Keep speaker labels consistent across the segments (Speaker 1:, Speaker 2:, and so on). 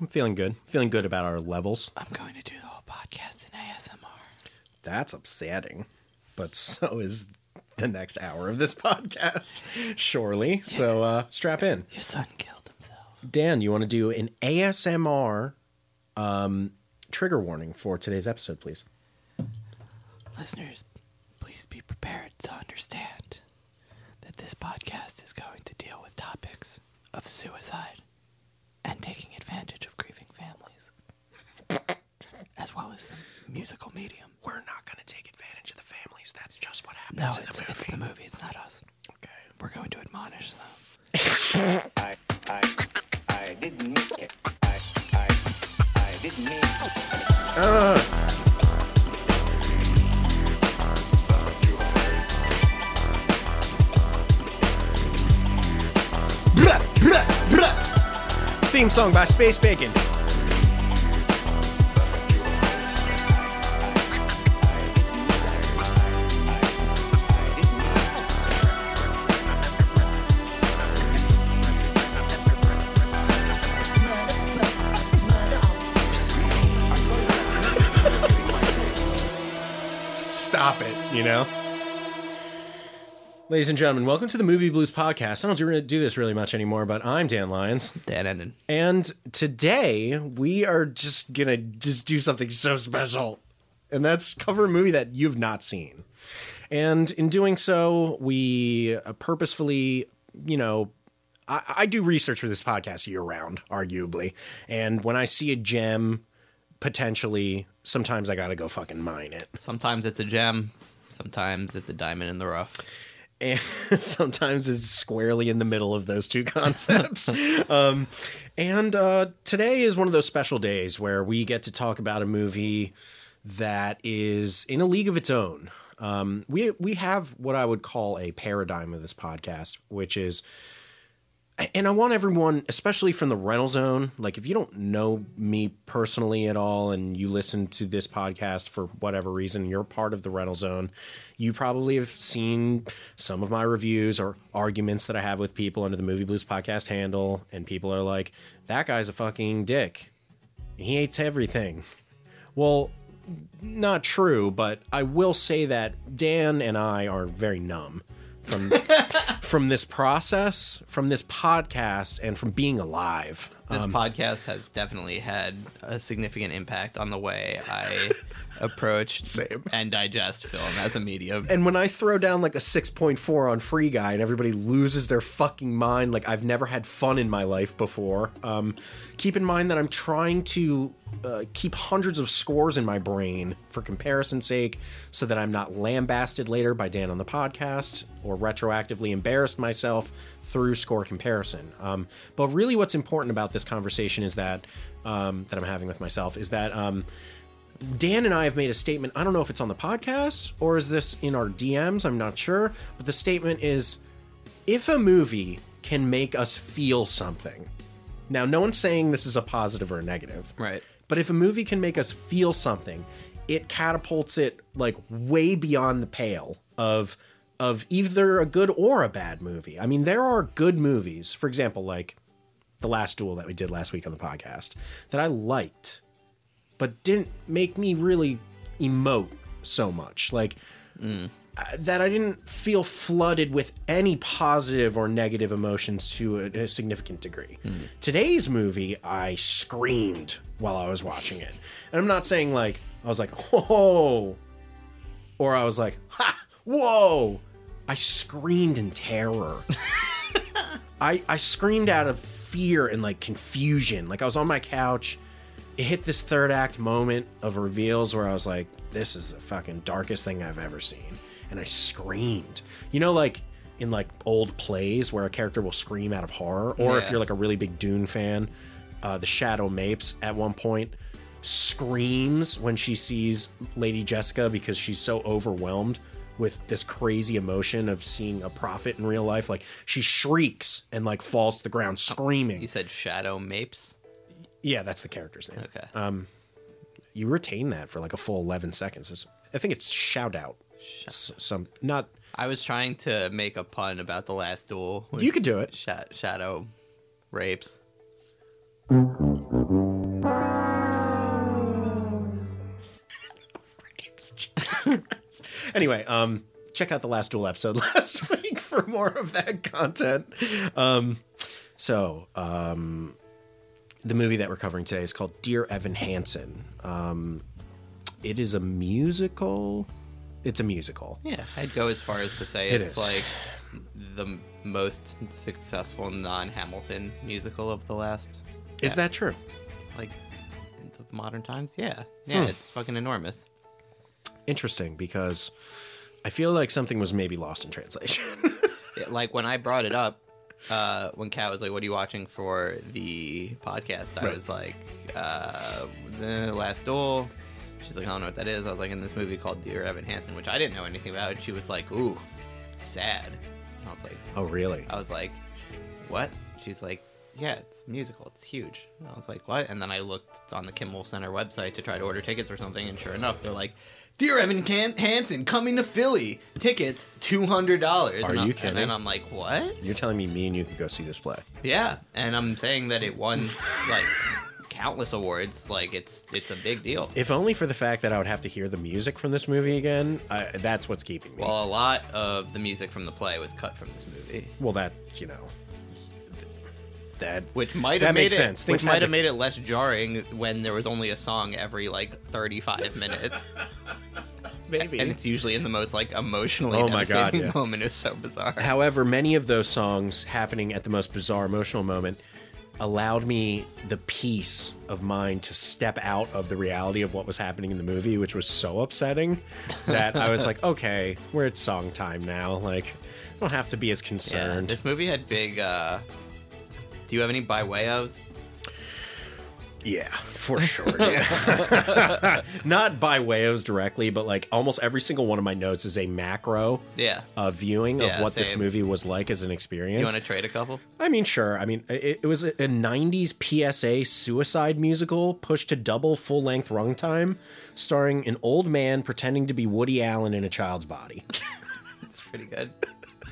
Speaker 1: I'm feeling good. Feeling good about our levels.
Speaker 2: I'm going to do the whole podcast in ASMR.
Speaker 1: That's upsetting, but so is the next hour of this podcast, surely. So uh, strap in.
Speaker 2: Your son killed himself.
Speaker 1: Dan, you want to do an ASMR um, trigger warning for today's episode, please?
Speaker 2: Listeners, please be prepared to understand that this podcast is going to deal with topics of suicide and taking advantage of grieving families, as well as the musical medium.
Speaker 1: We're not going to take advantage of the families. That's just what
Speaker 2: No,
Speaker 1: happens
Speaker 2: it's, it's the movie, it's not us.
Speaker 1: okay.
Speaker 2: We're going to admonish them.
Speaker 3: I, I, I didn't make it. I, I, I didn't make it.
Speaker 1: Bruh, bruh, bruh. Theme song by Space Bacon. Stop it, you know? Ladies and gentlemen, welcome to the Movie Blues Podcast. I don't do, do this really much anymore, but I'm Dan Lyons.
Speaker 2: Dan Enden.
Speaker 1: And today we are just gonna just do something so special, and that's cover a movie that you've not seen. And in doing so, we uh, purposefully, you know, I, I do research for this podcast year round, arguably. And when I see a gem, potentially, sometimes I gotta go fucking mine it.
Speaker 2: Sometimes it's a gem, sometimes it's a diamond in the rough.
Speaker 1: and sometimes it's squarely in the middle of those two concepts. um, and uh, today is one of those special days where we get to talk about a movie that is in a league of its own. Um, we we have what I would call a paradigm of this podcast, which is and I want everyone, especially from the rental zone, like if you don't know me personally at all and you listen to this podcast for whatever reason, you're part of the rental zone, you probably have seen some of my reviews or arguments that I have with people under the Movie Blues podcast handle. And people are like, that guy's a fucking dick. He hates everything. Well, not true, but I will say that Dan and I are very numb from from this process, from this podcast, and from being alive.
Speaker 2: This podcast has definitely had a significant impact on the way I approach
Speaker 1: Same.
Speaker 2: and digest film as a medium.
Speaker 1: And when I throw down like a 6.4 on Free Guy and everybody loses their fucking mind, like I've never had fun in my life before, um, keep in mind that I'm trying to uh, keep hundreds of scores in my brain for comparison's sake so that I'm not lambasted later by Dan on the podcast or retroactively embarrassed myself through score comparison. Um, but really, what's important about this conversation is that, um, that I'm having with myself is that. Um, Dan and I have made a statement. I don't know if it's on the podcast or is this in our DMs. I'm not sure. But the statement is if a movie can make us feel something. Now, no one's saying this is a positive or a negative.
Speaker 2: Right.
Speaker 1: But if a movie can make us feel something, it catapults it like way beyond the pale of of either a good or a bad movie. I mean, there are good movies. For example, like The Last Duel that we did last week on the podcast that I liked but didn't make me really emote so much. Like uh, that, I didn't feel flooded with any positive or negative emotions to a, a significant degree. Today's movie, I screamed while I was watching it, and I'm not saying like I was like oh, or I was like ha whoa. I screamed in terror. I, I screamed out of fear and like confusion. Like I was on my couch. It hit this third act moment of reveals where I was like, this is the fucking darkest thing I've ever seen. And I screamed. You know, like in like old plays where a character will scream out of horror, or if
Speaker 2: Yeah.
Speaker 1: you're like a really big Dune fan, uh, the Shadow Mapes at one point screams when she sees Lady Jessica because she's so overwhelmed with this crazy emotion of seeing a prophet in real life. Like she shrieks and like falls to the ground
Speaker 2: You
Speaker 1: screaming.
Speaker 2: said Shadow Mapes?
Speaker 1: Yeah, that's the character's name.
Speaker 2: Okay.
Speaker 1: You retain that for like a full 11 seconds. It's, I think it's shout out. S- some not
Speaker 2: I was trying to make a pun about the last duel. with
Speaker 1: you could do it.
Speaker 2: sha- Shadow Rapes.
Speaker 1: Anyway, um, check out the last duel episode last week for more of that content. Um, so, um, the movie that we're covering today is called Dear Evan Hansen. Um, it is a musical. It's a musical.
Speaker 4: Yeah, I'd go as far as to say
Speaker 1: It
Speaker 4: it's
Speaker 1: is.
Speaker 4: like the m- most successful non-Hamilton musical of the last,
Speaker 1: Is that true?
Speaker 4: like, the modern times. Yeah, yeah,
Speaker 1: Hmm.
Speaker 4: it's fucking enormous.
Speaker 1: Interesting because I feel like something was maybe lost in translation.
Speaker 4: It- like when I brought it up, uh, when Kat was like, "What are you watching for the podcast?" I
Speaker 1: Right.
Speaker 4: was like, uh, "The Last Duel." She's like, "I don't know what that is." I was like, "In this movie called Dear Evan Hansen," which I didn't know anything about. And she was like, "Ooh, sad." And I was like,
Speaker 1: oh, really?
Speaker 4: I was like, "What?" She's like, "Yeah, it's musical. It's huge." And I was like, "What?" And then I looked on the Kimmel Center website to try to order tickets or something, and sure enough, they're like, "Dear Evan Can- Hansen, coming to Philly. Tickets two hundred dollars."
Speaker 1: Are
Speaker 4: and
Speaker 1: you
Speaker 4: I'm,
Speaker 1: kidding?
Speaker 4: And then I'm like, "What?"
Speaker 1: You're telling me me and you could go see this play?
Speaker 4: Yeah, and I'm saying that it won like countless awards. Like it's it's a big deal.
Speaker 1: If only for the fact that I would have to hear the music from this movie again. I, that's what's keeping me. Well,
Speaker 4: Well, a lot of the music from the play was cut from this movie.
Speaker 1: that you know, th- that
Speaker 4: Which might
Speaker 1: That
Speaker 4: have made
Speaker 1: makes
Speaker 4: it,
Speaker 1: sense. Things
Speaker 4: Which
Speaker 1: had
Speaker 4: might
Speaker 1: to-
Speaker 4: have made it less jarring when there was only a song every like 35 minutes,
Speaker 1: maybe.
Speaker 4: and it's usually in the most like emotionally
Speaker 1: Oh my God,
Speaker 4: devastating
Speaker 1: yeah.
Speaker 4: moment. Is so bizarre.
Speaker 1: However, many of those songs happening at the most bizarre emotional moment allowed me the peace of mind to step out of the reality of what was happening in the movie, which was so upsetting that I was like, okay, we're at song time now. Like, I don't have to be as
Speaker 4: Yeah,
Speaker 1: concerned.
Speaker 4: this movie had big. uh Do you have any by way ofs?
Speaker 1: Yeah, for sure. yeah. Not by Wayos directly, but like almost every single one of my notes is a macro
Speaker 4: Yeah.
Speaker 1: uh, viewing of
Speaker 4: Yeah,
Speaker 1: what this
Speaker 4: same.
Speaker 1: movie was like as an
Speaker 4: you
Speaker 1: experience.
Speaker 4: want to trade a couple?
Speaker 1: I mean, sure. I mean, it, it was a, a 90s PSA suicide musical pushed to double full length run time, starring an old man pretending to be Woody Allen in a child's body.
Speaker 4: It's pretty good.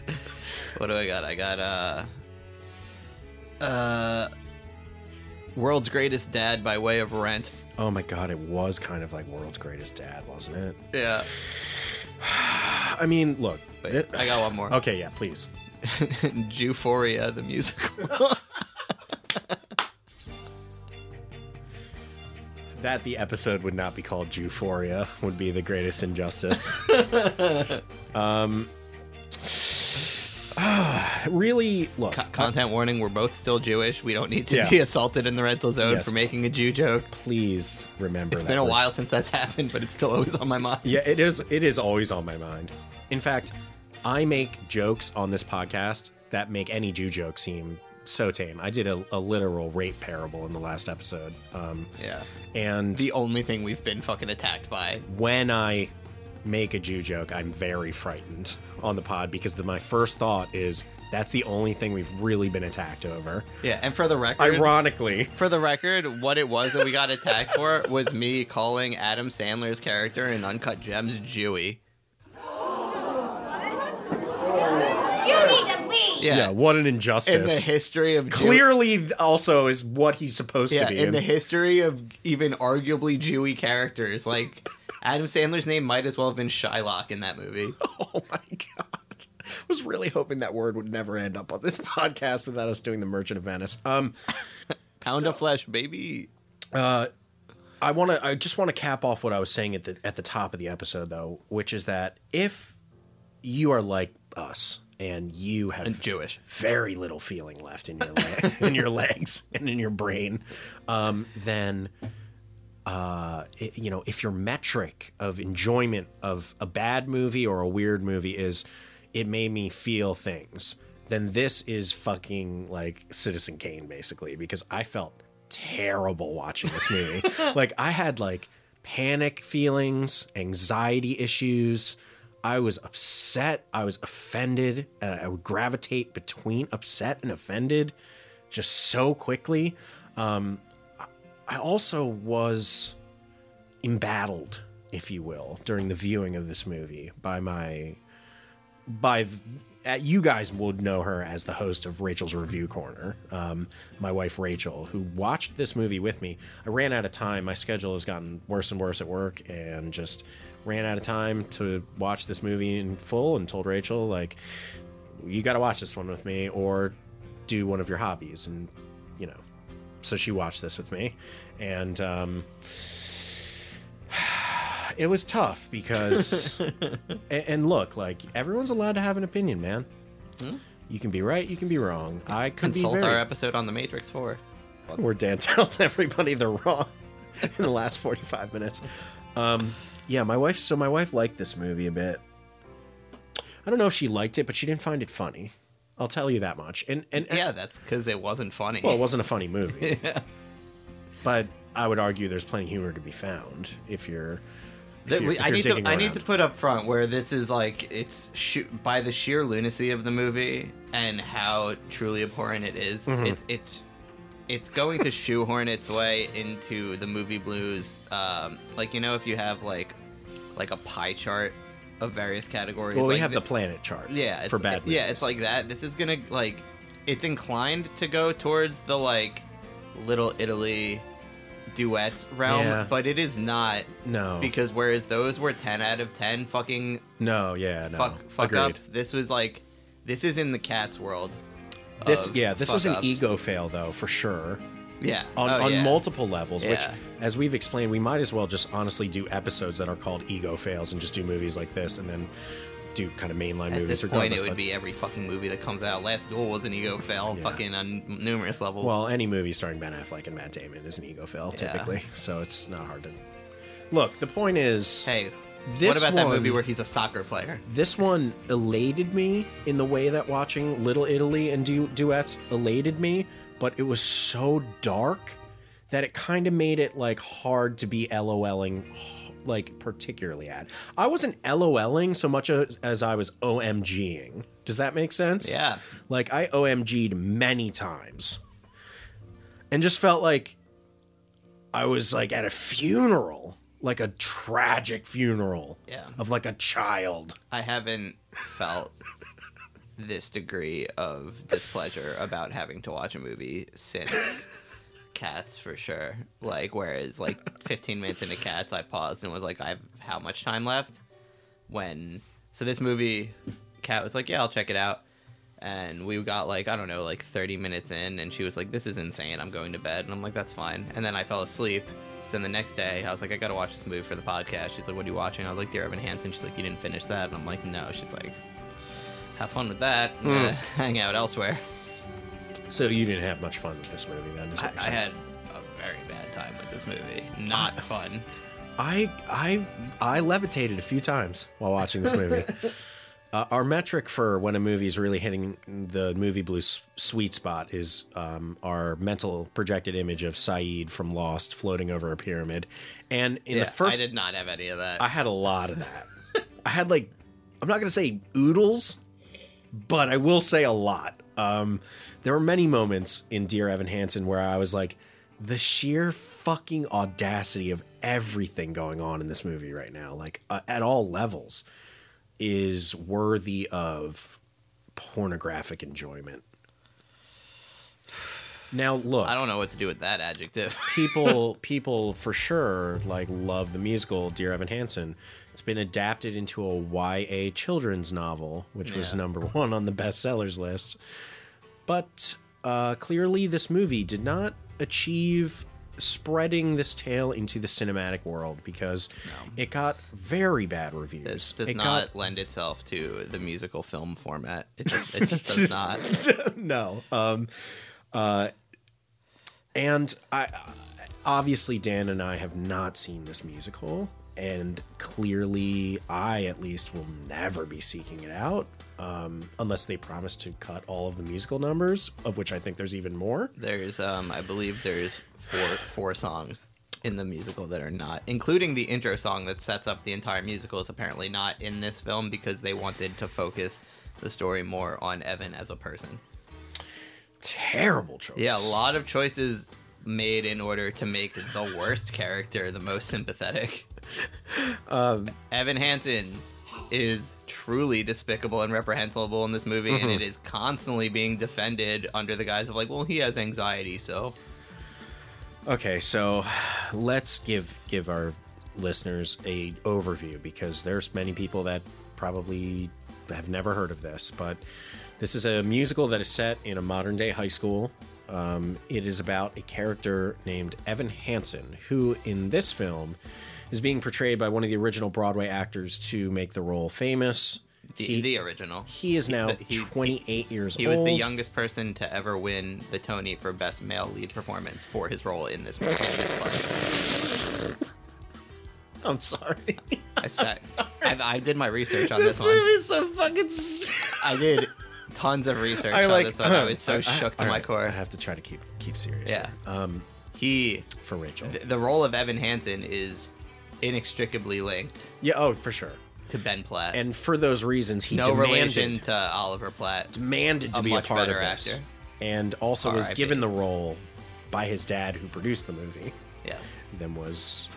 Speaker 4: what do I got? I got uh uh World's Greatest Dad by way of Rent.
Speaker 1: Oh my God, it was kind of like World's Greatest Dad, wasn't it?
Speaker 4: Yeah.
Speaker 1: I mean, look.
Speaker 4: Wait,
Speaker 1: it-
Speaker 4: I got one more.
Speaker 1: okay, yeah, please.
Speaker 4: Euphoria the musical.
Speaker 1: that the episode would not be called Euphoria would be the greatest injustice. um, ah, really, look,
Speaker 4: Co- Content warning, we're both still Jewish. We don't need to
Speaker 1: Yeah.
Speaker 4: be assaulted in the rental zone
Speaker 1: Yes.
Speaker 4: for making a Jew joke.
Speaker 1: please remember.
Speaker 4: It's
Speaker 1: that
Speaker 4: been a
Speaker 1: word.
Speaker 4: while since that's happened, but it's still always on my mind.
Speaker 1: Yeah, it is. It is always on my mind. In fact, I make jokes on this podcast that make any Jew joke seem so tame. I did a, a literal rape parable in the last episode, um,
Speaker 4: Yeah.
Speaker 1: and
Speaker 4: The only thing we've been fucking attacked by.
Speaker 1: when I make a Jew joke, I'm very frightened on the pod because the, my first thought is that's the only thing we've really been attacked over.
Speaker 4: Yeah, and for the record,
Speaker 1: Ironically,
Speaker 4: For the record, what it was that we got attacked for was me calling Adam Sandler's character in Uncut Gems Jewy.
Speaker 5: You need a weed.
Speaker 1: yeah,
Speaker 4: Yeah.
Speaker 1: what an
Speaker 4: in the
Speaker 1: injustice.
Speaker 4: history of Jew-
Speaker 1: Clearly, th- also is what he's supposed
Speaker 4: yeah,
Speaker 1: to be.
Speaker 4: in
Speaker 1: and
Speaker 4: the history of even arguably Jewy characters, like Adam Sandler's name might as well have been Shylock in that movie.
Speaker 1: oh my god, was really hoping that word would never end up on this podcast without us doing the Merchant of Venice. Um,
Speaker 4: Pound of flesh, baby.
Speaker 1: I want to. I just want to cap off what I was saying at the at the top of the episode, though, which is that if you are like us and you have
Speaker 4: And Jewish.
Speaker 1: very little feeling left in your le- in your legs and in your brain, um, then uh, i- you know if your metric of enjoyment of a bad movie or a weird movie is it made me feel things, then this is fucking like Citizen Kane basically because I felt terrible watching this movie. like I had like panic feelings, anxiety issues. I was upset. I was offended. Uh, I would gravitate between upset and offended just so quickly. Um, I I also was embattled, if you will, during the viewing of this movie by my by th- uh, you guys would know her as the host of Rachel's Review Corner. Um, my wife Rachel, who watched this movie with me, I ran out of time. My schedule has gotten worse and worse at work, and just ran out of time to watch this movie in full. And told Rachel, like, you got to watch this one with me, or do one of your hobbies, and you know. So she watched this with me, and um, it was tough because and, and look like everyone's allowed to have an opinion man you can be right you can be wrong i could
Speaker 4: Hmm? Consult
Speaker 1: be very
Speaker 4: our episode on The Matrix 4.
Speaker 1: where dan tells everybody they're wrong in the last 45 minutes um yeah my wife so my wife liked this movie a bit i don't know if she liked it but she didn't find it funny i'll tell you that much and and, and
Speaker 4: Yeah, that's because it wasn't funny.
Speaker 1: Eh. well, it wasn't a funny movie. But I would argue there's plenty of humor to be found if you're. If
Speaker 4: That
Speaker 1: you're,
Speaker 4: we-
Speaker 1: if
Speaker 4: I
Speaker 1: you're
Speaker 4: need
Speaker 1: digging
Speaker 4: to I need
Speaker 1: around.
Speaker 4: to put up front where this is like it's sh- by the sheer lunacy of the movie and how truly abhorrent it is,
Speaker 1: Mm-hmm.
Speaker 4: It's it's it's going to shoehorn its way into the movie blues. Um, like you know, if you have like like a pie chart of various categories.
Speaker 1: Well, we
Speaker 4: like
Speaker 1: have the
Speaker 4: th-
Speaker 1: planet chart.
Speaker 4: yeah it's,
Speaker 1: for bad.
Speaker 4: Yeah, it's
Speaker 1: movies.
Speaker 4: like that. This is gonna like it's inclined to go towards the like Little Italy duets realm,
Speaker 1: Yeah.
Speaker 4: but it is not.
Speaker 1: no,
Speaker 4: Because whereas those were 10 out of 10 fucking
Speaker 1: no, yeah, no.
Speaker 4: fuck, fuck
Speaker 1: Agreed.
Speaker 4: ups, this was like, this is in the cat's world.
Speaker 1: This
Speaker 4: of
Speaker 1: yeah, this was an
Speaker 4: fuck-ups.
Speaker 1: ego fail though for sure
Speaker 4: Yeah.
Speaker 1: on,
Speaker 4: Oh,
Speaker 1: on
Speaker 4: yeah.
Speaker 1: multiple levels. Which,
Speaker 4: Yeah.
Speaker 1: as we've explained, we might as well just honestly do episodes that are called ego fails and just do movies like this and then do kind of mainline
Speaker 4: At
Speaker 1: movies.
Speaker 4: this point,
Speaker 1: regardless,
Speaker 4: it would
Speaker 1: but-
Speaker 4: be every fucking movie that comes out. Last Duel was an ego fail,
Speaker 1: Yeah.
Speaker 4: fucking on numerous levels.
Speaker 1: Well, any movie starring Ben Affleck and Matt Damon is an ego fail
Speaker 4: Yeah.
Speaker 1: typically, so it's not hard to. Look, the point is,
Speaker 4: hey,
Speaker 1: this
Speaker 4: what about that movie
Speaker 1: one-
Speaker 4: where he's a soccer player?
Speaker 1: this one elated me in the way that watching Little Italy and du- duets elated me, but it was so dark that it kind of made it like hard to be LOLing like particularly at. I wasn't LOLing so much as, as I was OMGing. Does that make sense?
Speaker 4: Yeah.
Speaker 1: Like I OMG'd many times. And just felt like I was like at a funeral, like a tragic funeral
Speaker 4: Yeah.
Speaker 1: of like a child.
Speaker 4: I haven't felt this degree of displeasure about having to watch a movie since Cats for sure. Like whereas like 15 minutes into Cats I paused and was like I have how much time left? When so this movie Cat was like yeah, I'll check it out. And we got like I don't know like 30 minutes in and she was like this is insane. I'm going to bed. And I'm like that's fine. And then I fell asleep. So then the next day, I was like, I gotta watch this movie for the podcast. She's like, What are you watching? I was like, Dear Evan Hansen. She's like, You didn't finish that. And I'm like, No. She's like, Have fun with that.
Speaker 1: Hmm.
Speaker 4: I'm gonna hang out elsewhere.
Speaker 1: So you didn't have much fun with this movie then, is
Speaker 4: I,
Speaker 1: what you're
Speaker 4: I
Speaker 1: saying?
Speaker 4: had a very bad time with this movie. Not fun.
Speaker 1: I I I levitated a few times while watching this movie. uh, our metric for when a movie is really hitting the movie blue s- sweet spot is um, our mental projected image of Saeed from Lost floating over a pyramid, and in
Speaker 4: Yeah,
Speaker 1: the first
Speaker 4: I did not have any of that.
Speaker 1: I had a lot of that. I had like, I'm not gonna say oodles, but I will say a lot. Um, there were many moments in Dear Evan Hansen where I was like, the sheer fucking audacity of everything going on in this movie right now, like uh, at all levels, is worthy of pornographic enjoyment. Now look,
Speaker 4: I don't know what to do with that adjective.
Speaker 1: people people for sure like love the musical Dear Evan Hansen. It's been adapted into a YA children's novel, which was
Speaker 4: Yeah.
Speaker 1: number one on the bestsellers list. But uh, clearly, this movie did not achieve spreading this tale into the cinematic world because it got very bad reviews.
Speaker 4: This does
Speaker 1: it
Speaker 4: not
Speaker 1: got
Speaker 4: lend itself to the musical film format. It just, it just does not.
Speaker 1: no. Um, uh, and I obviously Dan and I have not seen this musical, and clearly I at least will never be seeking it out um, unless they promise to cut all of the musical numbers, of which I think there's even more.
Speaker 4: There's, um, I believe, there's four four songs in the musical that are not, including the intro song that sets up the entire musical, is apparently not in this film because they wanted to focus the story more on Evan as a person.
Speaker 1: Terrible choice.
Speaker 4: Yeah, a lot of choices made in order to make the worst character the most sympathetic. Evan Hansen, is truly despicable and reprehensible in this movie, and it is constantly being defended under the guise of like, well, he has anxiety, so
Speaker 1: Okay, so let's give give our listeners a overview because there's many people that probably have never heard of this, but this is a musical that is set in a modern day high school. Um, it is about a character named Evan Hansen, who in this film is being portrayed by one of the original Broadway actors to make the role famous.
Speaker 4: the,
Speaker 1: he,
Speaker 4: the original.
Speaker 1: he is now
Speaker 4: he-
Speaker 1: 28 years
Speaker 4: He
Speaker 1: old.
Speaker 4: was the youngest person to ever win the Tony for Best Male Lead Performance for his role in this movie.
Speaker 1: I'm sorry.
Speaker 4: I, said, I, I did my research on this,
Speaker 1: this
Speaker 4: one.
Speaker 1: movie is so fucking stupid.
Speaker 4: I did tons of research
Speaker 1: I
Speaker 4: on
Speaker 1: like.
Speaker 4: this one. I was so shook to
Speaker 1: all
Speaker 4: my
Speaker 1: right, I
Speaker 4: core.
Speaker 1: have to try to keep keep serious.
Speaker 4: Yeah.
Speaker 1: here. Um,
Speaker 4: He,
Speaker 1: for Rachel.
Speaker 4: th- the role of Evan Hansen is inextricably linked
Speaker 1: yeah. Oh, for sure.
Speaker 4: to Ben Platt.
Speaker 1: And for those reasons, he
Speaker 4: no relation
Speaker 1: demanded
Speaker 4: to Oliver Platt.
Speaker 1: demanded to
Speaker 4: a
Speaker 1: be a
Speaker 4: much
Speaker 1: part of
Speaker 4: better
Speaker 1: this,
Speaker 4: actor.
Speaker 1: and also was
Speaker 4: R.I.P..
Speaker 1: given the role by his dad, who produced the movie,
Speaker 4: Yes.
Speaker 1: then was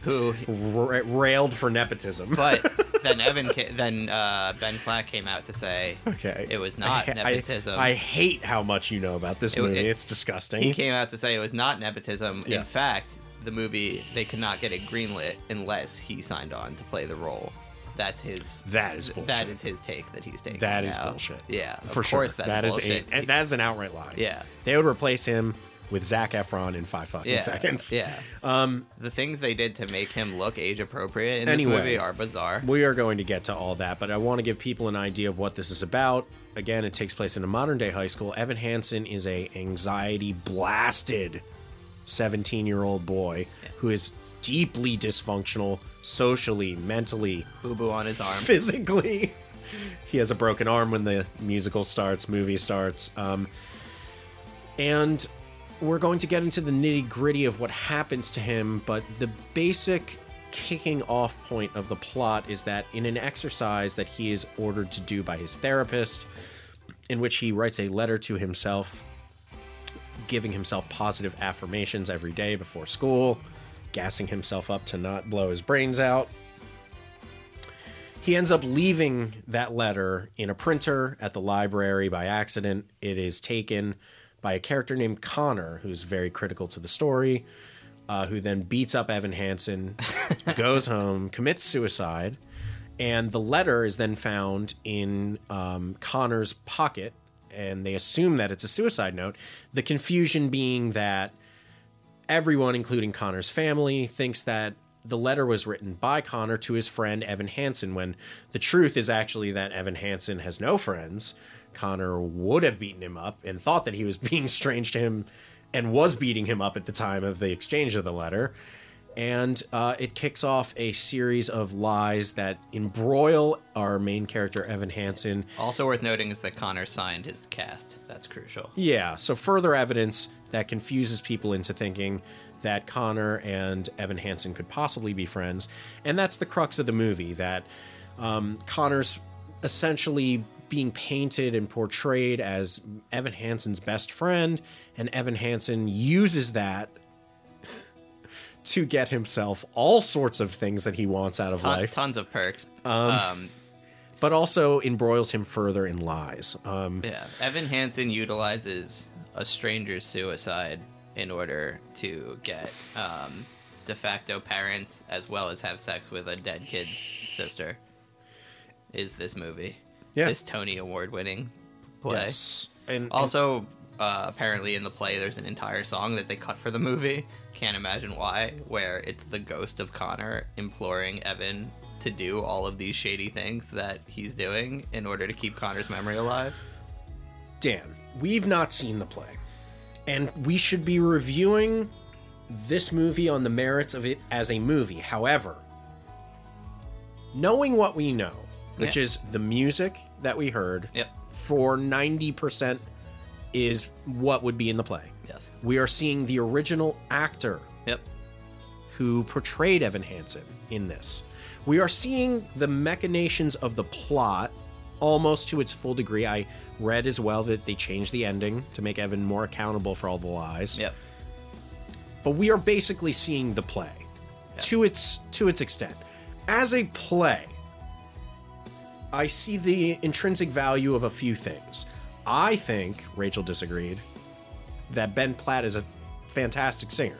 Speaker 4: Who,
Speaker 1: ra- railed for nepotism.
Speaker 4: but then Evan, ca- then uh, Ben Platt came out to say
Speaker 1: okay,
Speaker 4: it was not
Speaker 1: I- I-
Speaker 4: nepotism.
Speaker 1: I, hate how much you know about this
Speaker 4: It-
Speaker 1: movie.
Speaker 4: it-
Speaker 1: it's disgusting.
Speaker 4: he came out to say it was not nepotism.
Speaker 1: Yeah.
Speaker 4: In fact, the movie they could not get it greenlit unless he signed on to play the role. That's his.
Speaker 1: That is
Speaker 4: th-
Speaker 1: bullshit.
Speaker 4: That is his take that he's taking.
Speaker 1: That is
Speaker 4: now.
Speaker 1: bullshit.
Speaker 4: Yeah, of
Speaker 1: for
Speaker 4: course
Speaker 1: sure.
Speaker 4: That's
Speaker 1: That is
Speaker 4: bullshit.
Speaker 1: a and that is an outright lie.
Speaker 4: Yeah.
Speaker 1: they would replace him with Zach Efron in five fucking
Speaker 4: yeah,
Speaker 1: seconds. Um,
Speaker 4: Yeah. the things they did to make him look age appropriate in
Speaker 1: Anyway.
Speaker 4: this movie are bizarre.
Speaker 1: We are going to get to all that, but I want to give people an idea of what this is about. Again, it takes place in a modern day high school. Evan Hansen is a anxiety blasted 17 year old boy who is deeply dysfunctional socially, mentally,
Speaker 4: Boo boo on his arm.
Speaker 1: physically. He has a broken arm when the musical starts, movie starts. Um, and we're going to get into the nitty gritty of what happens to him, but the basic kicking off point of the plot is that in an exercise that he is ordered to do by his therapist, in which he writes a letter to himself, giving himself positive affirmations every day before school, gassing himself up to not blow his brains out he ends up leaving that letter in a printer at the library by accident. It is taken by a character named Connor, who's very critical to the story, uh, who then beats up Evan Hansen, goes home, commits suicide, and the letter is then found in um, Connor's pocket, and they assume that it's a suicide note. The confusion being that everyone, including Connor's family, thinks that the letter was written by Connor to his friend Evan Hansen, when the truth is actually that Evan Hansen has no friends. Connor would have beaten him up and thought that he was being strange to him and was beating him up at the time of the exchange of the letter. And uh, it kicks off a series of lies that embroil our main character, Evan Hansen,
Speaker 4: Also worth noting is that Connor signed his cast. That's crucial.
Speaker 1: yeah, so further evidence that confuses people into thinking that Connor and Evan Hansen could possibly be friends. And that's the crux of the movie that um, Connor's essentially being painted and portrayed as Evan Hansen's best friend, and Evan Hansen uses that to get himself all sorts of things that he wants out of
Speaker 4: Ton-
Speaker 1: life
Speaker 4: Tons of perks. um,
Speaker 1: but also embroils him further in lies um,
Speaker 4: Yeah, Evan Hansen utilizes a stranger's suicide in order to get um, de facto parents as well as have sex with a dead kid's sister. Is this movie?
Speaker 1: Yeah.
Speaker 4: This Tony Award-winning play.
Speaker 1: yes and, and
Speaker 4: Also, uh, apparently in the play, there's an entire song that they cut for the movie. Can't imagine why. Where it's the ghost of Connor imploring Evan to do all of these shady things that he's doing in order to keep Connor's memory alive.
Speaker 1: Dan, we've not seen the play, and we should be reviewing this movie on the merits of it as a movie. However, knowing what we know, which
Speaker 4: Yeah.
Speaker 1: is the music that we heard
Speaker 4: Yep.
Speaker 1: for 90% is what would be in the play.
Speaker 4: Yes.
Speaker 1: We are seeing the original actor
Speaker 4: Yep.
Speaker 1: who portrayed Evan Hansen in this. We are seeing the machinations of the plot almost to its full degree. I read as well that they changed the ending to make Evan more accountable for all the lies.
Speaker 4: Yep.
Speaker 1: But we are basically seeing the play to its to its extent. As a play, I see the intrinsic value of a few things. I think Rachel disagreed that Ben Platt is a fantastic singer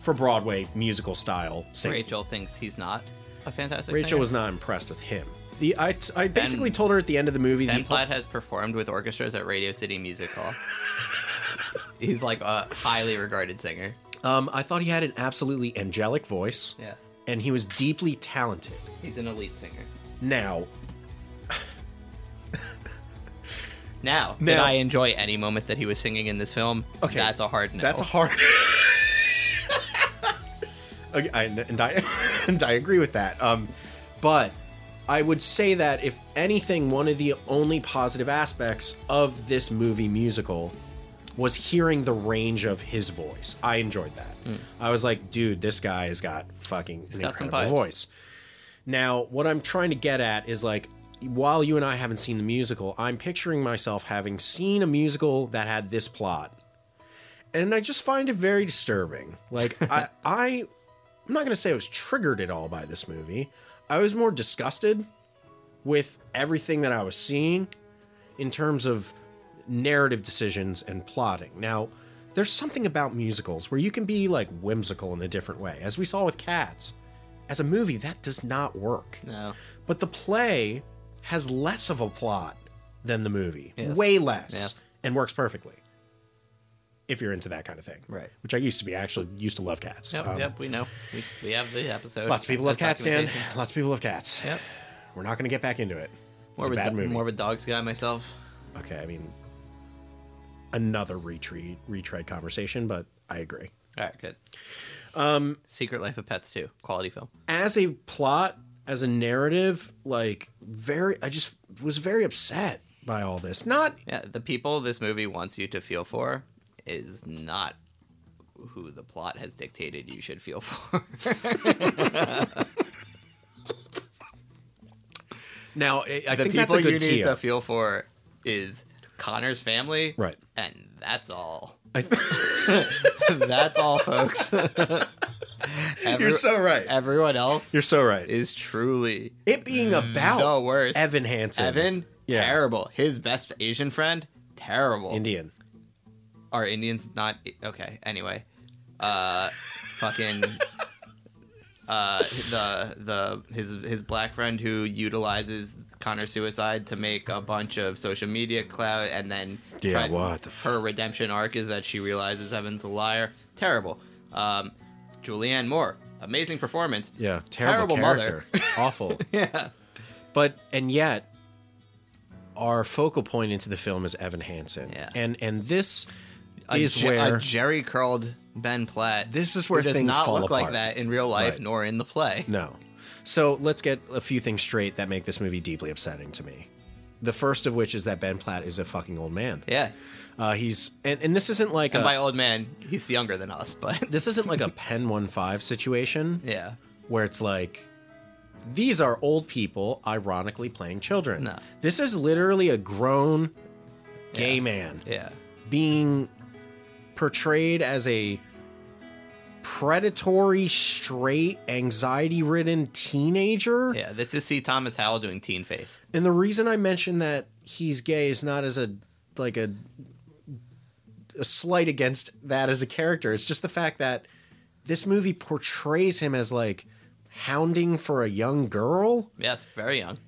Speaker 1: for Broadway musical style singing.
Speaker 4: Rachel thinks he's not a fantastic.
Speaker 1: Rachel
Speaker 4: singer.
Speaker 1: was not impressed with him. The I, I basically told her at the end of the movie
Speaker 4: Ben
Speaker 1: the,
Speaker 4: Platt has performed with orchestras at Radio City Music Hall. He's like a highly regarded singer.
Speaker 1: um I thought he had an absolutely angelic voice
Speaker 4: Yeah.
Speaker 1: and he was deeply talented.
Speaker 4: He's an elite singer.
Speaker 1: Now,
Speaker 4: Now, did
Speaker 1: Now-
Speaker 4: I enjoy any moment that he was singing in this film?
Speaker 1: Okay.
Speaker 4: That's a hard no.
Speaker 1: that's a hard Okay, I, and I and I agree with that. Um but I would say that if anything one of the only positive aspects of this movie musical was hearing the range of his voice. I enjoyed that. I was like, dude, this guy has got fucking an
Speaker 4: Hmm. got some
Speaker 1: incredible
Speaker 4: pipes.
Speaker 1: voice. Now, what I'm trying to get at is like, while you and I haven't seen the musical, I'm picturing myself having seen a musical that had this plot. And I just find it very disturbing. Like, I, I, I'm not going to say I was triggered at all by this movie. I was more disgusted with everything that I was seeing in terms of narrative decisions and plotting. Now, there's something about musicals where you can be like whimsical in a different way, as we saw with Cats. As a movie, that does not work.
Speaker 4: No.
Speaker 1: But the play has less of a plot than the movie,
Speaker 4: Yes.
Speaker 1: way less,
Speaker 4: Yes.
Speaker 1: and works perfectly. If you're into that kind of thing,
Speaker 4: Right.
Speaker 1: Which I used to be. I actually used to love cats.
Speaker 4: Yep,
Speaker 1: Um,
Speaker 4: yep, we know. We, we have the episode.
Speaker 1: Lots of people love
Speaker 4: That's
Speaker 1: cats, Dan.
Speaker 4: documentation.
Speaker 1: Lots of people love cats.
Speaker 4: Yep.
Speaker 1: We're not going to get back into it. It's
Speaker 4: More
Speaker 1: a
Speaker 4: of a,
Speaker 1: bad
Speaker 4: do-
Speaker 1: movie.
Speaker 4: more of a dogs guy myself.
Speaker 1: okay, I mean, another retreat retread conversation, but I agree.
Speaker 4: All right, good. Um, Secret Life of Pets too. Quality film.
Speaker 1: As a plot, as a narrative, like very, I just was very upset by all this. Not
Speaker 4: Yeah, the people this movie wants you to feel for is not who the plot has dictated you should feel for.
Speaker 1: now. I, I
Speaker 4: the
Speaker 1: think
Speaker 4: people
Speaker 1: that's a
Speaker 4: you
Speaker 1: good
Speaker 4: need
Speaker 1: tee
Speaker 4: to
Speaker 1: up.
Speaker 4: feel for is Connor's family.
Speaker 1: Right.
Speaker 4: And that's all.
Speaker 1: I th-
Speaker 4: that's all, folks. Every-
Speaker 1: You're so right.
Speaker 4: Everyone else
Speaker 1: You're so right.
Speaker 4: is truly
Speaker 1: It being about
Speaker 4: the worst.
Speaker 1: Evan Hansen,
Speaker 4: Evan,
Speaker 1: Yeah.
Speaker 4: terrible. His best Asian friend, terrible.
Speaker 1: Indian.
Speaker 4: Are Indians not e, okay? Anyway, uh, fucking. Uh, the the his his black friend who utilizes Connor's suicide to make a bunch of social media clout, and then
Speaker 1: Yeah, what the
Speaker 4: her redemption arc is that she realizes Evan's a liar. Terrible. Um, Julianne Moore, amazing performance.
Speaker 1: Yeah, terrible,
Speaker 4: Terrible
Speaker 1: character. Awful.
Speaker 4: Yeah.
Speaker 1: But and yet our focal point into the film is Evan Hansen.
Speaker 4: Yeah.
Speaker 1: And and this
Speaker 4: a,
Speaker 1: is
Speaker 4: ge-
Speaker 1: where
Speaker 4: a Jerry curled Ben Platt.
Speaker 1: This is
Speaker 4: who
Speaker 1: where
Speaker 4: does
Speaker 1: things
Speaker 4: not
Speaker 1: fall
Speaker 4: look like
Speaker 1: apart.
Speaker 4: that in real life
Speaker 1: Right.
Speaker 4: nor in the play.
Speaker 1: No. So let's get a few things straight that make this movie deeply upsetting to me. The first of which is that Ben Platt is a fucking old man.
Speaker 4: Yeah,
Speaker 1: Uh, he's and, and this isn't like
Speaker 4: and
Speaker 1: a,
Speaker 4: by old man, he's younger than us, but
Speaker 1: this isn't like a Pen One Five situation
Speaker 4: yeah,
Speaker 1: where it's like these are old people ironically playing children.
Speaker 4: No.
Speaker 1: This is literally a grown gay
Speaker 4: Yeah.
Speaker 1: man
Speaker 4: yeah,
Speaker 1: being portrayed as a predatory, straight, anxiety ridden teenager.
Speaker 4: yeah. This is C. Thomas Howell doing Teen Face.
Speaker 1: And the reason I mention that he's gay is not as a like a a slight against that as a character. It's just the fact that this movie portrays him as like hounding for a young girl
Speaker 4: Yes, very young.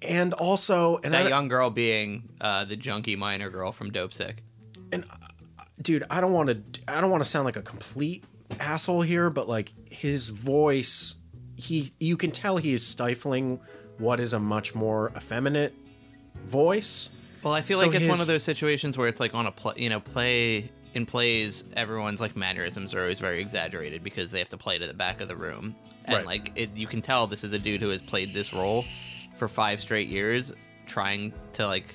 Speaker 1: and also and
Speaker 4: That
Speaker 1: I,
Speaker 4: young girl being uh, the junkie minor girl from Dope Sick.
Speaker 1: dude, I don't want to. I don't want to sound like a complete asshole here, but like his voice, he you can tell he is stifling what is a much more effeminate voice.
Speaker 4: Well, I feel
Speaker 1: So
Speaker 4: like it's
Speaker 1: his-
Speaker 4: one of those situations where it's like on a play, you know, play in plays, everyone's like mannerisms are always very exaggerated because they have to play to the back of the room, and
Speaker 1: Right.
Speaker 4: like it, you can tell this is a dude who has played this role for five straight years, trying to like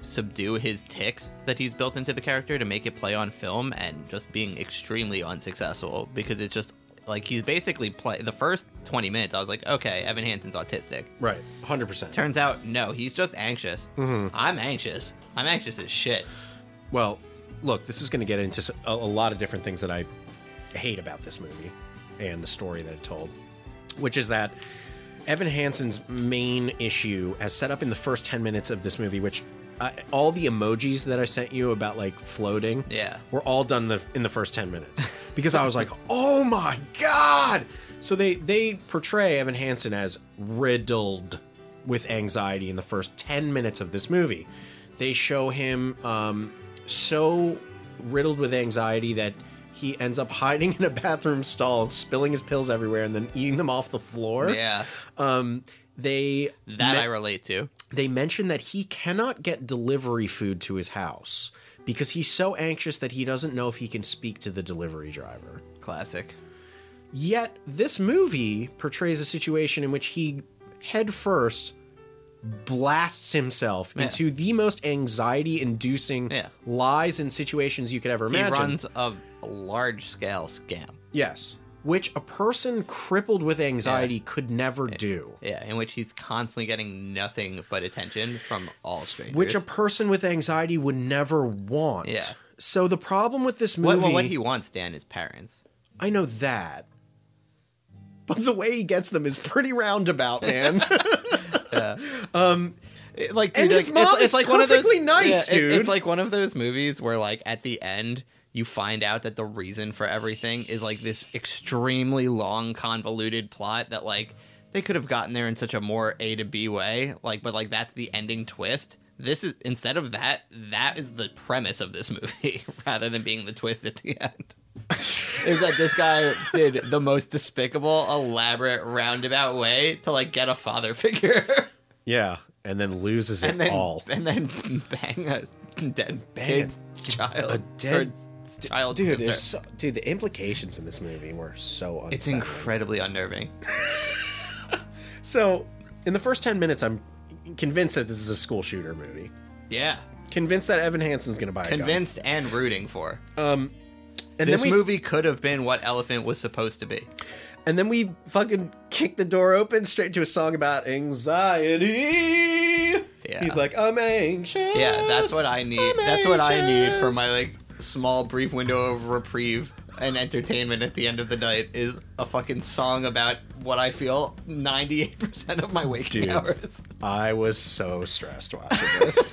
Speaker 4: subdue his ticks that he's built into the character to make it play on film, and just being extremely unsuccessful because it's just like he's basically play the first twenty minutes. I was like, okay, Evan Hansen's autistic.
Speaker 1: Right, hundred percent.
Speaker 4: Turns out, no, he's just anxious.
Speaker 1: Mm-hmm.
Speaker 4: I'm anxious. I'm anxious as shit.
Speaker 1: Well, look, this is going to get into s- a, a lot of different things that I hate about this movie and the story that it told, which is that Evan Hansen's main issue, as set up in the first 10 minutes of this movie, which uh, all the emojis that I sent you about like floating
Speaker 4: Yeah.
Speaker 1: were all done the, in the first 10 minutes because I was like, oh my God. So they, they portray Evan Hansen as riddled with anxiety in the first 10 minutes of this movie. They show him um, so riddled with anxiety that he ends up hiding in a bathroom stall, spilling his pills everywhere, and then eating them off the floor.
Speaker 4: Yeah,
Speaker 1: Um, they
Speaker 4: that
Speaker 1: me-
Speaker 4: I relate to.
Speaker 1: they mention that he cannot get delivery food to his house because he's so anxious that he doesn't know if he can speak to the delivery driver.
Speaker 4: Classic.
Speaker 1: Yet this movie portrays a situation in which he head first blasts himself
Speaker 4: Yeah.
Speaker 1: into the most anxiety-inducing
Speaker 4: Yeah.
Speaker 1: lies and situations you could ever imagine.
Speaker 4: He runs a large scale scam.
Speaker 1: Yes. Which a person crippled with anxiety could never do.
Speaker 4: Yeah, in which he's constantly getting nothing but attention from all strangers.
Speaker 1: Which a person with anxiety would never want.
Speaker 4: Yeah.
Speaker 1: So the problem with this
Speaker 4: what,
Speaker 1: movie,
Speaker 4: what, what he wants, Dan, is parents.
Speaker 1: I know that, but the way he gets them is pretty roundabout, man.
Speaker 4: It- like
Speaker 1: And
Speaker 4: dude,
Speaker 1: his
Speaker 4: like,
Speaker 1: mom
Speaker 4: it's, it's
Speaker 1: is
Speaker 4: like one of those,
Speaker 1: perfectly nice,
Speaker 4: yeah, it-
Speaker 1: dude.
Speaker 4: it's like one of those movies where like at the end you find out that the reason for everything is like this extremely long convoluted plot that like they could have gotten there in such a more A to B way, like but like that's the ending twist. This is instead of that, that is the premise of this movie rather than being the twist at the end. is that this guy did the most despicable, elaborate roundabout way to like get a father figure.
Speaker 1: yeah, and then loses
Speaker 4: and then and then bang a dead kid's child
Speaker 1: a dead-
Speaker 4: or child
Speaker 1: Dude,
Speaker 4: sister.
Speaker 1: there's so, dude, the implications in this movie were so unsettling.
Speaker 4: it's incredibly unnerving.
Speaker 1: So, in the first ten minutes, I'm convinced that this is a school shooter movie.
Speaker 4: Yeah,
Speaker 1: Convinced that Evan Hansen's gonna buy a gun.
Speaker 4: convinced and rooting for.
Speaker 1: And
Speaker 4: this
Speaker 1: then we,
Speaker 4: movie could have been what Elephant was supposed to be.
Speaker 1: and then we fucking kick the door open straight to a song about anxiety.
Speaker 4: Yeah.
Speaker 1: He's like, I'm anxious.
Speaker 4: Yeah, that's what I need.
Speaker 1: I'm
Speaker 4: that's what I need for
Speaker 1: anxious."
Speaker 4: my like small brief window of reprieve and entertainment at the end of the night is a fucking song about what I feel 98% of my waking
Speaker 1: Dude.
Speaker 4: hours.
Speaker 1: I was so stressed watching this.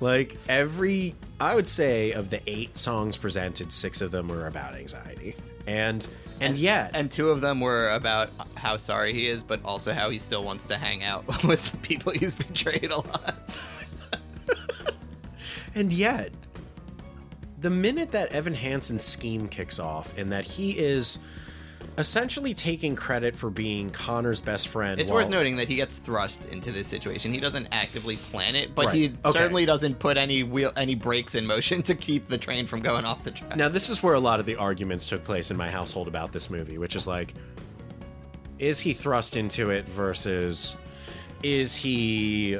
Speaker 1: like every, I would say of the eight songs presented, six of them were about anxiety, and and yet,
Speaker 4: and two of them were about how sorry he is, but also how he still wants to hang out with the people he's betrayed a lot.
Speaker 1: And yet, the minute that Evan Hansen's scheme kicks off and that he is essentially taking credit for being Connor's best friend,
Speaker 4: It's worth
Speaker 1: while-
Speaker 4: noting that he gets thrust into this situation. He doesn't actively plan it, but
Speaker 1: Right.
Speaker 4: he
Speaker 1: Okay.
Speaker 4: certainly doesn't put any wheel any brakes in motion to keep the train from going off the track.
Speaker 1: Now, this is where a lot of the arguments took place in my household about this movie, which is like, is he thrust into it versus is he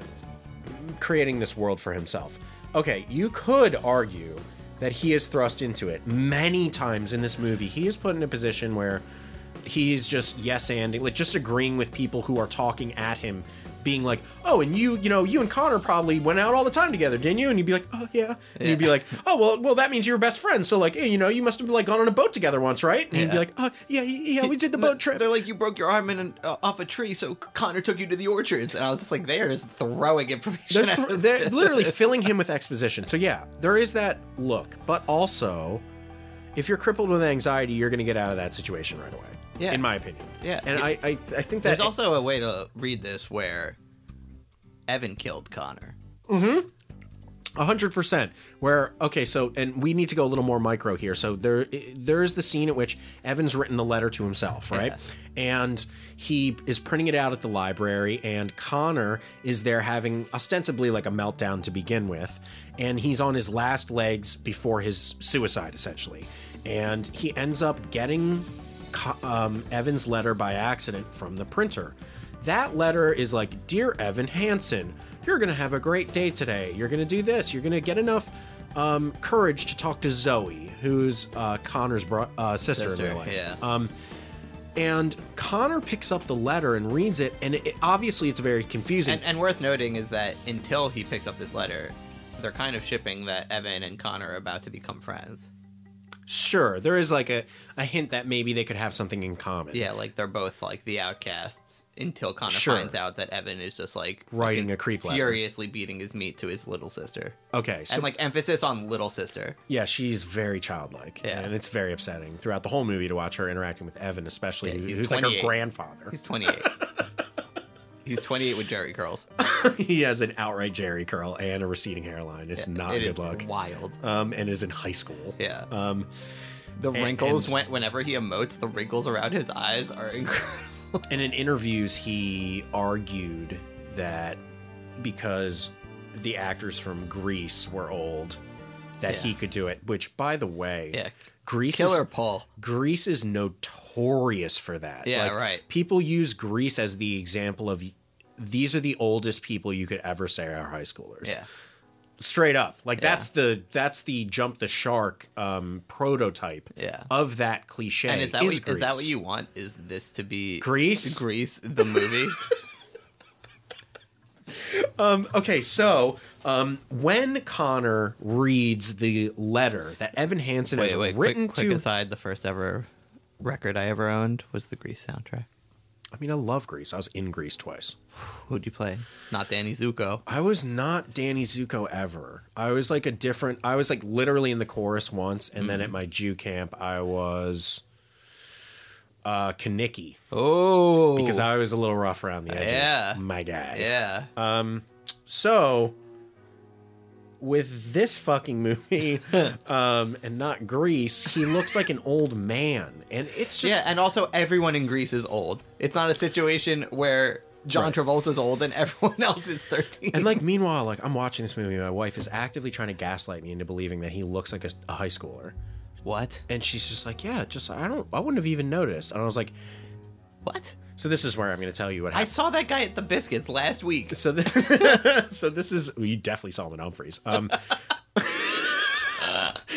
Speaker 1: creating this world for himself? Okay, you could argue that he is thrust into it many times in this movie. He is put in a position where he's just yes anding, like just agreeing with people who are talking at him, being like, "Oh, and you, you know, you and Connor probably went out all the time together, didn't you?" And you'd be like, "Oh yeah," and you'd be like, "Oh well, well that means you were best friends. So like, eh, you know, you must have like gone on a boat together once, right?" And you'd be
Speaker 4: Yeah.
Speaker 1: like, "Oh yeah, yeah, yeah, we did the boat trip."
Speaker 4: They're like, you broke your arm in an, uh, off a tree, so Connor took you to the orchards, and I was just like, they are just throwing information.
Speaker 1: They're,
Speaker 4: at
Speaker 1: thr
Speaker 4: us.
Speaker 1: they're literally filling him with exposition. So yeah, there is that look, but also, if you're crippled with anxiety, you're going to get out of that situation right away.
Speaker 4: Yeah.
Speaker 1: in my opinion.
Speaker 4: Yeah.
Speaker 1: and I, I, I think that
Speaker 4: There's also a way to read this where Evan killed Connor.
Speaker 1: hundred percent. Where okay, so and we need to go a little more micro here. So there, there is the scene at which Evan's written the letter to himself, right? And he is printing it out at the library, and Connor is there having ostensibly like a meltdown to begin with, and he's on his last legs before his suicide, essentially, and he ends up getting co- um, Evan's letter by accident from the printer. That letter is like, Dear Evan Hansen, you're going to have a great day today. You're going to do this. You're going to get enough um, courage to talk to Zoe, who's uh, Connor's bro- uh, sister, in
Speaker 4: Sister,
Speaker 1: real life.
Speaker 4: yeah.
Speaker 1: Um, and Connor picks up the letter and reads it, and it, obviously it's very confusing.
Speaker 4: And, and worth noting is that until he picks up this letter, they're kind of shipping that Evan and Connor are about to become friends.
Speaker 1: sure, there is like a, a hint that maybe they could have something in common.
Speaker 4: Yeah, like they're both like the outcasts until Connor
Speaker 1: Sure.
Speaker 4: finds out that Evan is just like
Speaker 1: Writing
Speaker 4: fucking
Speaker 1: a creep letter.
Speaker 4: furiously beating his meat to his little sister,
Speaker 1: Okay. So
Speaker 4: and like emphasis on little sister.
Speaker 1: yeah, she's very childlike,
Speaker 4: Yeah.
Speaker 1: and it's very upsetting throughout the whole movie to watch her interacting with Evan, especially
Speaker 4: Yeah,
Speaker 1: who-
Speaker 4: he's
Speaker 1: who's like her
Speaker 4: 28.
Speaker 1: grandfather.
Speaker 4: He's 28. He's 28 with Jerry curls.
Speaker 1: he has an outright Jerry curl and a receding hairline. It's not
Speaker 4: It
Speaker 1: good
Speaker 4: is
Speaker 1: luck.
Speaker 4: Wild.
Speaker 1: Um, and is in high school.
Speaker 4: Yeah.
Speaker 1: Um,
Speaker 4: The
Speaker 1: and-
Speaker 4: wrinkles
Speaker 1: and-
Speaker 4: went whenever he emotes. The wrinkles around his eyes are incredible.
Speaker 1: and in interviews, he argued that because the actors from Greece were old, that
Speaker 4: Yeah.
Speaker 1: he could do it. Which, by the way,
Speaker 4: Yeah.
Speaker 1: Greece
Speaker 4: Killer
Speaker 1: is
Speaker 4: Paul.
Speaker 1: Greece is notorious for that.
Speaker 4: Yeah, right.
Speaker 1: People use Greece as the example of these are the oldest people you could ever say are high schoolers.
Speaker 4: Yeah.
Speaker 1: Straight up. Like
Speaker 4: Yeah.
Speaker 1: that's the that's the jump the shark um prototype
Speaker 4: Yeah.
Speaker 1: of that cliche.
Speaker 4: And is that, what,
Speaker 1: is
Speaker 4: you- is that what
Speaker 1: Greece.
Speaker 4: you want? Is this to be
Speaker 1: Grease?
Speaker 4: Grease, the movie?
Speaker 1: Okay, so um, when Connor reads the letter that Evan Hansen
Speaker 4: wait,
Speaker 1: has
Speaker 4: wait.
Speaker 1: written
Speaker 4: quick, quick
Speaker 1: to,
Speaker 4: aside. The first ever record I ever owned was the Grease soundtrack.
Speaker 1: I mean, I love Greece. I was in Greece twice.
Speaker 4: Who'd you play? Not Danny Zuko.
Speaker 1: I was not Danny Zuko ever. I was like a different. I was like literally in the chorus once, and
Speaker 4: Mm-hmm.
Speaker 1: then at my Jew camp, I was uh Kaniki
Speaker 4: Oh,
Speaker 1: because I was a little rough around the edges.
Speaker 4: Yeah.
Speaker 1: My guy.
Speaker 4: yeah,
Speaker 1: Uh, So with this fucking movie, um, and not Greece, he looks like an old man, and it's just
Speaker 4: yeah, and also everyone in Greece is old. It's not a situation where John
Speaker 1: Right.
Speaker 4: Travolta's old and everyone else is thirteen.
Speaker 1: And like, meanwhile, like I'm watching this movie, my wife is actively trying to gaslight me into believing that he looks like a, a high schooler,
Speaker 4: what?
Speaker 1: and she's just like, "Yeah, just I don't, I wouldn't have even noticed." And I was like,
Speaker 4: What?
Speaker 1: "So this is where I'm going to tell you what
Speaker 4: I
Speaker 1: happened."
Speaker 4: saw that guy at the biscuits last week.
Speaker 1: so, th- so this is well, you definitely saw him in Humphreys, um,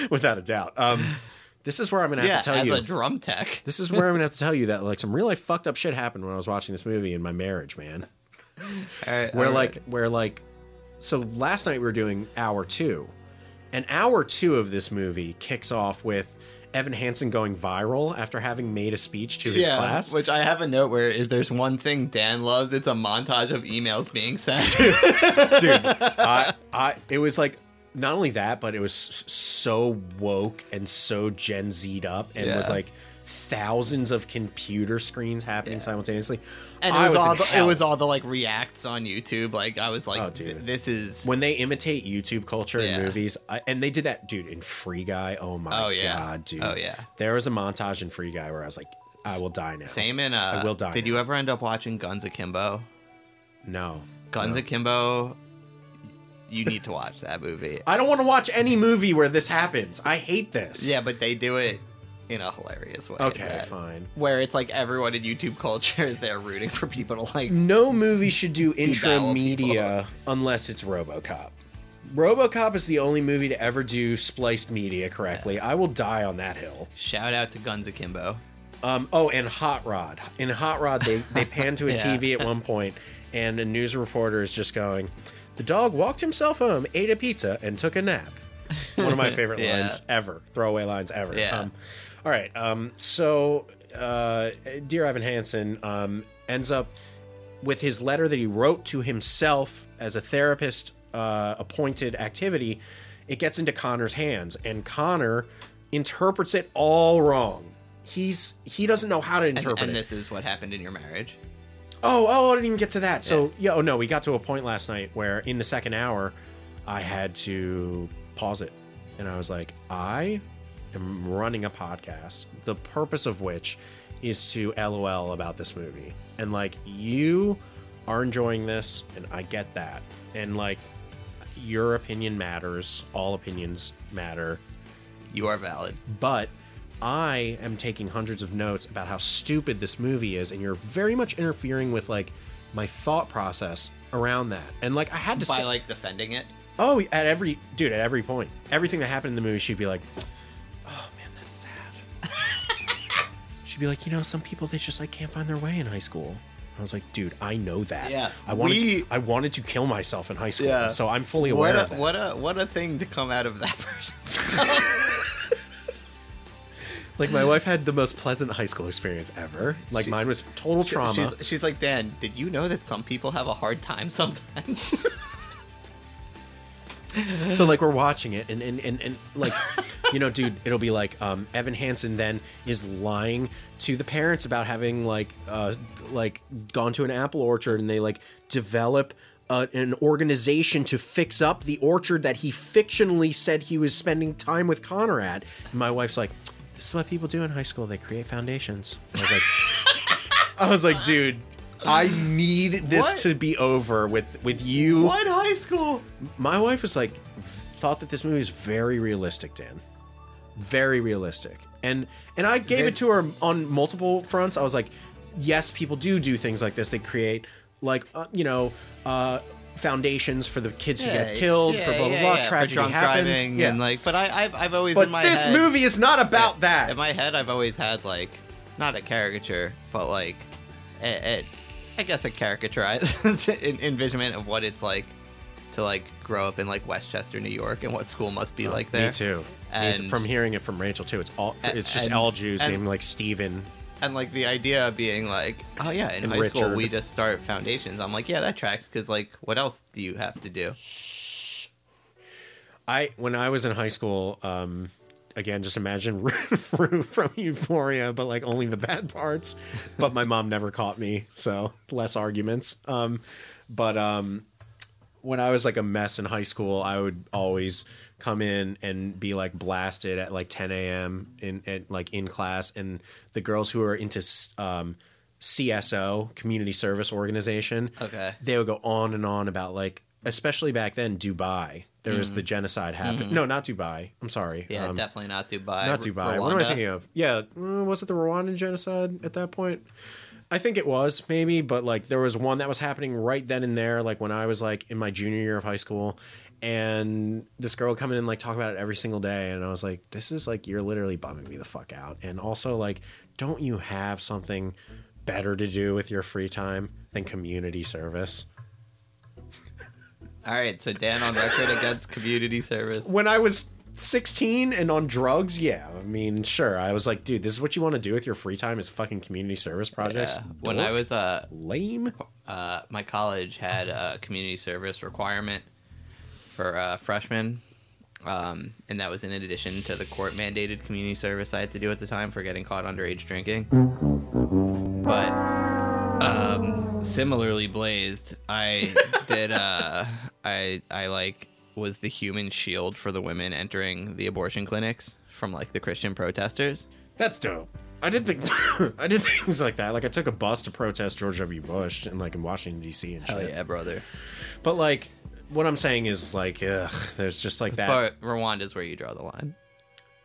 Speaker 1: without a doubt. Um, this is where I'm going to have
Speaker 4: Yeah,
Speaker 1: to tell
Speaker 4: as
Speaker 1: you.
Speaker 4: a drum tech.
Speaker 1: this is where I'm going to have to tell you that like some really fucked up shit happened when I was watching this movie in my marriage, man.
Speaker 4: All right,
Speaker 1: where
Speaker 4: all right.
Speaker 1: like where like so last night we were doing hour two and hour two of this movie kicks off with evan hansen going viral after having made a speech to his
Speaker 4: yeah,
Speaker 1: class
Speaker 4: which I have a note where if there's one thing Dan loves, it's a montage of emails being sent.
Speaker 1: dude I, I it was like not only that but it was s- so woke and so gen z'd up and was
Speaker 4: Yeah.
Speaker 1: like thousands of computer screens happening simultaneously
Speaker 4: and it
Speaker 1: I
Speaker 4: was, all
Speaker 1: in
Speaker 4: the, it
Speaker 1: hell.
Speaker 4: was all the like reacts on YouTube. Like I was like,
Speaker 1: Oh, dude.
Speaker 4: this is
Speaker 1: when they imitate YouTube culture
Speaker 4: Yeah.
Speaker 1: in movies, I, and they did that, dude, in Free Guy. Oh my
Speaker 4: Oh, yeah.
Speaker 1: god, dude.
Speaker 4: Oh, yeah.
Speaker 1: There was a montage in Free Guy where I was like, I will die now.
Speaker 4: same in. Uh,
Speaker 1: I will die
Speaker 4: Did you ever end up watching Guns Akimbo?
Speaker 1: No.
Speaker 4: Guns
Speaker 1: no.
Speaker 4: Akimbo. You need to watch that movie.
Speaker 1: I don't want to watch any movie where this happens. I hate this.
Speaker 4: Yeah, but they do it in a hilarious way.
Speaker 1: Okay,
Speaker 4: that-
Speaker 1: fine.
Speaker 4: Where it's like everyone in YouTube culture is there rooting for people to like.
Speaker 1: No movie should do intro
Speaker 4: Devour
Speaker 1: media unless it's RoboCop. RoboCop is the only movie to ever do spliced media correctly. I will die on that hill.
Speaker 4: Shout out to Guns Akimbo.
Speaker 1: Um, oh, and Hot Rod. In Hot Rod, they, they pan to a
Speaker 4: Yeah.
Speaker 1: TV at one point, and a news reporter is just going, The dog walked himself home, ate a pizza, and took a nap. One of my favorite
Speaker 4: Yeah.
Speaker 1: lines ever, throwaway lines ever.
Speaker 4: Yeah.
Speaker 1: Um, all right. Um, so, uh, dear Evan Hansen um, ends up with his letter that he wrote to himself as a therapist uh, appointed activity, it gets into Connor's hands, and Connor interprets it all wrong. He's he doesn't know how to
Speaker 4: And,
Speaker 1: interpret
Speaker 4: and
Speaker 1: it.
Speaker 4: this is what happened in your marriage.
Speaker 1: Oh, oh, I didn't even get to that. So, yeah, oh no, we got to a point last night where in the second hour, I had to pause it. And I was like, I am running a podcast, the purpose of which is to LOL about this movie. And like, you are enjoying this, and I get that. And like, your opinion matters, all opinions matter
Speaker 4: You are valid.
Speaker 1: but I am taking hundreds of notes about how stupid this movie is, and you're very much interfering with like my thought process around that. And like I had to
Speaker 4: By
Speaker 1: say,
Speaker 4: like defending it.
Speaker 1: oh, at every dude, at every point, everything that happened in the movie, she'd be like, oh man, that's sad. she'd be like, you know, some people they just like can't find their way in high school. I was like, dude, I know that.
Speaker 4: Yeah,
Speaker 1: I wanted,
Speaker 4: we-
Speaker 1: to, I wanted to kill myself in high school,
Speaker 4: Yeah.
Speaker 1: so I'm fully aware
Speaker 4: What
Speaker 1: of
Speaker 4: a,
Speaker 1: that.
Speaker 4: what a what a thing to come out of that person's mouth.
Speaker 1: Like my wife had the most pleasant high school experience ever. Like
Speaker 4: She-
Speaker 1: mine was total trauma.
Speaker 4: She's, she's like, Dan, did you know that some people have a hard time sometimes?
Speaker 1: so like we're watching it and and, and, and like you know dude it'll be like um, evan hansen then is lying to the parents about having like uh like gone to an apple orchard and they like develop uh, an organization to fix up the orchard that he fictionally said he was spending time with connor at and my wife's like this is what people do in high school they create foundations i was like i was like dude i need this
Speaker 4: What?
Speaker 1: to be over with with you
Speaker 4: what high school?
Speaker 1: my wife was like thought that this movie is very realistic dan very realistic and and i gave it to her on multiple fronts i was like yes people do do things like this they create like uh, you know uh foundations for the kids who get killed for blah blah blah
Speaker 4: for
Speaker 1: tragedy
Speaker 4: drunk
Speaker 1: happens
Speaker 4: driving and like. But I, I've, I've always
Speaker 1: but
Speaker 4: in my
Speaker 1: this
Speaker 4: head-
Speaker 1: movie is not about that
Speaker 4: in my head i've always had like not a caricature but like a, a, i guess a caricaturized en- envisionment of what it's like to like grow up in like westchester new york and what school must be like there
Speaker 1: Uh, me too Me too.
Speaker 4: And-
Speaker 1: from hearing it from Rachel too, it's all it's just
Speaker 4: and-
Speaker 1: all Jews
Speaker 4: and-
Speaker 1: named like Steven.
Speaker 4: and like the idea of being like oh yeah in
Speaker 1: And
Speaker 4: high school
Speaker 1: Richard.
Speaker 4: we just start foundations i'm like yeah that tracks because like what else do you have to do
Speaker 1: I when I was in high school, um, again, just imagine Rue from Euphoria, but like only the bad parts. But my mom never caught me, so less arguments. Um, but um, when I was like a mess in high school, I would always come in and be like blasted at like 10 a.m. in at, like in class, and the girls who are into um, CSO, community service organization,
Speaker 4: Okay.
Speaker 1: they would go on and on about like, especially back then, Dubai. There was the genocide happened. No, not Dubai. I'm sorry.
Speaker 4: Mm. Mm-hmm. yeah
Speaker 1: Um,
Speaker 4: definitely not dubai
Speaker 1: not
Speaker 4: R-
Speaker 1: Dubai.
Speaker 4: Rwanda.
Speaker 1: What am I thinking of? Yeah, mm, was it the Rwandan genocide at that point? I think it was maybe, but like there was one that was happening right then and there, like when I was like in my junior year of high school, and this girl would come in and like talk about it every single day, and I was like, this is like you're literally bumming me the fuck out, and also like, don't you have something better to do with your free time than community service?
Speaker 4: all right so dan on record against community service
Speaker 1: when I was 16 and on drugs, yeah. I mean, sure. I was like, dude, this is what you want to do with your free time is fucking community service projects.
Speaker 4: Yeah. when i
Speaker 1: Dork.
Speaker 4: was uh
Speaker 1: lame.
Speaker 4: uh, my college had a community service requirement for uh, freshmen, um, and that was in addition to the court mandated community service I had to do at the time for getting caught underage drinking. But um, similarly blazed, I did. Uh, I I like was the human shield for the women entering the abortion clinics from like the Christian protesters.
Speaker 1: That's dope. I did think I did things like that. Like I took a bus to protest George W. Bush and like in Washington D.C. and shit.
Speaker 4: Hell yeah, brother!
Speaker 1: But like, what I'm saying is like, ugh, there's just like that.
Speaker 4: But Rwanda's where you draw the line.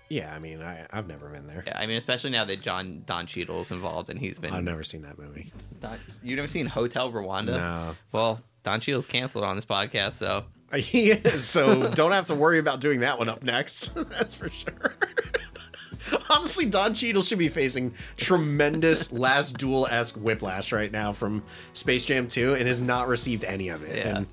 Speaker 1: yeah, I mean, I I've never been there.
Speaker 4: Yeah, I mean, especially now that John Don Cheadle's involved and he's been.
Speaker 1: I've never seen that movie.
Speaker 4: Don, you never seen Hotel Rwanda?
Speaker 1: No.
Speaker 4: Well, Don Cheadle's canceled on this podcast, so
Speaker 1: so don't have to worry about doing that one up next. That's for sure. Honestly, Don Cheadle should be facing tremendous Last Duel esque whiplash right now from Space Jam 2 and has not received any of it.
Speaker 4: Yeah.
Speaker 1: And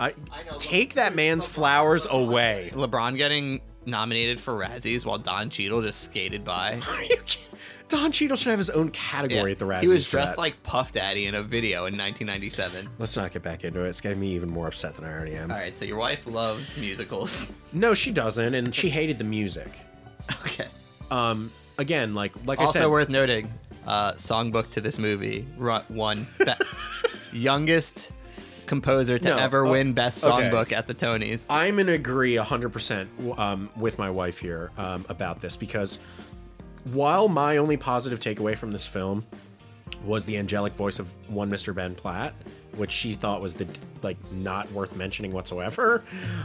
Speaker 1: I,
Speaker 4: know,
Speaker 1: take that man's flowers away.
Speaker 4: LeBron getting nominated for Razzies while Don Cheadle just skated by.
Speaker 1: Are you kidding? Don Cheadle should have his own category at the Razzies.
Speaker 4: he was
Speaker 1: for
Speaker 4: dressed
Speaker 1: that.
Speaker 4: like Puff Daddy in a video in 1997.
Speaker 1: Let's not get back into it. It's getting me even more upset than I already am.
Speaker 4: All right, so your wife loves musicals.
Speaker 1: No, she doesn't, and she hated the music.
Speaker 4: okay.
Speaker 1: Again, like like I
Speaker 4: Also
Speaker 1: said,
Speaker 4: worth noting, uh, songbook to this movie ru- won be- youngest composer to
Speaker 1: No,
Speaker 4: ever
Speaker 1: oh,
Speaker 4: win best
Speaker 1: okay.
Speaker 4: songbook at the Tonys.
Speaker 1: I'm gonna agree 100% um, with my wife here um, about this because while my only positive takeaway from this film was the angelic voice of one Mr. Ben Platt, which she thought was the like not worth mentioning whatsoever,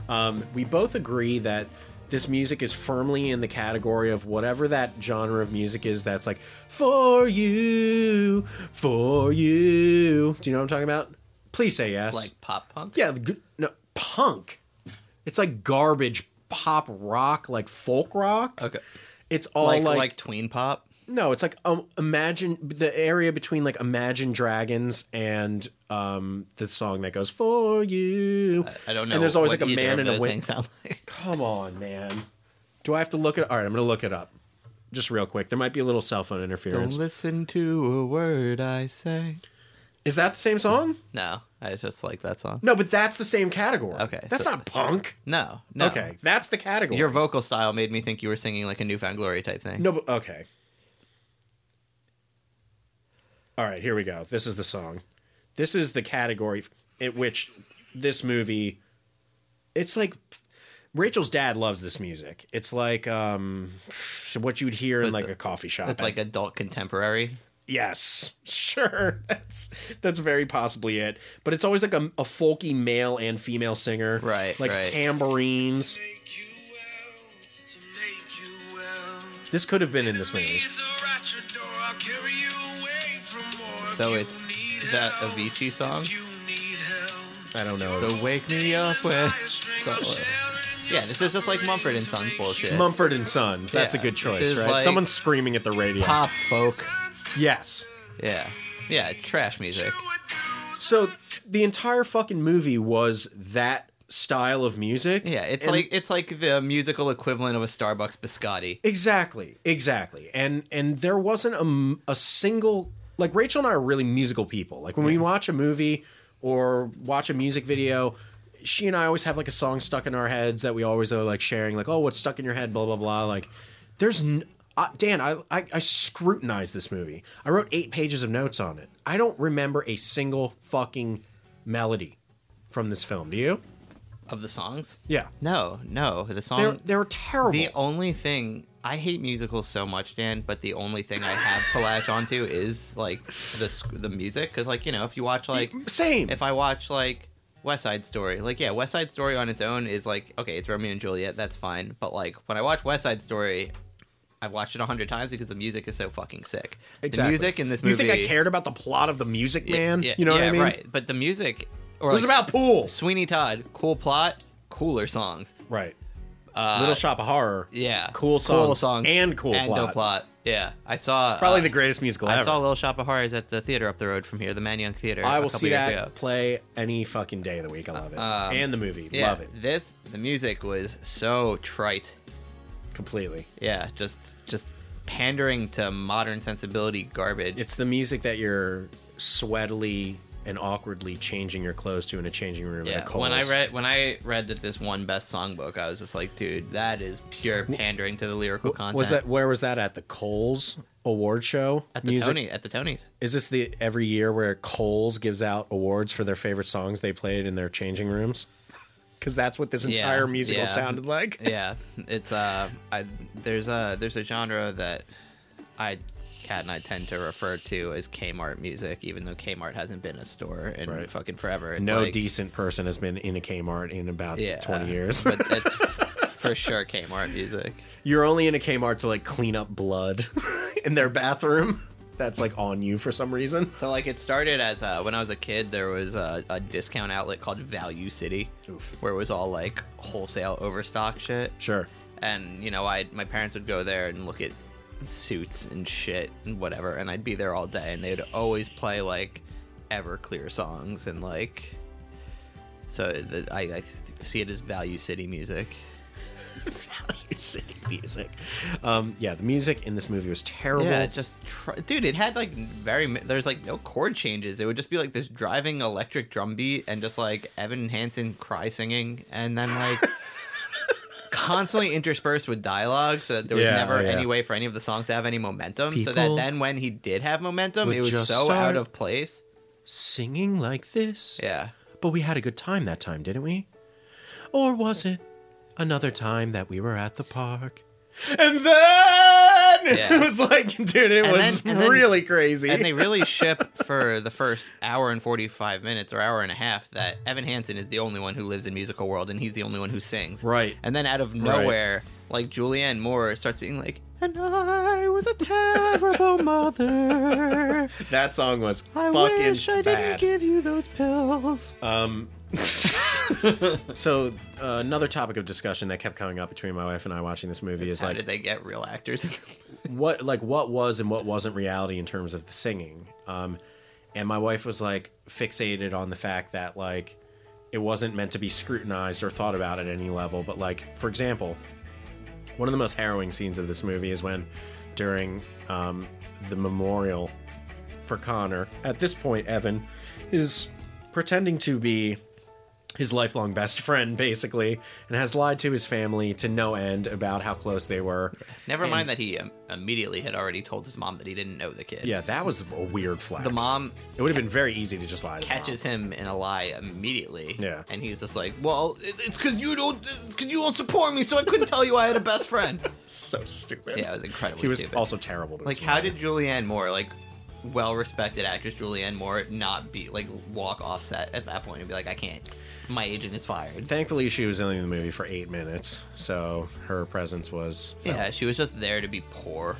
Speaker 1: um, we both agree that this music is firmly in the category of whatever that genre of music is that's like for you, for you. Do you know what I'm talking about? Please say yes.
Speaker 4: Like pop punk.
Speaker 1: Yeah, the good, no, punk. It's like garbage pop rock, like folk rock.
Speaker 4: Okay.
Speaker 1: It's all
Speaker 4: Like,
Speaker 1: like,
Speaker 4: like tween pop.
Speaker 1: no, it's like um, imagine the area between like Imagine Dragons and um the song that goes for you.
Speaker 4: I don't know.
Speaker 1: And there's always
Speaker 4: what
Speaker 1: like a
Speaker 4: either
Speaker 1: man
Speaker 4: of
Speaker 1: and a
Speaker 4: those
Speaker 1: win-
Speaker 4: things sound like.
Speaker 1: Come on, man. Do I have to look it? All right, I'm gonna look it up. just real quick, there might be a little cell phone
Speaker 4: Don't
Speaker 1: interference.
Speaker 4: listen to a word I say.
Speaker 1: Is that the same song?
Speaker 4: No, I just like that song.
Speaker 1: No, but that's the same category.
Speaker 4: Okay,
Speaker 1: That's
Speaker 4: so-
Speaker 1: not punk.
Speaker 4: No, no.
Speaker 1: Okay. That's the category.
Speaker 4: Your vocal style made me think you were singing like a Newfound Glory type thing.
Speaker 1: No, but okay. All right, here we go. This is the song. This is the category at which this movie. It's like Rachel's dad loves this music. It's like um, what you'd hear in
Speaker 4: It's
Speaker 1: like
Speaker 4: a-
Speaker 1: a coffee shop.
Speaker 4: It's like adult contemporary.
Speaker 1: yes, sure. That's that's very possibly it. But it's always like a, a folky male and female singer,
Speaker 4: Right,
Speaker 1: Like
Speaker 4: right.
Speaker 1: tambourines.
Speaker 6: Make you well, to make you well.
Speaker 1: This could have been in this movie.
Speaker 6: It's all at your door, I'll carry you away from more.
Speaker 4: So
Speaker 6: If
Speaker 4: it's
Speaker 6: you need
Speaker 4: that
Speaker 6: help,
Speaker 4: Avicii song.
Speaker 6: if you need help,
Speaker 1: I don't know.
Speaker 4: So wake me up with.
Speaker 6: a string
Speaker 4: So,
Speaker 6: of
Speaker 4: uh,
Speaker 6: sharing
Speaker 4: yeah, this is just like Mumford and Sons bullshit.
Speaker 1: Mumford and Sons. That's
Speaker 4: Yeah,
Speaker 1: a good
Speaker 4: this
Speaker 1: choice,
Speaker 4: is
Speaker 1: right?
Speaker 4: like-
Speaker 1: Someone's screaming at the radio.
Speaker 4: Pop folk.
Speaker 1: Yes.
Speaker 4: Yeah, yeah, trash music.
Speaker 1: So the entire fucking movie was that style of music.
Speaker 4: Yeah, it's
Speaker 1: And-
Speaker 4: like it's like the musical equivalent of a Starbucks biscotti.
Speaker 1: exactly, exactly. And and there wasn't a, m- a single like Rachel and I are really musical people. Like when we watch a movie or watch a music video, she and I always have like a song stuck in our heads that we always are like sharing. Like, oh, what's stuck in your head? Blah blah blah. Like, there's n- uh, Dan. I, I I scrutinized this movie. I wrote eight pages of notes on it. I don't remember a single fucking melody from this film. Do you?
Speaker 4: Of the songs?
Speaker 1: Yeah.
Speaker 4: No, no, the song.
Speaker 1: They're they're terrible.
Speaker 4: The only thing I hate musicals so much, Dan, but the only thing I have to latch onto is like the sc- the music because like you know if you watch like
Speaker 1: Same.
Speaker 4: if I watch like West Side Story, like yeah, West Side Story on its own is like okay, it's Romeo and Juliet, that's fine, but like when I watch West Side Story. I've watched it a hundred times because the music is so fucking sick. The music in this movie.
Speaker 1: You think I cared about the plot of the Music
Speaker 4: Yeah,
Speaker 1: Man?
Speaker 4: yeah,
Speaker 1: you know what
Speaker 4: yeah,
Speaker 1: I mean?
Speaker 4: Right, but the music. Or
Speaker 1: It was
Speaker 4: like,
Speaker 1: about pool.
Speaker 4: Sweeney Todd. Cool plot, cooler songs.
Speaker 1: Right. Little Shop of Horror.
Speaker 4: Uh, Yeah,
Speaker 1: Cool songs.
Speaker 4: cool songs,
Speaker 1: And cool
Speaker 4: and
Speaker 1: plot.
Speaker 4: dope plot. Yeah, I saw
Speaker 1: Probably
Speaker 4: uh,
Speaker 1: the greatest musical
Speaker 4: I
Speaker 1: ever.
Speaker 4: saw Little Shop of Horrors at the theater up the road from here, the Man Young Theater.
Speaker 1: I
Speaker 4: a
Speaker 1: will
Speaker 4: couple
Speaker 1: see
Speaker 4: years
Speaker 1: that
Speaker 4: ago. Um,
Speaker 1: play any fucking day of the week. I love it. and the movie.
Speaker 4: Yeah,
Speaker 1: Love it.
Speaker 4: This the music was so trite.
Speaker 1: Completely.
Speaker 4: Yeah, just just pandering to modern sensibility garbage.
Speaker 1: It's the music that you're sweatily and awkwardly changing your clothes to in a changing room at
Speaker 4: yeah.
Speaker 1: a Kohl's.
Speaker 4: When I read when I read that this one best songbook, I was just like, dude, that is pure pandering to the lyrical content.
Speaker 1: was that where was that at the Coles award show?
Speaker 4: at the Tony at the Tonys?
Speaker 1: Is this the every year where Coles gives out awards for their favorite songs they played in their changing rooms? Because that's what this
Speaker 4: Yeah,
Speaker 1: entire musical
Speaker 4: yeah.
Speaker 1: sounded like.
Speaker 4: yeah, it's uh, I, there's a there's a genre that I, Cat and I tend to refer to as Kmart music, even though Kmart hasn't been a store in
Speaker 1: Right.
Speaker 4: fucking forever. It's
Speaker 1: No
Speaker 4: like,
Speaker 1: decent person has been in a Kmart in about
Speaker 4: yeah,
Speaker 1: 20 years.
Speaker 4: but it's f- for sure Kmart music.
Speaker 1: You're only in a Kmart to like clean up blood in their bathroom. That's like on you for some reason.
Speaker 4: So like it started as uh, when I was a kid, there was a, a discount outlet called Value City, where it was all like wholesale overstock shit.
Speaker 1: Sure.
Speaker 4: and you know i my parents would go there and look at suits and shit and whatever and i'd be there all day and they'd always play like everclear songs and like so the, I, I see it as value city music
Speaker 1: City music. Um, yeah, the music in this movie was terrible.
Speaker 4: yeah just tr- dude it had like very mi- there's like no chord changes it would just be like this driving electric drum beat and just like evan hansen cry singing and then like constantly interspersed with dialogue so that there was
Speaker 1: Yeah,
Speaker 4: never
Speaker 1: yeah.
Speaker 4: any way for any of the songs to have any momentum so that
Speaker 1: People
Speaker 4: then when he did have momentum
Speaker 1: would
Speaker 4: it was so
Speaker 1: just start-
Speaker 4: out of place
Speaker 1: Singing like this.
Speaker 4: yeah
Speaker 1: But we had a good time that time, didn't we? Or was it another time that we were at the park? And then it
Speaker 4: Yeah.
Speaker 1: was like, dude, it
Speaker 4: And
Speaker 1: was
Speaker 4: then- and then-
Speaker 1: really crazy.
Speaker 4: and they really ship for the first hour and 45 minutes or hour and a half that Evan Hansen is the only one who lives in musical world and he's the only one who sings.
Speaker 1: Right.
Speaker 4: And then out of
Speaker 1: Right.
Speaker 4: nowhere, like Julianne Moore starts being like, and I was a terrible mother.
Speaker 1: that song was
Speaker 4: I
Speaker 1: fucking
Speaker 4: wish I
Speaker 1: bad. Um,
Speaker 4: didn't give you those pills.
Speaker 1: so uh, another topic of discussion that kept coming up between my wife and I watching this movie is
Speaker 4: How
Speaker 1: like
Speaker 4: did they get real actors?
Speaker 1: what like what was and what wasn't reality in terms of the singing. Um, and my wife was like fixated on the fact that like it wasn't meant to be scrutinized or thought about at any level. But like for example, one of the most harrowing scenes of this movie is when during um, the memorial for Connor. At this point, Evan is pretending to be his lifelong best friend, basically, and has lied to his family to no end about how close they were.
Speaker 4: Never mind that he um, immediately had already told his mom that he didn't know the kid.
Speaker 1: Yeah, that was a weird flex.
Speaker 4: The mom
Speaker 1: It would have been very easy to just lie to the mom.
Speaker 4: catches him in a lie immediately.
Speaker 1: Yeah.
Speaker 4: And he was just like, "Well, it- it's because you don't, it's because you don't support me, so I couldn't tell you I had a best friend."
Speaker 1: So stupid.
Speaker 4: Yeah, it was incredibly.
Speaker 1: He was
Speaker 4: stupid.
Speaker 1: also terrible. To
Speaker 4: like,
Speaker 1: his
Speaker 4: how
Speaker 1: mom.
Speaker 4: did Julianne Moore, like, well-respected actress Julianne Moore, not be like walk off set at that point and be like, "I can't, my agent is fired."
Speaker 1: Thankfully, she was only in the movie for eight minutes, so her presence was
Speaker 4: Yeah, she was just there to be poor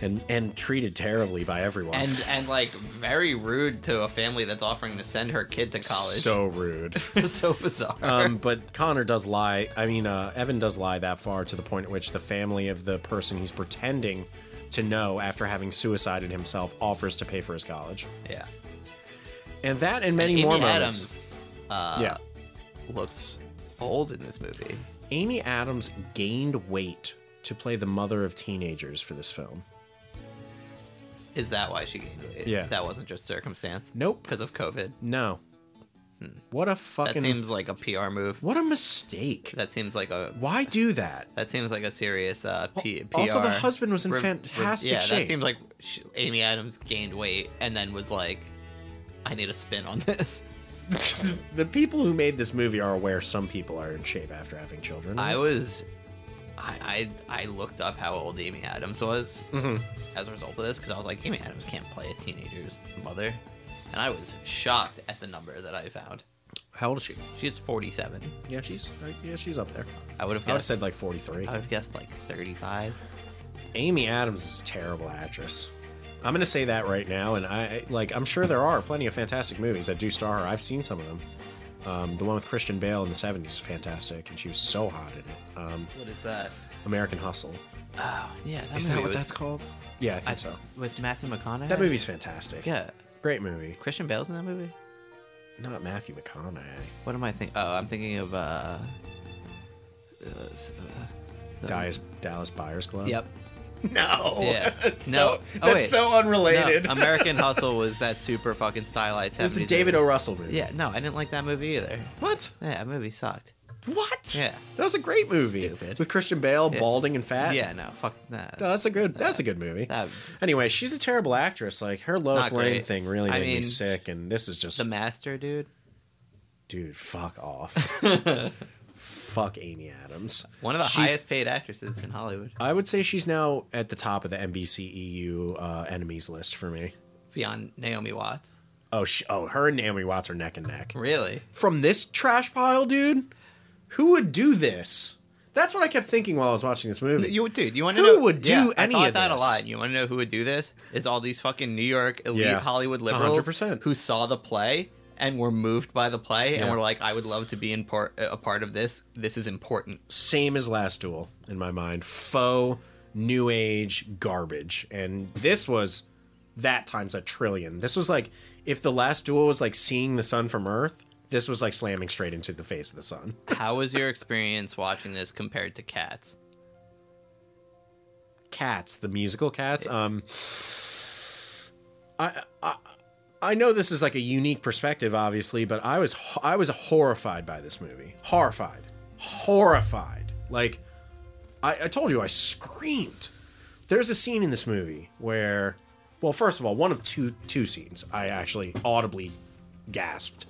Speaker 1: and and treated terribly by everyone.
Speaker 4: and and like very rude to a family that's offering to send her kid to college.
Speaker 1: so rude.
Speaker 4: so bizarre.
Speaker 1: Um, but Connor does lie. I mean, uh, Evan does lie that far to the point at which the family of the person he's pretending to know after having suicided himself offers to pay for his college.
Speaker 4: yeah.
Speaker 1: And that and many
Speaker 4: Amy
Speaker 1: more moments.
Speaker 4: Adams uh,
Speaker 1: yeah.
Speaker 4: looks old in this movie.
Speaker 1: Amy Adams gained weight to play the mother of teenagers for this film.
Speaker 4: Is that why she gained weight?
Speaker 1: Yeah.
Speaker 4: That wasn't just circumstance.
Speaker 1: Nope.
Speaker 4: Because of COVID.
Speaker 1: No. Hmm. What a
Speaker 4: That
Speaker 1: fucking
Speaker 4: seems like a PR move.
Speaker 1: What a mistake.
Speaker 4: That seems like a
Speaker 1: Why do that?
Speaker 4: that seems like a serious uh, P- PR.
Speaker 1: Also, the husband was in
Speaker 4: Re- re-
Speaker 1: fantastic
Speaker 4: yeah,
Speaker 1: shape.
Speaker 4: that seems like sh Amy Adams gained weight and then was like, "I need a spin on this."
Speaker 1: the people who made this movie are aware some people are in shape after having children.
Speaker 4: I was, I I, I looked up how old Amy Adams was
Speaker 1: Mm-hmm.
Speaker 4: as a result of this because I was like, Amy Adams can't play a teenager's mother, and I was shocked at the number that I found.
Speaker 1: How old is she?
Speaker 4: She's 47.
Speaker 1: Yeah, she's uh, yeah, she's up there. I
Speaker 4: I would have
Speaker 1: would have
Speaker 4: guessed.
Speaker 1: said like 43.
Speaker 4: I would have guessed like 35.
Speaker 1: Amy Adams is a terrible actress. I'm gonna say that right now, and I I- like I'm sure there are plenty of fantastic movies that do star her. I've seen some of them. Um, the one with Christian Bale in the 70s is fantastic, and she was so hot in it. Um,
Speaker 4: What is that?
Speaker 1: American Hustle.
Speaker 4: Oh, yeah. That
Speaker 1: Is that
Speaker 4: movie
Speaker 1: what
Speaker 4: was-
Speaker 1: that's called? Yeah, I think
Speaker 4: I,
Speaker 1: so.
Speaker 4: With Matthew McConaughey.
Speaker 1: That movie's fantastic.
Speaker 4: Yeah.
Speaker 1: Great movie.
Speaker 4: Christian Bale's in that movie.
Speaker 1: Not Matthew McConaughey.
Speaker 4: What am I thinking? Oh, I'm thinking of. uh, uh, s- uh
Speaker 1: Dallas, Dallas Buyers Club.
Speaker 4: Yep.
Speaker 1: No.
Speaker 4: Yeah.
Speaker 1: That's
Speaker 4: No.
Speaker 1: So,
Speaker 4: Oh,
Speaker 1: that's
Speaker 4: wait.
Speaker 1: so unrelated.
Speaker 4: No, American Hustle was that super fucking stylized.
Speaker 1: it was the
Speaker 4: 70s
Speaker 1: David O.
Speaker 4: movie.
Speaker 1: Russell movie.
Speaker 4: Yeah, no, I didn't like that movie either.
Speaker 1: What?
Speaker 4: Yeah, that movie sucked.
Speaker 1: What?
Speaker 4: Yeah.
Speaker 1: That was a great movie.
Speaker 4: Stupid.
Speaker 1: With Christian Bale,
Speaker 4: Yeah.
Speaker 1: balding and fat.
Speaker 4: yeah, no, fuck that.
Speaker 1: No, that's a good. That's a good movie.
Speaker 4: that-
Speaker 1: anyway, she's a terrible actress. Like her Lois
Speaker 4: Not
Speaker 1: Lane
Speaker 4: great.
Speaker 1: thing really made
Speaker 4: I
Speaker 1: me
Speaker 4: mean,
Speaker 1: sick, and this is just
Speaker 4: the Master, dude.
Speaker 1: dude. Fuck off. fuck Amy Adams.
Speaker 4: One of the
Speaker 1: She's-
Speaker 4: highest paid actresses in Hollywood.
Speaker 1: I would say she's now at the top of the NBC EU uh, enemies list for me.
Speaker 4: Beyond Naomi Watts.
Speaker 1: Oh, sh oh, her and Naomi Watts are neck and neck.
Speaker 4: Really?
Speaker 1: From this trash pile, dude. Who would do this? That's what I kept thinking while I was watching this movie.
Speaker 4: You dude, you want to
Speaker 1: Who
Speaker 4: know
Speaker 1: would do
Speaker 4: yeah,
Speaker 1: any
Speaker 4: I thought
Speaker 1: of
Speaker 4: that a
Speaker 1: this?
Speaker 4: lot. You want to know who would do this? Is all these fucking New York elite
Speaker 1: Yeah,
Speaker 4: Hollywood liberals
Speaker 1: 100%.
Speaker 4: who saw the play and were moved by the play and
Speaker 1: Yeah.
Speaker 4: were like, "I would love to be in part a part of this. This is important."
Speaker 1: same as Last Duel in my mind. Faux, new age garbage. And this was that times a trillion. This was like if the Last Duel was like seeing the sun from Earth, this was like slamming straight into the face of the sun.
Speaker 4: How was your experience watching this compared to Cats?
Speaker 1: Cats, the musical Cats. Um, I, I I know this is like a unique perspective, obviously, but I was ho- I was horrified by this movie. Horrified, horrified. Like I, I told you, I screamed. There's a scene in this movie where, well, first of all, one of two two scenes I actually audibly gasped.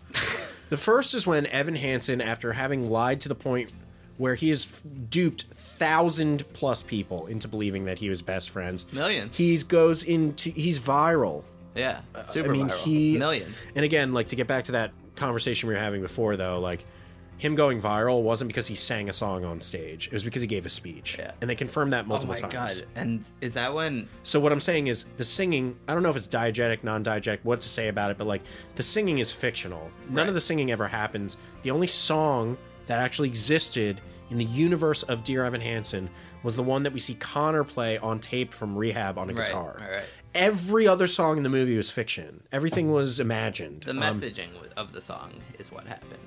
Speaker 1: the first is when Evan Hansen, after having lied to the point where he has duped thousand plus people into believing that he was best friends,
Speaker 4: Millions.
Speaker 1: he goes into he's viral.
Speaker 4: Yeah, super
Speaker 1: Uh, I mean,
Speaker 4: viral.
Speaker 1: he
Speaker 4: Millions.
Speaker 1: And again, like to get back to that conversation we were having before, though, like him going viral wasn't because he sang a song on stage; it was because he gave a speech,
Speaker 4: Yeah.
Speaker 1: and they confirmed that multiple times.
Speaker 4: Oh And is that when
Speaker 1: So what I'm saying is the singing, I don't know if it's diegetic, non-diegetic, what to say about it, but like the singing is fictional. None
Speaker 4: Right.
Speaker 1: of the singing ever happens. The only song that actually existed in the universe of Dear Evan Hansen was the one that we see Connor play on tape from rehab on a
Speaker 4: Right,
Speaker 1: guitar.
Speaker 4: right, right.
Speaker 1: Every other song in the movie was fiction. Everything was imagined.
Speaker 4: the
Speaker 1: Um,
Speaker 4: messaging of the song is what happened?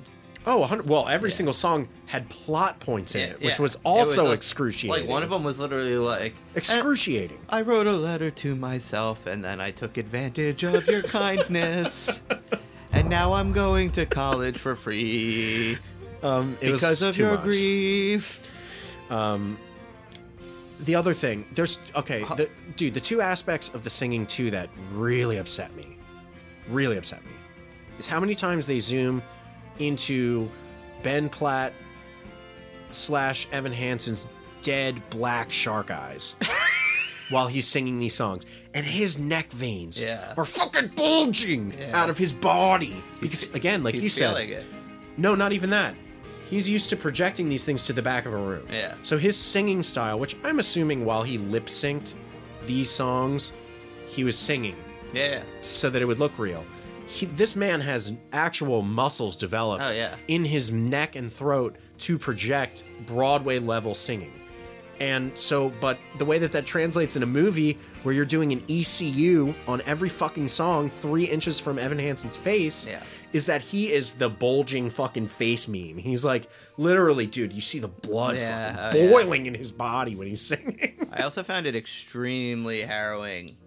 Speaker 1: Oh, 100 well, every single song had plot points in
Speaker 4: Yeah,
Speaker 1: it, which
Speaker 4: yeah.
Speaker 1: was
Speaker 4: It
Speaker 1: also
Speaker 4: just-
Speaker 1: excruciating.
Speaker 4: Like one of them was literally like
Speaker 1: excruciating.
Speaker 4: I wrote a letter to myself and then I took advantage of your kindness. And now I'm going to college for free
Speaker 1: Um, it was
Speaker 4: because of
Speaker 1: too
Speaker 4: your
Speaker 1: much.
Speaker 4: grief.
Speaker 1: The other thing, there's okay,
Speaker 4: Uh-huh.
Speaker 1: the, dude. The two aspects of the singing too that really upset me, really upset me, is how many times they zoom into Ben Platt slash Evan Hansen's dead black shark eyes while he's singing these songs, and his neck veins
Speaker 4: Yeah.
Speaker 1: are fucking bulging
Speaker 4: Yeah.
Speaker 1: out of his body. Because again, like
Speaker 4: He's
Speaker 1: you said,
Speaker 4: feeling it.
Speaker 1: no, not even that. He's used to projecting these things to the back of a room.
Speaker 4: Yeah.
Speaker 1: So his singing style, which I'm assuming while he lip synced these songs, he was singing
Speaker 4: Yeah.
Speaker 1: so that it would look real. He, this man has actual muscles developed
Speaker 4: Oh, yeah.
Speaker 1: in his neck and throat to project Broadway level singing. And so, but the way that that translates in a movie where you're doing an ECU on every fucking song three inches from Evan Hansen's face
Speaker 4: Yeah.
Speaker 1: is that he is the bulging fucking face meme. He's like, literally, dude, you see the blood
Speaker 4: Yeah,
Speaker 1: fucking
Speaker 4: oh, yeah.
Speaker 1: boiling in his body when he's singing.
Speaker 4: I also found it extremely harrowing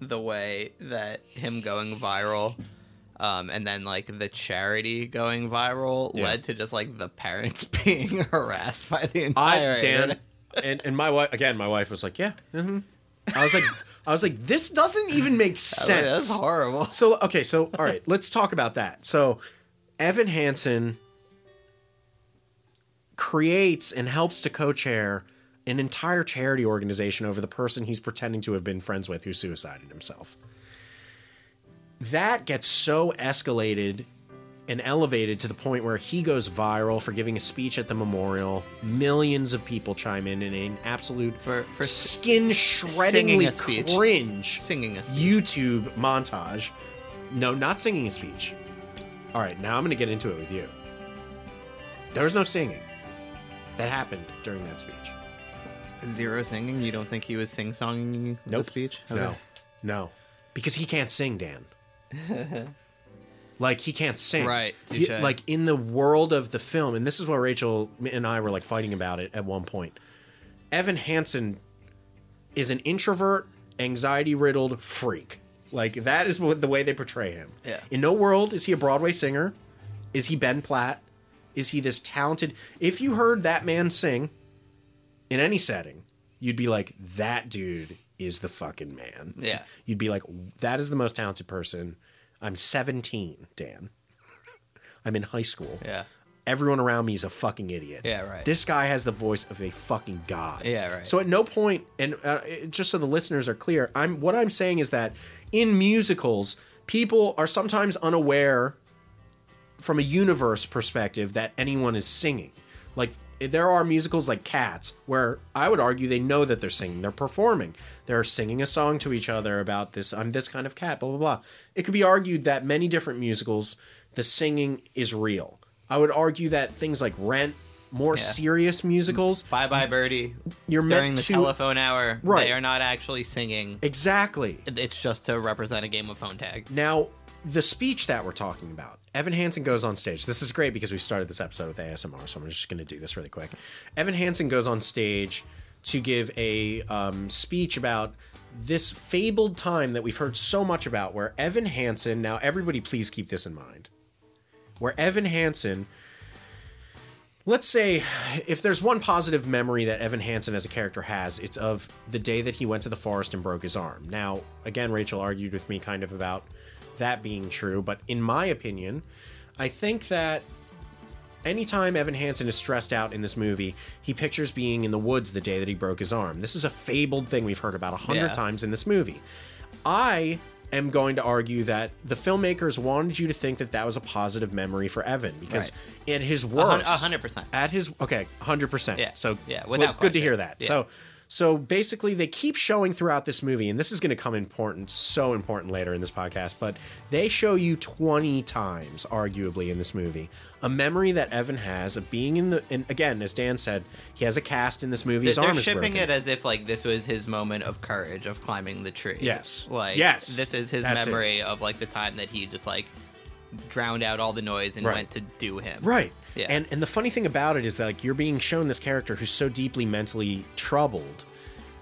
Speaker 4: the way that him going viral um, and then like the charity going viral
Speaker 1: Yeah.
Speaker 4: led to just like the parents being harassed by the entire
Speaker 1: Dan
Speaker 4: internet.
Speaker 1: and, and my wife again. My wife was like, "Yeah." hmm I was like, "I was like, this doesn't even make
Speaker 4: I was
Speaker 1: sense."
Speaker 4: like, That's horrible.
Speaker 1: So okay, so all right, let's talk about that. So Evan Hansen creates and helps to co-chair an entire charity organization over the person he's pretending to have been friends with who suicided himself. That gets so escalated and elevated to the point where he goes viral for giving a speech at the memorial. Millions of people chime in in an absolute
Speaker 4: For- for s-
Speaker 1: skin
Speaker 4: singing a
Speaker 1: shreddingly
Speaker 4: speech.
Speaker 1: cringe
Speaker 4: Singing a speech.
Speaker 1: YouTube montage. No, not singing a speech. All right, now I'm going to get into it with you. There was no singing that happened during that speech.
Speaker 4: Zero singing? You don't think he was sing songing the
Speaker 1: Nope.
Speaker 4: speech?
Speaker 1: No, no, because he can't sing, Dan. like he can't sing.
Speaker 4: Right,
Speaker 1: He-
Speaker 4: touche.
Speaker 1: like in the world of the film, and this is where Rachel and I were like fighting about it at one point. Evan Hansen is an introvert, anxiety riddled freak. Like that is what the way they portray him.
Speaker 4: Yeah.
Speaker 1: In no world is he a Broadway singer. Is he Ben Platt? Is he this talented? If you heard that man sing in any setting, you'd be like, that dude is the fucking man.
Speaker 4: Yeah.
Speaker 1: You'd be like, that is the most talented person. I'm 17, Dan. I'm in high school.
Speaker 4: Yeah.
Speaker 1: Everyone around me is a fucking idiot.
Speaker 4: Yeah, right.
Speaker 1: This guy has the voice of a fucking god.
Speaker 4: Yeah, right.
Speaker 1: So at no point, and uh, it- just so the listeners are clear, I'm what I'm saying is that in musicals, people are sometimes unaware from a universe perspective that anyone is singing. Like there are musicals like Cats where I would argue they know that they're singing, they're performing, they're singing a song to each other about this I'm this kind of cat, blah blah blah. It could be argued that many different musicals the singing is real. I would argue that things like Rent, more
Speaker 4: Yeah.
Speaker 1: serious musicals,
Speaker 4: Bye bye, Birdie.
Speaker 1: You're meant
Speaker 4: During the
Speaker 1: to-
Speaker 4: telephone hour,
Speaker 1: Right.
Speaker 4: they are not actually singing.
Speaker 1: exactly.
Speaker 4: It's just to represent a game of phone tag.
Speaker 1: Now, the speech that we're talking about, Evan Hansen goes on stage. This is great because we started this episode with ASMR, so I'm just going to do this really quick. Evan Hansen goes on stage to give a um, speech about this fabled time that we've heard so much about, where Evan Hansen, now everybody, please keep this in mind, where Evan Hansen. Let's say if there's one positive memory that Evan Hansen as a character has, it's of the day that he went to the forest and broke his arm. Now, again, Rachel argued with me kind of about that being true, but in my opinion, I think that anytime Evan Hansen is stressed out in this movie, he pictures being in the woods the day that he broke his arm. This is a fabled thing we've heard about a hundred
Speaker 4: Yeah.
Speaker 1: times in this movie. I am going to argue that the filmmakers wanted you to think that that was a positive memory for Evan because at his
Speaker 4: A hun-
Speaker 1: worst,
Speaker 4: a hundred percent.
Speaker 1: at his okay 100%
Speaker 4: Yeah,
Speaker 1: so
Speaker 4: yeah,
Speaker 1: gl-
Speaker 4: without
Speaker 1: good to
Speaker 4: question.
Speaker 1: hear that
Speaker 4: Yeah.
Speaker 1: so so basically they keep showing throughout this movie and this is going to come important so important later in this podcast but they show you 20 times arguably in this movie a memory that evan has of being in the and again as dan said he has a cast in this movie his
Speaker 4: They're
Speaker 1: arm is
Speaker 4: shipping
Speaker 1: broken
Speaker 4: it as if like this was his moment of courage of climbing the tree.
Speaker 1: Yes.
Speaker 4: Like
Speaker 1: Yes.
Speaker 4: this is his
Speaker 1: That's it.
Speaker 4: memory of like the time that he just like drowned out all the noise and
Speaker 1: Right.
Speaker 4: went to do him.
Speaker 1: right
Speaker 4: Yeah.
Speaker 1: And and the funny thing about it is that like you're being shown this character who's so deeply mentally troubled,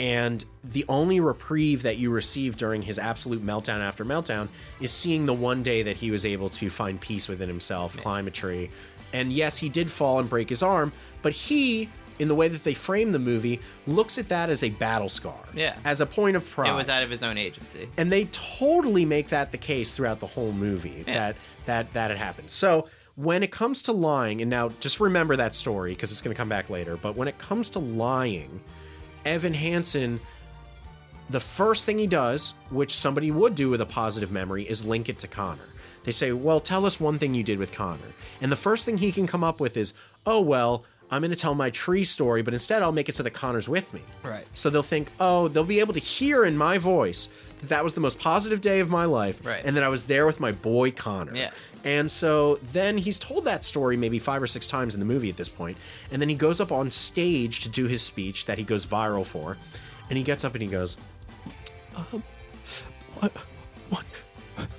Speaker 1: and the only reprieve that you receive during his absolute meltdown after meltdown is seeing the one day that he was able to find peace within himself, climb a tree, and yes, he did fall and break his arm, but he. In the way that they frame the movie, looks at that as a battle scar,
Speaker 4: Yeah.
Speaker 1: as a point of pride
Speaker 4: It was out of his own agency.
Speaker 1: and they totally make that the case throughout the whole movie that that that it happens. So when it comes to lying, and now just remember that story because it's going to come back later. But when it comes to lying, Evan Hansen, the first thing he does, which somebody would do with a positive memory, is link it to Connor. They say, "Well, tell us one thing you did with Connor," and the first thing he can come up with is, "Oh well." I'm going to tell my tree story, but instead I'll make it so that Connor's with me.
Speaker 4: Right.
Speaker 1: So they'll think, oh, they'll be able to hear in my voice that that was the most positive day of my life,
Speaker 4: Right.
Speaker 1: and that I was there with my boy Connor.
Speaker 4: Yeah.
Speaker 1: And so then he's told that story maybe five or six times in the movie at this point, and then he goes up on stage to do his speech that he goes viral for, and he gets up and he goes, "Uh,
Speaker 7: one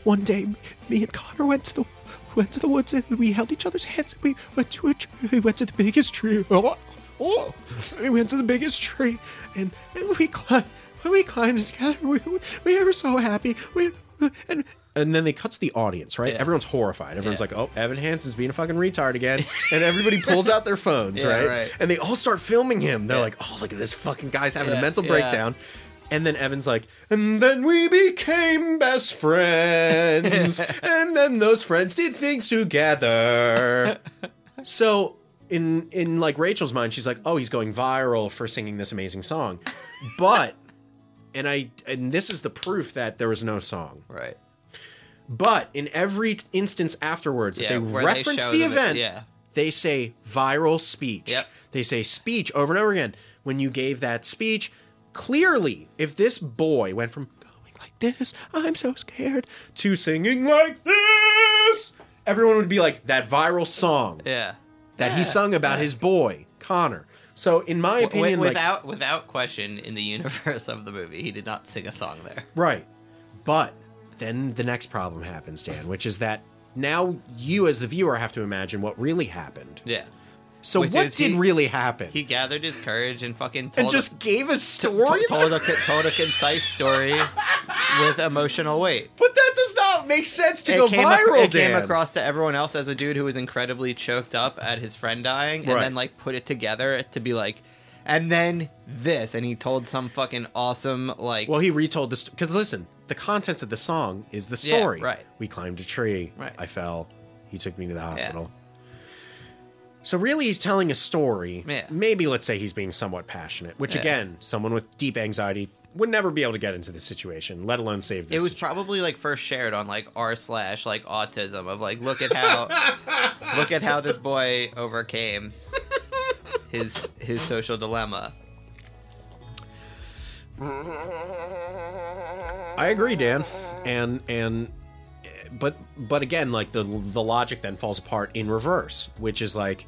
Speaker 7: one day me and Connor went to the went to the woods and we held each other's hands and we went to a tree, we went to the biggest tree oh, oh we went to the biggest tree and, and we climbed we climbed together we, we- we were so happy we and
Speaker 1: and then they cut to the audience, right?
Speaker 4: Yeah.
Speaker 1: Everyone's horrified. Everyone's
Speaker 4: Yeah.
Speaker 1: like, "Oh, Evan Hansen's being a fucking retard again," and everybody pulls out their phones,
Speaker 4: Yeah,
Speaker 1: right?
Speaker 4: right.
Speaker 1: And they all start filming him. They're
Speaker 4: Yeah.
Speaker 1: like, "Oh, look at this fucking guy's having a
Speaker 4: Yeah,
Speaker 1: mental
Speaker 4: yeah.
Speaker 1: breakdown." And then Evan's like, and then we became best friends. and then those friends did things together. So in in like Rachel's mind, she's like, "Oh, he's going viral for singing this amazing song," but and I and this is the proof that there was no song.
Speaker 4: Right.
Speaker 1: But in every t- instance afterwards, that
Speaker 4: Yeah,
Speaker 1: they
Speaker 4: where they
Speaker 1: reference
Speaker 4: show
Speaker 1: the
Speaker 4: them it-
Speaker 1: event,
Speaker 4: yeah.
Speaker 1: they say viral speech.
Speaker 4: Yep.
Speaker 1: They say speech over and over again. When you gave that speech, clearly, if this boy went from going like this, I'm so scared, to singing like this, everyone would be like, that viral song
Speaker 4: Yeah.
Speaker 1: that he sung about his boy, Connor. So, in my
Speaker 4: W-
Speaker 1: opinion, like,
Speaker 4: without without question, in the universe of the movie, he did not sing a song there.
Speaker 1: Right. But then the next problem happens, Dan, which is that now you as the viewer have to imagine what really happened.
Speaker 4: Yeah.
Speaker 1: So
Speaker 4: Which
Speaker 1: what
Speaker 4: is
Speaker 1: did
Speaker 4: he-
Speaker 1: really happen?
Speaker 4: He gathered his courage and fucking told
Speaker 1: and just gave a
Speaker 4: a,
Speaker 1: story.
Speaker 4: to- told, a, told a concise story with emotional weight.
Speaker 1: but that does not make sense to
Speaker 4: It
Speaker 1: go
Speaker 4: came ac-
Speaker 1: viral,
Speaker 4: it came
Speaker 1: Dan.
Speaker 4: across to everyone else as a dude who was incredibly choked up at his friend dying, and
Speaker 1: Right.
Speaker 4: then like put it together to be like, and then this, and he told some fucking awesome like,
Speaker 1: Well, he retold this because listen, the contents of the song is the
Speaker 4: Yeah,
Speaker 1: story.
Speaker 4: right.
Speaker 1: We climbed a tree.
Speaker 4: Right.
Speaker 1: I fell. He took me to the hospital. So really, he's telling a story.
Speaker 4: Yeah.
Speaker 1: Maybe let's say he's being somewhat passionate, which
Speaker 4: Yeah.
Speaker 1: again, someone with deep anxiety would never be able to get into this situation, let alone save this.
Speaker 4: it was
Speaker 1: situ-
Speaker 4: probably like first shared on like r slash like autism of like look at how look at how this boy overcame his his social dilemma.
Speaker 1: I agree, Dan, and and but but again, like the the logic then falls apart in reverse, which is like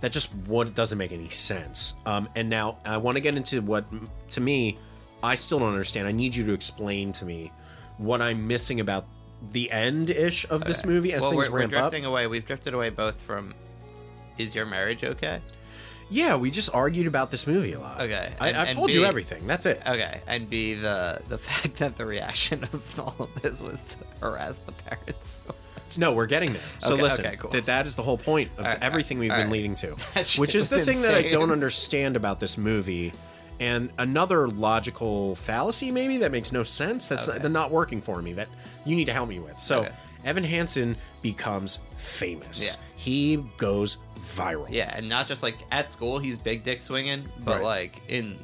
Speaker 1: that just what doesn't make any sense. Um, and now I want to get into what m- to me I still don't understand. I need you to explain to me what I'm missing about the end ish of this movie as
Speaker 4: well,
Speaker 1: things
Speaker 4: we're, we're
Speaker 1: ramp up.
Speaker 4: drifting away. We've drifted away both from. Is your marriage okay?
Speaker 1: Yeah, we just argued about this movie a lot.
Speaker 4: Okay,
Speaker 1: I,
Speaker 4: and-
Speaker 1: I've
Speaker 4: and
Speaker 1: told you
Speaker 4: B-
Speaker 1: everything. That's it.
Speaker 4: Okay, and B the the fact that the reaction of all of this was to harass the parents.
Speaker 1: No, we're getting there. So
Speaker 4: Okay,
Speaker 1: listen,
Speaker 4: okay, cool.
Speaker 1: that that is the whole point of
Speaker 4: Alright,
Speaker 1: everything we've been
Speaker 4: alright.
Speaker 1: leading to,
Speaker 4: That shit
Speaker 1: which is the
Speaker 4: was
Speaker 1: thing that I
Speaker 4: insane.
Speaker 1: don't understand about this movie. And another logical fallacy, maybe that makes no sense. That's not,
Speaker 4: Okay.
Speaker 1: they're not working for me. That you need to help me with. So
Speaker 4: Okay.
Speaker 1: Evan Hansen becomes famous.
Speaker 4: Yeah.
Speaker 1: He goes viral.
Speaker 4: Yeah, and not just like at school he's big dick swinging, but
Speaker 1: Right.
Speaker 4: like in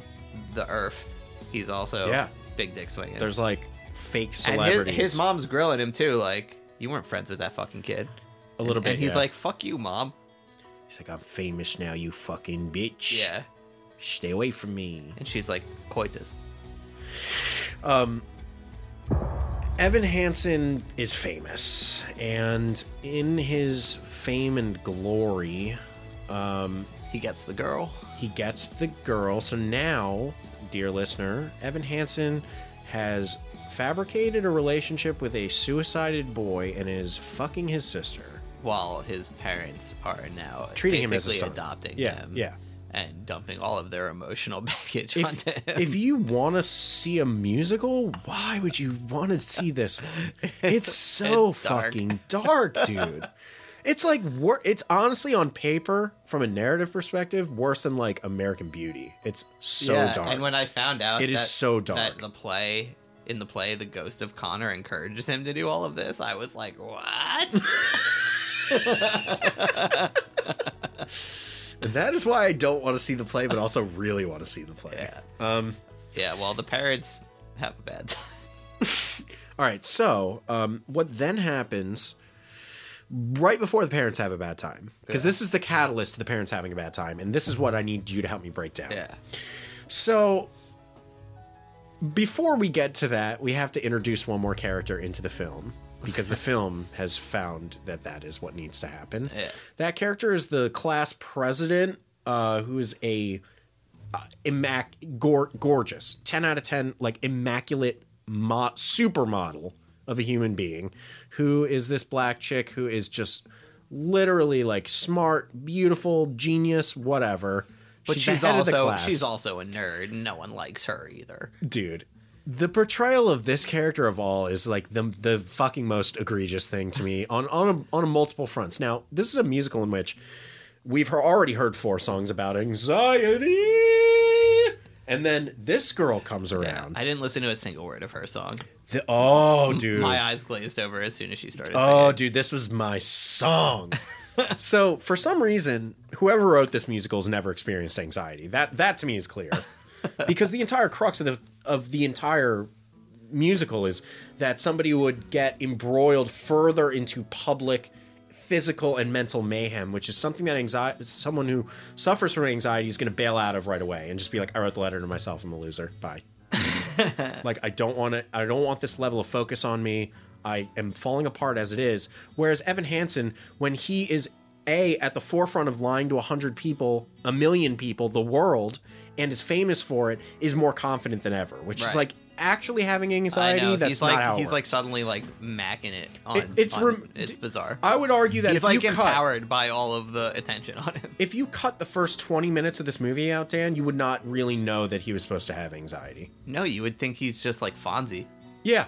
Speaker 4: the earth he's also
Speaker 1: Yeah.
Speaker 4: big dick swinging.
Speaker 1: There's like fake
Speaker 4: and his,
Speaker 1: celebrities.
Speaker 4: his mom's grilling him too. Like you weren't friends with that fucking kid.
Speaker 1: a little
Speaker 4: and,
Speaker 1: bit.
Speaker 4: And he's
Speaker 1: yeah.
Speaker 4: like, "Fuck you, mom."
Speaker 1: he's like, I'm famous now, you fucking bitch.
Speaker 4: Yeah,
Speaker 1: Stay away from me.
Speaker 4: and she's like, "Coitus."
Speaker 1: Evan Hansen is famous, and in his fame and glory,
Speaker 4: He gets the girl.
Speaker 1: he gets the girl. So now, dear listener, Evan Hansen has fabricated a relationship with a suicided boy and is fucking his sister.
Speaker 4: while his parents are now
Speaker 1: Treating him as a
Speaker 4: basically
Speaker 1: son.
Speaker 4: adopting
Speaker 1: Yeah,
Speaker 4: him,
Speaker 1: yeah.
Speaker 4: and dumping all of their emotional baggage
Speaker 1: If,
Speaker 4: onto him.
Speaker 1: if you want to see a musical, why would you want to see this one? It's so
Speaker 4: It's dark.
Speaker 1: fucking dark, dude. It's like wor- it's honestly on paper from a narrative perspective worse than like American Beauty. It's so
Speaker 4: Yeah,
Speaker 1: dark.
Speaker 4: And when I found out
Speaker 1: It
Speaker 4: it
Speaker 1: is
Speaker 4: is
Speaker 1: so dark.
Speaker 4: that the play in the play the ghost of Connor encourages him to do all of this, I was like, what?
Speaker 1: And that is why I don't want to see the play, but also really want to see the play.
Speaker 4: yeah. Um. Yeah. Well, the parents have a bad time.
Speaker 1: All right. So, um, what then happens right before the parents have a bad time? Because this is the catalyst to the parents having a bad time, and this is what I need you to help me break down.
Speaker 4: Yeah.
Speaker 1: So, before we get to that, we have to introduce one more character into the film because the film has found that that is what needs to happen.
Speaker 4: Yeah.
Speaker 1: That character is the class president, uh, who is a uh, immac- gor- gorgeous, ten out of ten, like immaculate, mo- supermodel of a human being, who is this black chick who is just literally like smart, beautiful, genius, whatever.
Speaker 4: But
Speaker 1: the
Speaker 4: she's,
Speaker 1: head of the
Speaker 4: also
Speaker 1: class
Speaker 4: she's also a nerd. and No one likes her either.
Speaker 1: dude the portrayal of this character of all is like the the fucking most egregious thing to me on on a, on a multiple fronts now this is a musical in which we've he- already heard four songs about anxiety and then this girl comes
Speaker 4: Yeah.
Speaker 1: around
Speaker 4: I didn't listen to a single word of her song.
Speaker 1: The- oh dude
Speaker 4: My eyes glazed over as soon as she started.
Speaker 1: Oh,
Speaker 4: singing.
Speaker 1: dude, this was my song. so for some reason, whoever wrote this musical's never experienced anxiety. That that to me is clear, because the entire crux of the of the entire musical is that somebody would get embroiled further into public physical and mental mayhem which is something that anxiety someone who suffers from anxiety is going to bail out of right away and just be like i wrote the letter to myself i'm a loser bye like i don't want to i don't want this level of focus on me i am falling apart as it is whereas evan hansen when he is a at the forefront of lying to 100 people a million people the world and is famous for it is more confident than ever which is
Speaker 4: Right.
Speaker 1: like actually having
Speaker 4: I
Speaker 1: anxiety
Speaker 4: know.
Speaker 1: that's
Speaker 4: he's
Speaker 1: not
Speaker 4: like
Speaker 1: how it
Speaker 4: he's like
Speaker 1: works.
Speaker 4: suddenly like macking it on.
Speaker 1: It- it's
Speaker 4: on-
Speaker 1: rem-
Speaker 4: it's bizarre.
Speaker 1: i would argue that
Speaker 4: he's
Speaker 1: if
Speaker 4: like
Speaker 1: you cut,
Speaker 4: empowered by all of the attention on him.
Speaker 1: if you cut the first 20 minutes of this movie out dan you would not really know that he was supposed to have anxiety
Speaker 4: No, you would think he's just like Fonzie,
Speaker 1: yeah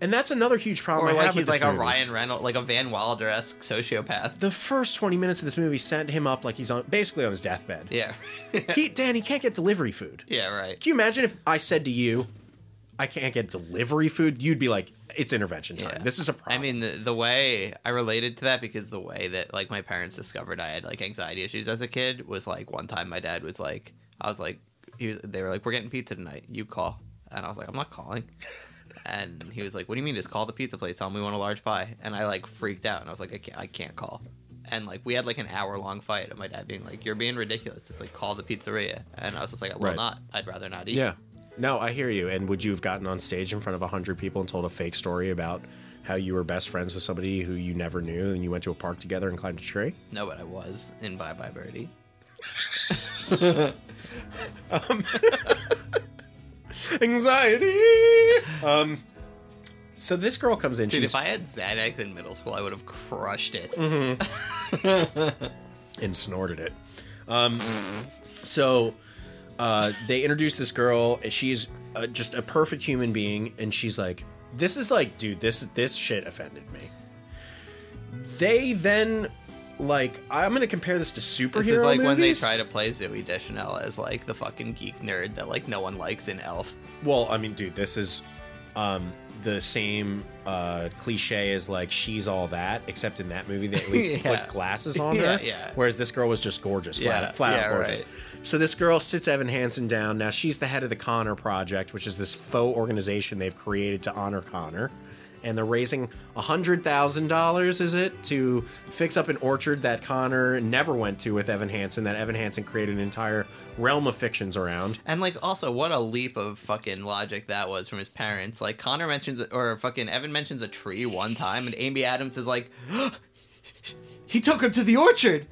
Speaker 1: and that's another huge problem
Speaker 4: or
Speaker 1: Oh, I
Speaker 4: like
Speaker 1: have with
Speaker 4: he's like
Speaker 1: this
Speaker 4: a
Speaker 1: movie.
Speaker 4: Ryan Reynolds, like a Van Wilder esque sociopath.
Speaker 1: the first 20 minutes of this movie sent him up like he's on basically on his deathbed.
Speaker 4: Yeah,
Speaker 1: He Dan, he can't get delivery food.
Speaker 4: yeah, right.
Speaker 1: Can you imagine if I said to you, I can't get delivery food? You'd be like, it's intervention time.
Speaker 4: Yeah.
Speaker 1: This is a problem.
Speaker 4: I mean, the, the way I related to that because the way that like my parents discovered I had like anxiety issues as a kid was like one time my dad was like, I was like, he was, they were like, we're getting pizza tonight. You call, and I was like, I'm not calling. And he was like, "What do you mean? Just call the pizza place. Tell them we want a large pie." And I like freaked out, and I was like, "I can't, I can't call." And like we had like an hour long fight of my dad being like, "You're being ridiculous. Just like call the pizzeria." And I was just like, "I will
Speaker 1: Right.
Speaker 4: not. I'd rather not eat."
Speaker 1: yeah. No, I hear you. And would you have gotten on stage in front of 100 people and told a fake story about how you were best friends with somebody who you never knew and you went to a park together and climbed a tree?
Speaker 4: No, but I was in Bye Bye Birdie.
Speaker 1: Anxiety! Um, so this girl comes in.
Speaker 4: Dude,
Speaker 1: she's
Speaker 4: if I had Xanax in middle school, I would have crushed it.
Speaker 1: and snorted it. Um, so uh, they introduce this girl. and She's uh, just a perfect human being, and she's like, "This is like, dude, this this shit offended me." They then, like, I'm gonna compare this to superhero
Speaker 4: This is like
Speaker 1: movies.
Speaker 4: when they try to play Zoe Deschanel as like the fucking geek nerd that like no one likes in Elf.
Speaker 1: Well, I mean, dude, this is um, the same uh, cliche as like she's all that, except in that movie they at least
Speaker 4: Yeah.
Speaker 1: put glasses on
Speaker 4: Yeah,
Speaker 1: her.
Speaker 4: yeah.
Speaker 1: Whereas this girl was just gorgeous, flat,
Speaker 4: Yeah,
Speaker 1: flat
Speaker 4: yeah,
Speaker 1: out gorgeous.
Speaker 4: right.
Speaker 1: So this girl sits Evan Hansen down. Now she's the head of the Connor Project, which is this faux organization they've created to honor Connor. And they're raising hundred thousand dollars, is it, to fix up an orchard that Connor never went to with Evan Hansen. That Evan Hansen created an entire realm of fictions around.
Speaker 4: And like also what a leap of fucking logic that was from his parents. Like Connor mentions or fucking Evan mentions a tree one time and Amy Adams is like He took him to the orchard.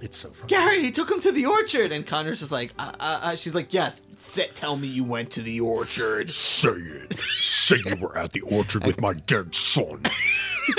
Speaker 1: It's so funny.
Speaker 4: Gary, he took him to the orchard and Connor's just like uh, uh, uh, she's like, "Yes, sit, tell me you went to the orchard."
Speaker 7: Say it. Say you were at the orchard with my dead son.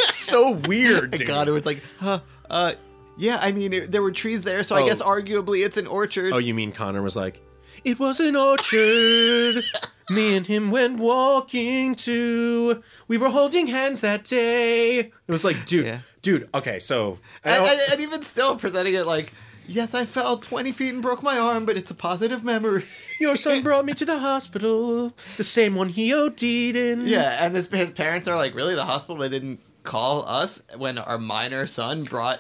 Speaker 1: so weird, dude.
Speaker 4: God, it was like, huh, uh, yeah, I mean, it, there were trees there, so I
Speaker 1: Oh.
Speaker 4: guess arguably it's an orchard.
Speaker 1: Oh, you mean Connor was like, it was an orchard. Me and him went walking too. We were holding hands that day. It was like, dude,
Speaker 4: Yeah.
Speaker 1: dude. Okay, so I
Speaker 4: and,
Speaker 1: don't-
Speaker 4: and, and even still presenting it like, yes, I fell 20 feet and broke my arm, but it's a positive memory.
Speaker 1: your son brought me to the hospital, the same one he OD'd in.
Speaker 4: Yeah, and his, his parents are like, really? The hospital didn't call us when our minor son brought.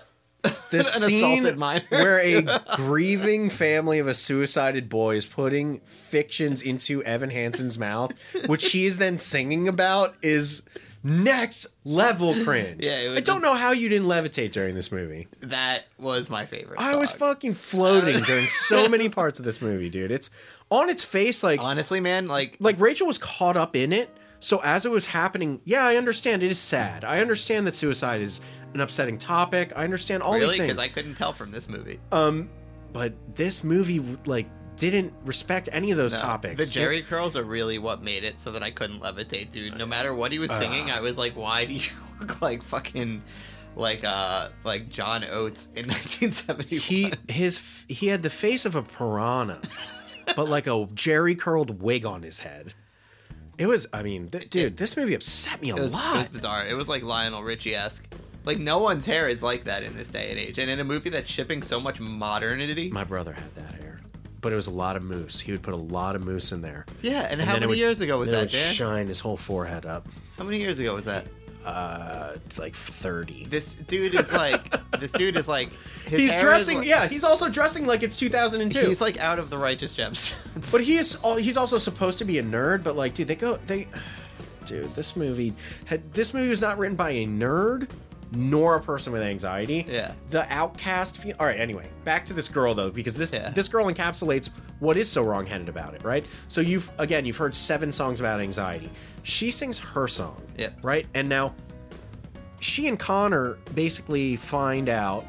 Speaker 1: the
Speaker 4: An
Speaker 1: scene
Speaker 4: assaulted minor.
Speaker 1: where a grieving family of a suicided boy is putting fictions into Evan Hansen's mouth, which he is then singing about, is next level cringe.
Speaker 4: Yeah, it was
Speaker 1: I don't know how you didn't levitate during this movie.
Speaker 4: That was my favorite.
Speaker 1: I was
Speaker 4: song.
Speaker 1: fucking floating during so many parts of this movie, dude. It's on its face, like
Speaker 4: Honestly, man, like,
Speaker 1: like Rachel was caught up in it. So as it was happening, yeah, I understand it is sad. I understand that suicide is an upsetting topic. I understand all
Speaker 4: really?
Speaker 1: these things.
Speaker 4: Because I couldn't tell from this movie.
Speaker 1: but this movie like didn't respect any of those
Speaker 4: No.
Speaker 1: topics.
Speaker 4: The Jerry curls are really what made it so that I couldn't levitate, dude. No matter what he was singing, I was like, why do you look like fucking like uh like John Oates in 1971?
Speaker 1: he his f- he had the face of a piranha, but like a jerry curled wig on his head. It was, I mean, th- dude, this movie upset me a
Speaker 4: it, was, it was
Speaker 1: lot.
Speaker 4: bizarre. It was like Lionel Richie esque. Like no one's hair is like that in this day and age, and in a movie that's shipping so much modernity.
Speaker 1: My brother had that hair, but it was a lot of moose. He would put a lot of moose in there.
Speaker 4: yeah, and, how
Speaker 1: then it
Speaker 4: many
Speaker 1: would-
Speaker 4: years ago was
Speaker 1: then it
Speaker 4: that,
Speaker 1: would
Speaker 4: Dan?
Speaker 1: shine his whole forehead up.
Speaker 4: How many years ago was that?
Speaker 1: It's like thirty.
Speaker 4: This dude is like, this dude is like, his
Speaker 1: He's
Speaker 4: hair is
Speaker 1: dressing,
Speaker 4: like-
Speaker 1: yeah. He's also dressing like it's 2002.
Speaker 4: he's like out of the righteous gemstones.
Speaker 1: But he is. al- He's also supposed to be a nerd. But like, dude, they go. They, dude, this movie had. This movie was not written by a nerd nor a person with anxiety.
Speaker 4: Yeah.
Speaker 1: The outcast. Feel, all right. Anyway, back to this girl though, because this
Speaker 4: Yeah.
Speaker 1: this girl encapsulates what is so wrongheaded about it, right? So you've again, you've heard seven songs about anxiety. She sings her song.
Speaker 4: Yep.
Speaker 1: Right. And now, she and Connor basically find out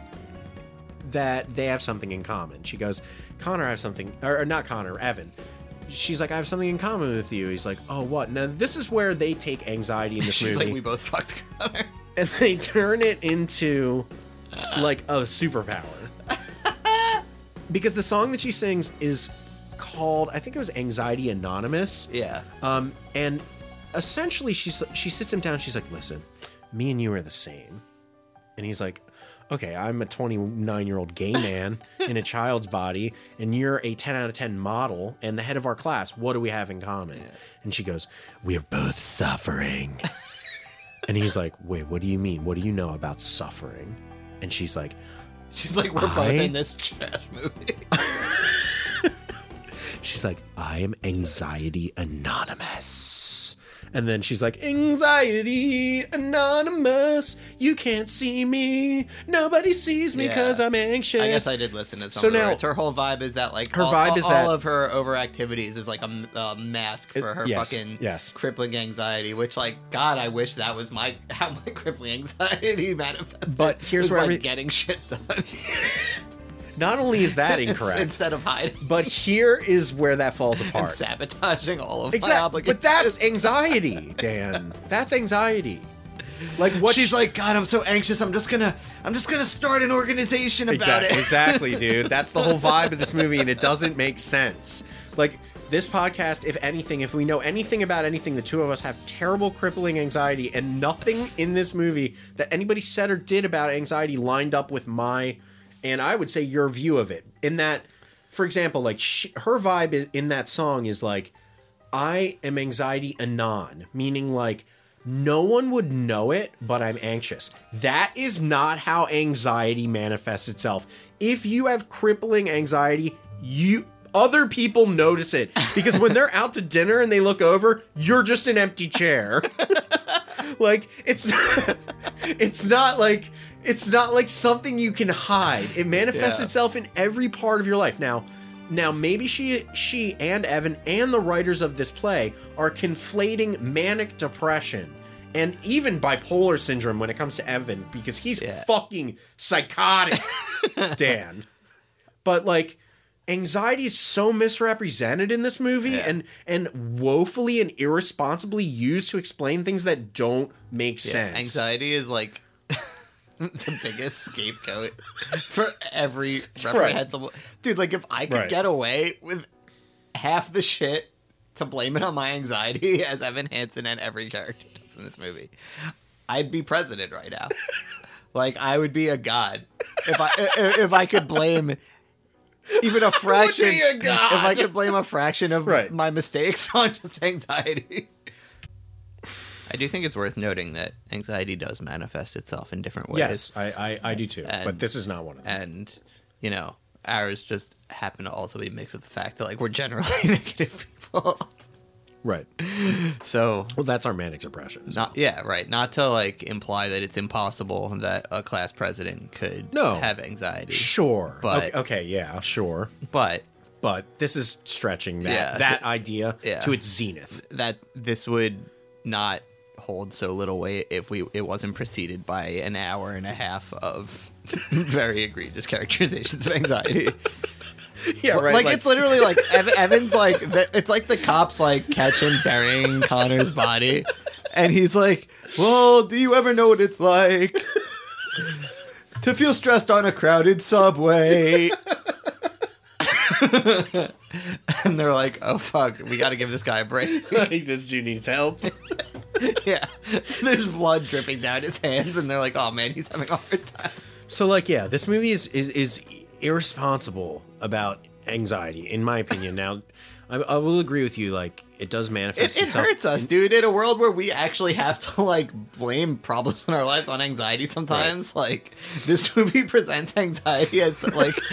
Speaker 1: that they have something in common. She goes, Connor, I have something, or, or not Connor, Evan. She's like, I have something in common with you. He's like, Oh, what? Now this is where they take anxiety in this
Speaker 4: She's
Speaker 1: movie
Speaker 4: like, we both fucked Connor.
Speaker 1: and they turn it into like a superpower. because the song that she sings is called, I think it was Anxiety Anonymous.
Speaker 4: Yeah.
Speaker 1: Um, and essentially, she's she sits him down. She's like, "Listen, me and you are the same." And he's like, "Okay, I'm a 29 year old gay man in a child's body, and you're a 10 out of 10 model and the head of our class. What do we have in common?" And she goes, "We're both suffering." and he's like, "Wait, what do you mean? What do you know about suffering?" And she's like,
Speaker 4: She's like, we're
Speaker 1: I-
Speaker 4: both in this trash movie.
Speaker 1: She's like, I am Anxiety Anonymous. And then she's like, Anxiety Anonymous, you can't see me. Nobody sees me
Speaker 4: Yeah.
Speaker 1: because I'm anxious.
Speaker 4: I guess I did listen to some
Speaker 1: So
Speaker 4: of the
Speaker 1: now-
Speaker 4: words. Her whole vibe is that like
Speaker 1: Her
Speaker 4: all,
Speaker 1: vibe
Speaker 4: all-
Speaker 1: is that-
Speaker 4: all of her overactivities is like a, m- a mask for her
Speaker 1: yes,
Speaker 4: fucking
Speaker 1: yes.
Speaker 4: crippling anxiety. Which like God, I wish that was my how my crippling anxiety manifested.
Speaker 1: But here's
Speaker 4: was
Speaker 1: where
Speaker 4: by
Speaker 1: every-
Speaker 4: getting shit done
Speaker 1: Not only is that incorrect,
Speaker 4: instead of hiding
Speaker 1: but here is where that falls
Speaker 4: and
Speaker 1: apart.
Speaker 4: sabotaging all of my
Speaker 1: Exactly.
Speaker 4: obligations.
Speaker 1: But that's anxiety, Dan. That's anxiety. Like what
Speaker 4: she's
Speaker 1: she-
Speaker 4: like. God, I'm so anxious. I'm just gonna I'm just gonna start an organization about
Speaker 1: exactly,
Speaker 4: it.
Speaker 1: Exactly, dude. That's the whole vibe of this movie, and it doesn't make sense. Like this podcast, if anything, if we know anything about anything, the two of us have terrible crippling anxiety, and nothing in this movie that anybody said or did about anxiety lined up with my, and I would say your view of it. In that, for example, like she, her vibe i- in that song is like, I am anxiety anon, meaning like no one would know it, but I'm anxious. That is not how anxiety manifests itself. If you have crippling anxiety, you other people notice it because when they're out to dinner and they look over, you're just an empty chair. like it's it's not like it's not like something you can hide. It manifests
Speaker 4: Yeah.
Speaker 1: itself in every part of your life. Now, now maybe she she and Evan and the writers of this play are conflating manic depression and even bipolar syndrome when it comes to Evan because he's
Speaker 4: Yeah.
Speaker 1: fucking psychotic, Dan. But like anxiety is so misrepresented in this movie
Speaker 4: Yeah.
Speaker 1: and and woefully and irresponsibly used to explain things that don't make
Speaker 4: Yeah,
Speaker 1: sense.
Speaker 4: Anxiety is like the biggest scapegoat for every reprehensible dude. Like if I could
Speaker 1: Right.
Speaker 4: get away with half the shit to blame it on my anxiety as Evan Hansen and every character does in this movie, I'd be president right now. like I would be a god if I i- if I could blame. Even a fraction.
Speaker 1: a god.
Speaker 4: If I could blame a fraction of
Speaker 1: Right.
Speaker 4: my mistakes on just anxiety. I do think it's worth noting that anxiety does manifest itself in different ways.
Speaker 1: Yes, I, I, I do too. but
Speaker 4: And-
Speaker 1: this is not one of them.
Speaker 4: And, you know, ours just happen to also be mixed with the fact that, like, we're generally negative people.
Speaker 1: right.
Speaker 4: So,
Speaker 1: Well, that's our manic depression. as
Speaker 4: not, yeah, right. Not to, like, imply that it's impossible that a class president could
Speaker 1: No.
Speaker 4: have anxiety.
Speaker 1: well. Sure.
Speaker 4: But-
Speaker 1: okay, okay, yeah, sure.
Speaker 4: But
Speaker 1: But this is stretching that
Speaker 4: Yeah.
Speaker 1: that idea
Speaker 4: Yeah.
Speaker 1: to its zenith.
Speaker 4: that this would not hold so little weight if we it wasn't preceded by an hour and a half of very egregious characterizations of anxiety.
Speaker 1: Yeah,
Speaker 4: Like, it's literally like Ev- Evan's like the, it's like the cops like catch him burying Connor's body, and he's like, "Well, do you ever know what it's like to feel stressed on a crowded subway?" and they're like, "Oh fuck, we got to give this guy a break."
Speaker 1: like this dude needs help.
Speaker 4: yeah, there's blood dripping down his hands, and they're like, "Oh man, he's having a hard time."
Speaker 1: So like yeah, this movie is is, is irresponsible about anxiety, in my opinion. Now, I, I will agree with you. Like it does manifest
Speaker 4: It, it
Speaker 1: itself.
Speaker 4: hurts us, dude. In a world where we actually have to like blame problems in our lives on anxiety sometimes, like this movie presents anxiety as like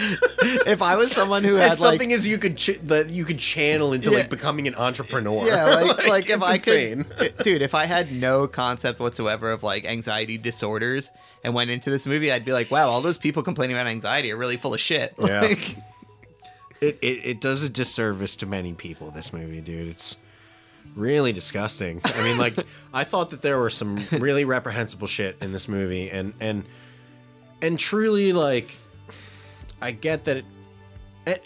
Speaker 4: if I was someone who had
Speaker 1: It's something
Speaker 4: like
Speaker 1: as you could ch- that you could channel into
Speaker 4: Yeah.
Speaker 1: like becoming an entrepreneur.
Speaker 4: yeah, like, like, if
Speaker 1: it's
Speaker 4: I
Speaker 1: insane.
Speaker 4: could, dude, if I had no concept whatsoever of like anxiety disorders and went into this movie, I'd be like, wow, all those people complaining about anxiety are really full of shit.
Speaker 1: Yeah.
Speaker 4: Like,
Speaker 1: It, it it does a disservice to many people. This movie, dude, it's really disgusting. I mean, like I thought that there were some really reprehensible shit in this movie, and and and truly, like I get that. It, eh,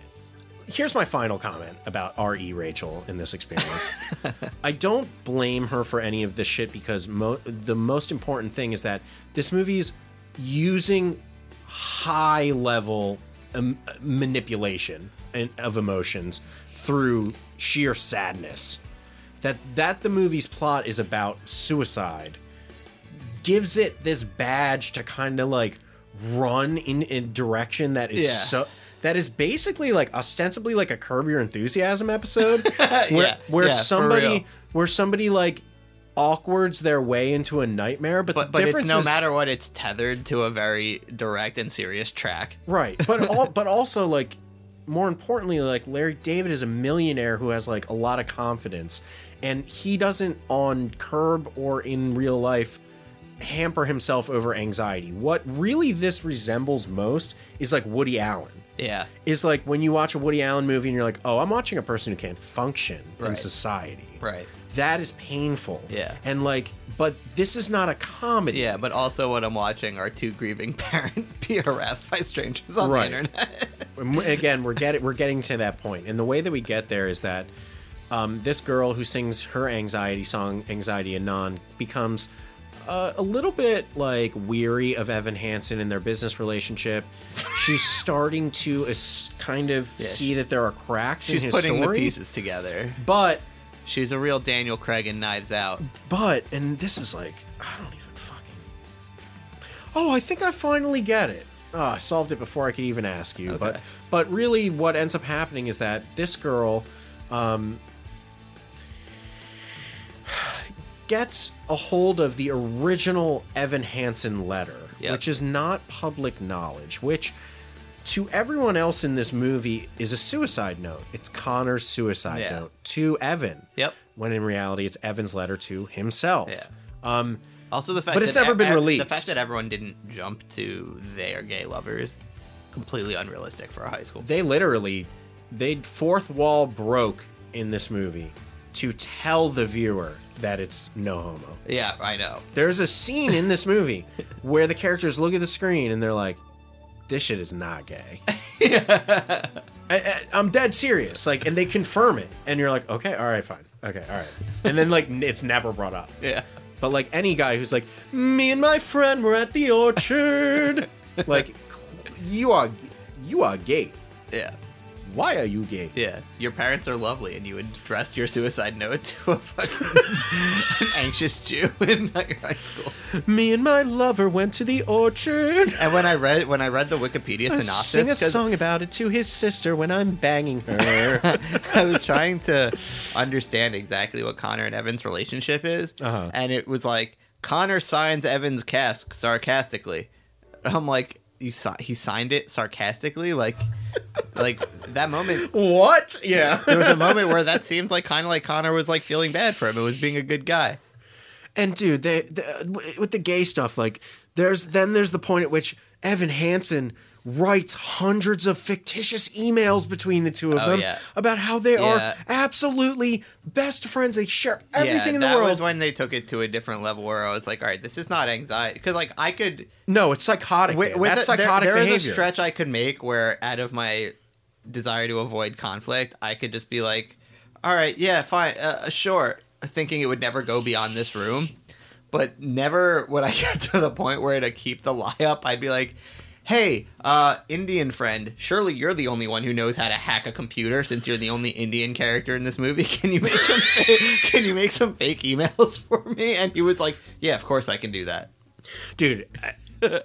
Speaker 1: here's my final comment about R.E. Rachel in this experience. I don't blame her for any of this shit because mo- the most important thing is that this movie's using high level um, manipulation and of emotions through sheer sadness. That that the movie's plot is about suicide gives it this badge to kind of like run in a direction that is
Speaker 4: Yeah.
Speaker 1: so that is basically like ostensibly like a curb your enthusiasm episode where
Speaker 4: Yeah,
Speaker 1: where
Speaker 4: yeah, for real.
Speaker 1: somebody where somebody like awkwards their way into a nightmare but,
Speaker 4: but
Speaker 1: the
Speaker 4: but
Speaker 1: difference
Speaker 4: it's no
Speaker 1: is,
Speaker 4: matter what, it's tethered to a very direct and serious track.
Speaker 1: Right. But all but also like more importantly, like Larry David is a millionaire who has like a lot of confidence and he doesn't on curb or in real life hamper himself over anxiety. What really this resembles most is like Woody Allen.
Speaker 4: Yeah.
Speaker 1: Is like when you watch a Woody Allen movie and you're like, "Oh, I'm watching a person who can't function in
Speaker 4: Right.
Speaker 1: society."
Speaker 4: Right.
Speaker 1: That is painful.
Speaker 4: Yeah.
Speaker 1: And like but this is not a comedy.
Speaker 4: Yeah, but also what I'm watching are two grieving parents be harassed by strangers on
Speaker 1: Right.
Speaker 4: the internet.
Speaker 1: And we- again we're getting we're getting to that point and the way that we get there is that um, this girl who sings her anxiety song anxiety anon becomes uh, a little bit like weary of evan hansen and their business relationship she's starting to as- kind of see that there are cracks
Speaker 4: She's
Speaker 1: in his
Speaker 4: putting
Speaker 1: story
Speaker 4: the pieces together.
Speaker 1: but
Speaker 4: She's a real Daniel Craig in Knives Out.
Speaker 1: but and this is like i don't even fucking oh i think i finally get it oh i solved it before i could even ask you but
Speaker 4: Okay.
Speaker 1: but really what ends up happening is that this girl um gets a hold of the original evan hansen letter
Speaker 4: Yep.
Speaker 1: which is not public knowledge which to everyone else in this movie is a suicide note it's connor's suicide
Speaker 4: Yeah.
Speaker 1: note to evan
Speaker 4: Yep.
Speaker 1: when in reality it's Evan's letter to himself.
Speaker 4: Yeah.
Speaker 1: Um,
Speaker 4: Also, the fact
Speaker 1: But it's
Speaker 4: that e-
Speaker 1: never been
Speaker 4: The fact
Speaker 1: released.
Speaker 4: that everyone didn't jump to they are gay lovers, completely unrealistic for a high school.
Speaker 1: they literally they fourth wall broke in this movie to tell the viewer that it's no homo.
Speaker 4: yeah, I know.
Speaker 1: There's a scene in this movie where the characters look at the screen and they're like, "This shit is not gay." I, I, I'm dead serious. Like, and they confirm it, and you're like, "Okay, all right, fine, okay, all right," and then like n- it's never brought up.
Speaker 4: Yeah.
Speaker 1: But like any guy who's like, me and my friend were at the orchard, like cl- you are, you are gay.
Speaker 4: Yeah.
Speaker 1: Why are you gay?
Speaker 4: Yeah. Your parents are lovely, and you addressed your suicide note to a fucking an anxious Jew in your high school.
Speaker 1: Me and my lover went to the orchard.
Speaker 4: And when I read when I read the Wikipedia
Speaker 1: I
Speaker 4: synopsis,
Speaker 1: sing a
Speaker 4: 'cause-
Speaker 1: song about it to his sister when I'm banging her.
Speaker 4: I was trying to understand exactly what Connor and Evan's relationship is,
Speaker 1: Uh-huh.
Speaker 4: and it was like Connor signs Evan's cask sarcastically. I'm like, you si- he signed it sarcastically, like, like that moment.
Speaker 1: what? Yeah.
Speaker 4: There was a moment where that seemed like kind of like Connor was like feeling bad for him. It was being a good guy.
Speaker 1: And dude, they, they with the gay stuff, like there's then there's the point at which Evan Hansen writes hundreds of fictitious emails between the two of
Speaker 4: Oh,
Speaker 1: them
Speaker 4: yeah.
Speaker 1: about how they
Speaker 4: Yeah.
Speaker 1: are absolutely best friends. They share everything
Speaker 4: yeah,
Speaker 1: in the
Speaker 4: that
Speaker 1: world.
Speaker 4: was when they took it to a different level where I was like, all right, this is not anxiety because like I could
Speaker 1: no, it's psychotic.
Speaker 4: Wi-
Speaker 1: man.
Speaker 4: with
Speaker 1: That's
Speaker 4: a- there-
Speaker 1: psychotic
Speaker 4: there is
Speaker 1: behavior.
Speaker 4: a stretch I could make where, out of my desire to avoid conflict, I could just be like, "All right, yeah, fine, uh, sure," thinking it would never go beyond this room. But never would I get to the point where to keep the lie up, I'd be like, "Hey, uh, Indian friend, surely you're the only one who knows how to hack a computer, since you're the only Indian character in this movie. Can you make some? can you make some fake emails for me?" And he was like, "Yeah, of course I can do that."
Speaker 1: dude. I-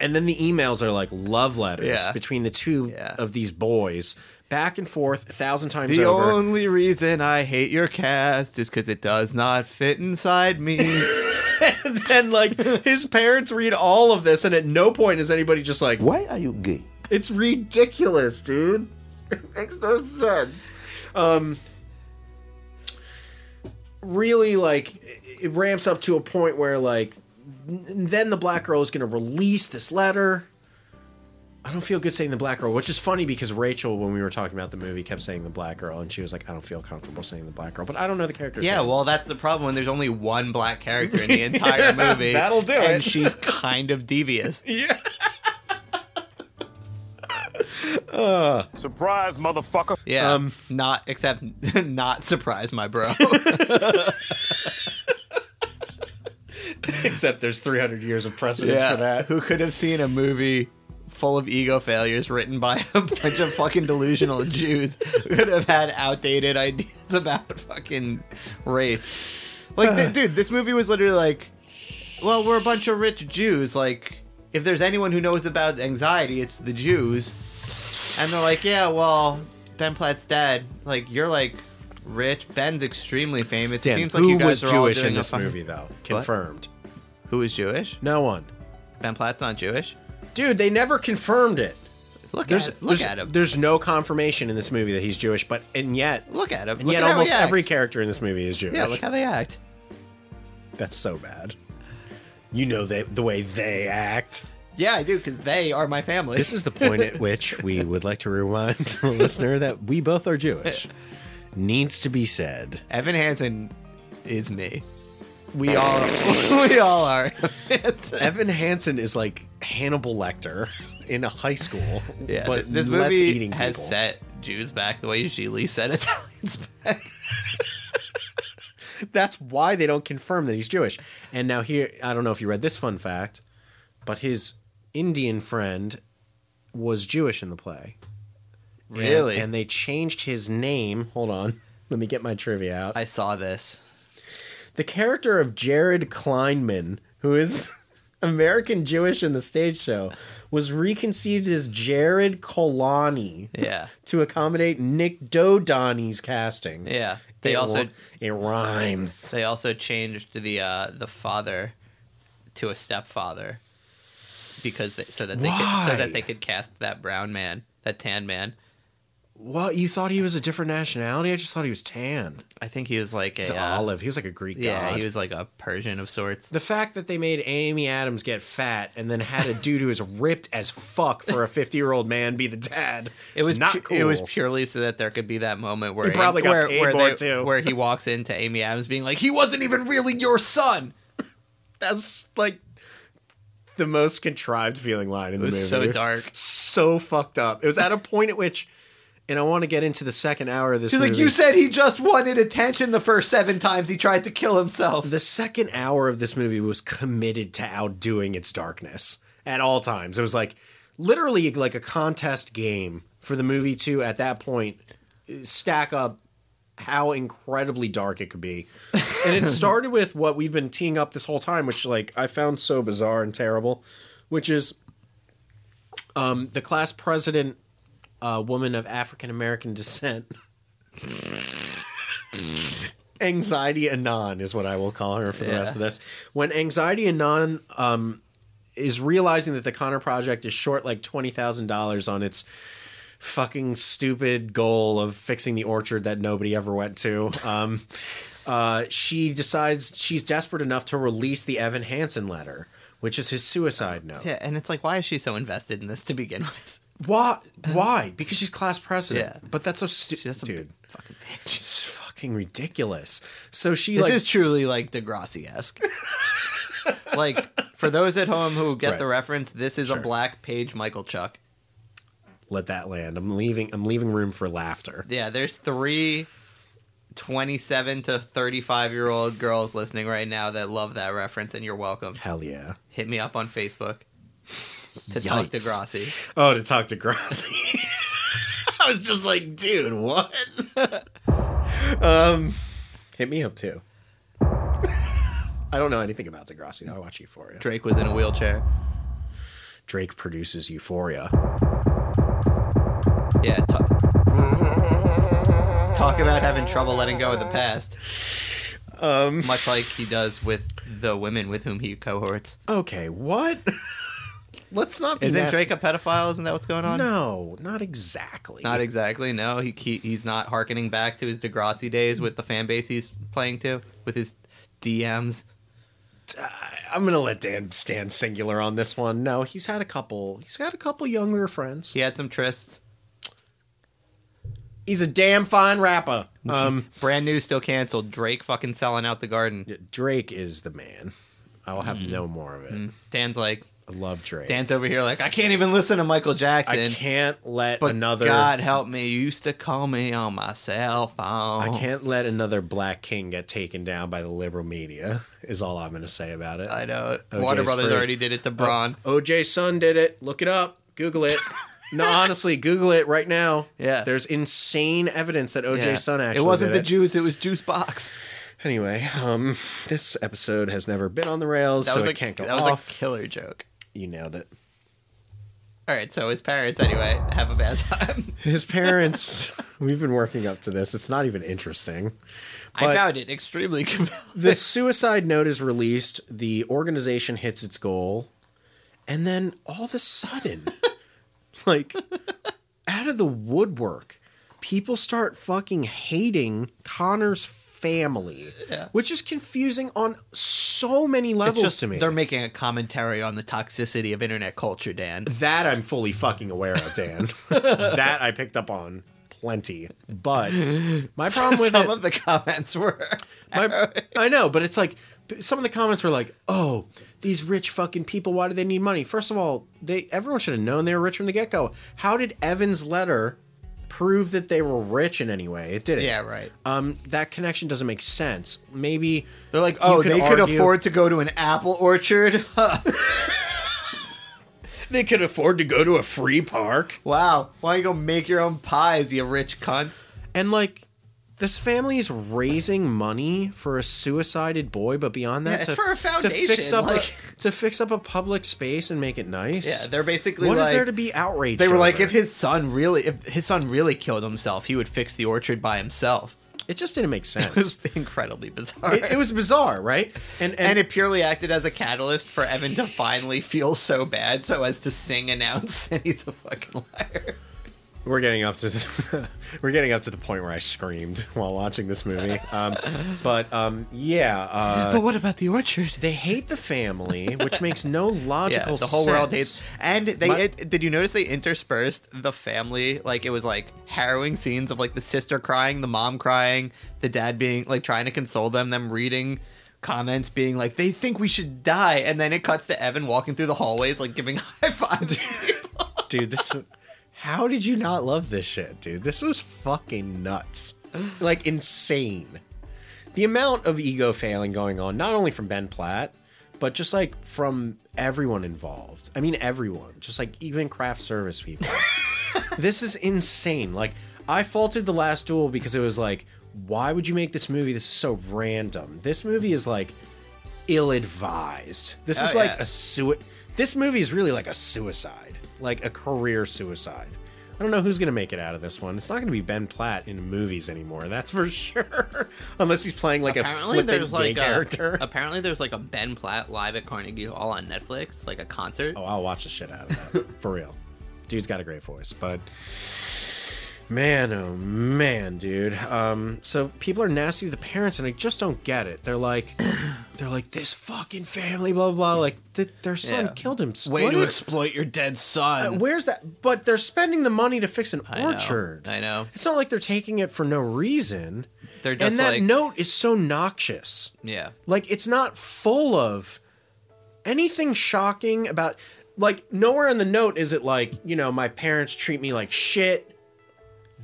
Speaker 1: And then the emails are like love letters
Speaker 4: Yeah.
Speaker 1: between the two
Speaker 4: Yeah.
Speaker 1: of these boys, back and forth a thousand times
Speaker 4: The
Speaker 1: over.
Speaker 4: only reason I hate your cast is because it does not fit inside me.
Speaker 1: and like his parents read all of this, and at no point is anybody just like,
Speaker 8: Why are you gay?
Speaker 1: It's ridiculous, dude. It makes no sense. Um really like it- it ramps up to a point where like n- then the black girl is going to release this letter. I don't feel good saying the black girl, which is funny because Rachel when we were talking about the movie kept saying the black girl and she was like I don't feel comfortable saying the black girl, but I don't know the character.
Speaker 4: yeah, well, that's the problem when there's only one black character in the entire movie.
Speaker 1: that'll do
Speaker 4: And
Speaker 1: it.
Speaker 4: she's kind of devious.
Speaker 6: Surprise, motherfucker.
Speaker 4: Yeah.
Speaker 1: Um,
Speaker 4: not, except, not surprise my bro.
Speaker 1: except there's 300 years of precedence for that.
Speaker 4: Who could have seen a movie full of ego failures written by a bunch of fucking delusional Jews who could have had outdated ideas about fucking race? Like, th- dude, this movie was literally like, well, we're a bunch of rich Jews. Like, if there's anyone who knows about anxiety, it's the Jews. And they're like, yeah, well, Ben Platt's dad, like, you're like rich. Ben's extremely famous.
Speaker 1: Dan,
Speaker 4: it seems like
Speaker 1: who
Speaker 4: you
Speaker 1: was
Speaker 4: guys are
Speaker 1: Jewish
Speaker 4: all doing
Speaker 1: in
Speaker 4: a
Speaker 1: this
Speaker 4: fucking-
Speaker 1: movie though? Confirmed.
Speaker 4: Who is Jewish?
Speaker 1: No one.
Speaker 4: Ben Platt's not Jewish.
Speaker 1: Dude, they never confirmed it.
Speaker 4: Look
Speaker 1: There's
Speaker 4: at look
Speaker 1: there's,
Speaker 4: at him.
Speaker 1: there's no confirmation in this movie that he's Jewish, but and yet
Speaker 4: Look at him.
Speaker 1: and
Speaker 4: look
Speaker 1: yet
Speaker 4: at how
Speaker 1: almost
Speaker 4: he acts.
Speaker 1: every character in this movie is Jewish.
Speaker 4: Yeah, look how they act.
Speaker 1: That's so bad. You know they, the way they act.
Speaker 4: Yeah, I do because they are my family.
Speaker 1: This is the point at which we would like to remind the listener that we both are Jewish. Needs to be said.
Speaker 4: Evan Hansen is me. We all we all are. It's-
Speaker 1: Evan Hansen is like Hannibal Lecter in a high school,
Speaker 4: yeah,
Speaker 1: but
Speaker 4: this
Speaker 1: less
Speaker 4: movie
Speaker 1: eating
Speaker 4: has
Speaker 1: people.
Speaker 4: set Jews back the way Gigli set Italians back.
Speaker 1: That's why they don't confirm that he's Jewish. And now here, I don't know if you read this fun fact, but his Indian friend was Jewish in the play. And-
Speaker 4: Really?
Speaker 1: And, they changed his name. Hold on. Let me get my trivia out.
Speaker 4: I saw this.
Speaker 1: the character of Jared Kleinman, who is American Jewish in the stage show, was reconceived as Jared Kolani
Speaker 4: Yeah,
Speaker 1: to accommodate Nick Dodani's casting.
Speaker 4: yeah. They
Speaker 1: It
Speaker 4: also
Speaker 1: ri- it rhymes.
Speaker 4: they also changed the uh, the father to a stepfather s- because they, so that they could,
Speaker 1: Why?
Speaker 4: so that they could cast that brown man, that tan man.
Speaker 1: Well, you thought he was a different nationality? I just thought he was tan.
Speaker 4: I think he was like a
Speaker 1: He's
Speaker 4: uh,
Speaker 1: olive. He was like a Greek
Speaker 4: Yeah,
Speaker 1: god.
Speaker 4: he was like a Persian of sorts.
Speaker 1: the fact that they made Amy Adams get fat and then had a dude who is ripped as fuck for a 50 year old man be the dad.
Speaker 4: It was
Speaker 1: not
Speaker 4: pu-
Speaker 1: cool.
Speaker 4: it was purely so that there could be that moment where
Speaker 1: He probably got
Speaker 4: where,
Speaker 1: paid
Speaker 4: where,
Speaker 1: more, too.
Speaker 4: where he walks into Amy Adams being like, "He wasn't even really your son."
Speaker 1: That's like the most contrived feeling line in the
Speaker 4: was
Speaker 1: movie.
Speaker 4: so dark.
Speaker 1: so fucked up. It was at a point at which and I want to get into the second hour of this.
Speaker 4: She's like,
Speaker 1: movie.
Speaker 4: you said he just wanted attention the first seven times he tried to kill himself.
Speaker 1: the second hour of this movie was committed to outdoing its darkness at all times. It was like literally like a contest game for the movie to at that point stack up how incredibly dark it could be. And it started with what we've been teeing up this whole time, which like I found so bizarre and terrible, which is um, the class president, uh, woman of African American descent. Anxiety Anon is what I will call her for the
Speaker 4: Yeah.
Speaker 1: rest of this. When Anxiety Anon um, is realizing that the Connor Project is short like twenty thousand dollars on its fucking stupid goal of fixing the orchard that nobody ever went to. Um, uh, she decides she's desperate enough to release the Evan Hansen letter, which is his suicide note.
Speaker 4: Yeah, and it's like, why is she so invested in this to begin with?
Speaker 1: Why? Why? Because she's class president.
Speaker 4: Yeah.
Speaker 1: But that's so
Speaker 4: She's
Speaker 1: stupid,
Speaker 4: a
Speaker 1: dude.
Speaker 4: fucking bitch.
Speaker 1: It's fucking ridiculous. So she
Speaker 4: This
Speaker 1: like
Speaker 4: is truly like Degrassi esque. like for those at home who get
Speaker 1: Right.
Speaker 4: the reference, this is
Speaker 1: Sure.
Speaker 4: a black page Michael Chuck.
Speaker 1: let that land. I'm leaving. I'm leaving room for laughter.
Speaker 4: Yeah, there's three 27 to 35 year old girls listening right now that love that reference, and you're welcome.
Speaker 1: Hell yeah.
Speaker 4: Hit me up on Facebook to talk
Speaker 1: Yikes.
Speaker 4: Degrassi.
Speaker 1: Oh, to talk to Grassi. I was just like, dude, what? um, hit me up too. I don't know anything about Degrassi. though. I watch Euphoria.
Speaker 4: Drake was in a wheelchair.
Speaker 1: Drake produces Euphoria.
Speaker 4: Yeah, talk. Talk about having trouble letting go of the past. Um, much like he does with the women with whom he cohorts.
Speaker 1: Okay, what? Let's not be
Speaker 4: Isn't
Speaker 1: nasty.
Speaker 4: Drake a pedophile? Isn't that what's going on?
Speaker 1: No, not exactly.
Speaker 4: Not exactly. No, he, he he's not harkening back to his Degrassi days with the fan base he's playing to with his DMs.
Speaker 1: I'm gonna let Dan stand singular on this one. No, he's had a couple. He's got a couple younger friends.
Speaker 4: He had some trysts.
Speaker 1: He's a damn fine rapper. Um,
Speaker 4: Brand new, still canceled. Drake fucking selling out the garden.
Speaker 1: Drake is the man. I will
Speaker 4: Hmm.
Speaker 1: have no more of it.
Speaker 4: Dan's like
Speaker 1: I love Drake.
Speaker 4: Dan's over here like I can't even listen to Michael Jackson.
Speaker 1: I can't let
Speaker 4: But
Speaker 1: another.
Speaker 4: God help me, you used to call me on my cell phone.
Speaker 1: I can't let another black king get taken down by the liberal media. Is all I'm gonna say about it.
Speaker 4: I know.
Speaker 1: OJ's
Speaker 4: Water Brothers
Speaker 1: free.
Speaker 4: already did it to Braun.
Speaker 1: OJ's son did it. Look it up. Google it. no, honestly, Google it right now.
Speaker 4: Yeah.
Speaker 1: There's insane evidence that OJ's
Speaker 4: Yeah.
Speaker 1: son actually
Speaker 4: It wasn't
Speaker 1: did
Speaker 4: the Jews. It was Juice Box.
Speaker 1: Anyway, um, this episode has never been on the rails,
Speaker 4: That
Speaker 1: so
Speaker 4: was
Speaker 1: it
Speaker 4: a
Speaker 1: can't go
Speaker 4: that was
Speaker 1: off.
Speaker 4: a killer joke.
Speaker 1: You nailed it.
Speaker 4: All right, so his parents anyway have a bad time.
Speaker 1: His parents. we've been working up to this. It's not even interesting.
Speaker 4: I
Speaker 1: But-
Speaker 4: found it extremely compelling.
Speaker 1: the suicide note is released. The organization hits its goal, and then all of a sudden, like out of the woodwork, people start fucking hating Connor's family, which is confusing on so many levels to me.
Speaker 4: They're making a commentary on the toxicity of internet culture, Dan.
Speaker 1: That I'm fully fucking aware of, Dan. that I picked up on plenty. But my problem with
Speaker 4: Some
Speaker 1: it,
Speaker 4: of the comments were.
Speaker 1: my, I know, but it's like p- some of the comments were like, "Oh, these rich fucking people, why do they need money?" First of all, they everyone should have known they were rich from the get-go. How did Evan's letter prove that they were rich in any way? It didn't.
Speaker 4: Yeah, right.
Speaker 1: Um, that connection doesn't make sense. Maybe
Speaker 4: They're like,
Speaker 1: you
Speaker 4: oh, they could
Speaker 1: argue-
Speaker 4: afford to go to an apple orchard.
Speaker 1: they could afford to go to a free park.
Speaker 4: wow, why don't you go make your own pies, you rich cunts?
Speaker 1: And like this family is raising money for a suicided boy, but beyond that,
Speaker 4: Yeah,
Speaker 1: to,
Speaker 4: for a
Speaker 1: to
Speaker 4: foundation,
Speaker 1: fix up
Speaker 4: like-
Speaker 1: a, to fix up a public space and make it nice.
Speaker 4: Yeah, they're basically
Speaker 1: What is
Speaker 4: like,
Speaker 1: there to be outraged?
Speaker 4: They were like,
Speaker 1: over?
Speaker 4: if his son really, if his son really killed himself, he would fix the orchard by himself.
Speaker 1: it just didn't make
Speaker 4: It was
Speaker 1: sense.
Speaker 4: incredibly bizarre.
Speaker 1: it, it was bizarre, right? And and,
Speaker 4: and it purely acted as a catalyst for Evan to finally feel so bad, so as to sing announce that he's a fucking liar.
Speaker 1: we're getting up to the, we're getting up to the point where I screamed while watching this movie. Um, but um, yeah, uh,
Speaker 4: but what about the orchard?
Speaker 1: they hate the family, which makes no
Speaker 4: Yeah,
Speaker 1: logical.
Speaker 4: the whole world
Speaker 1: sense.
Speaker 4: hates. And they
Speaker 1: My-
Speaker 4: it, did you notice they interspersed the family like it was like harrowing scenes of like the sister crying, the mom crying, the dad being like trying to console them, them reading comments being like they think we should die, and then it cuts to Evan walking through the hallways like giving high fives. to people.
Speaker 1: dude. This How did you not love this shit, dude? This was fucking nuts. Like insane. The amount of ego failing going on, not only from Ben Platt, but just like from everyone involved. I mean, everyone, just like even craft service people. this is insane. Like, I faulted The Last Duel because it was like, why would you make this movie? This is so random. This movie is like ill advised. This
Speaker 4: Oh,
Speaker 1: is like
Speaker 4: yeah.
Speaker 1: a sui- This movie is really like a suicide, like a career suicide. I don't know who's going to make it out of this one. It's not going to be Ben Platt in movies anymore, that's for sure. Unless he's playing like
Speaker 4: apparently
Speaker 1: a flippant
Speaker 4: there's
Speaker 1: gay
Speaker 4: like a,
Speaker 1: character.
Speaker 4: apparently there's like a Ben Platt live at Carnegie Hall on Netflix, like a concert.
Speaker 1: Oh, I'll watch the shit out of that for real. Dude's got a great voice, but man, oh man, dude. Um, so people are nasty to the parents, and I just don't get it. They're like, they're like this fucking family, blah blah. blah. Like th- their son
Speaker 4: Yeah.
Speaker 1: killed himself.
Speaker 8: Way to exploit your dead son.
Speaker 1: Where's that? But they're spending the money to fix an
Speaker 4: uh, I know,
Speaker 1: orchard.
Speaker 4: I know.
Speaker 1: It's not like they're taking it for no reason.
Speaker 4: They're just
Speaker 1: and that
Speaker 4: like-
Speaker 1: note is so noxious.
Speaker 4: Yeah.
Speaker 1: Like it's not full of anything shocking about like nowhere in the note is it like, you know, my parents treat me like shit.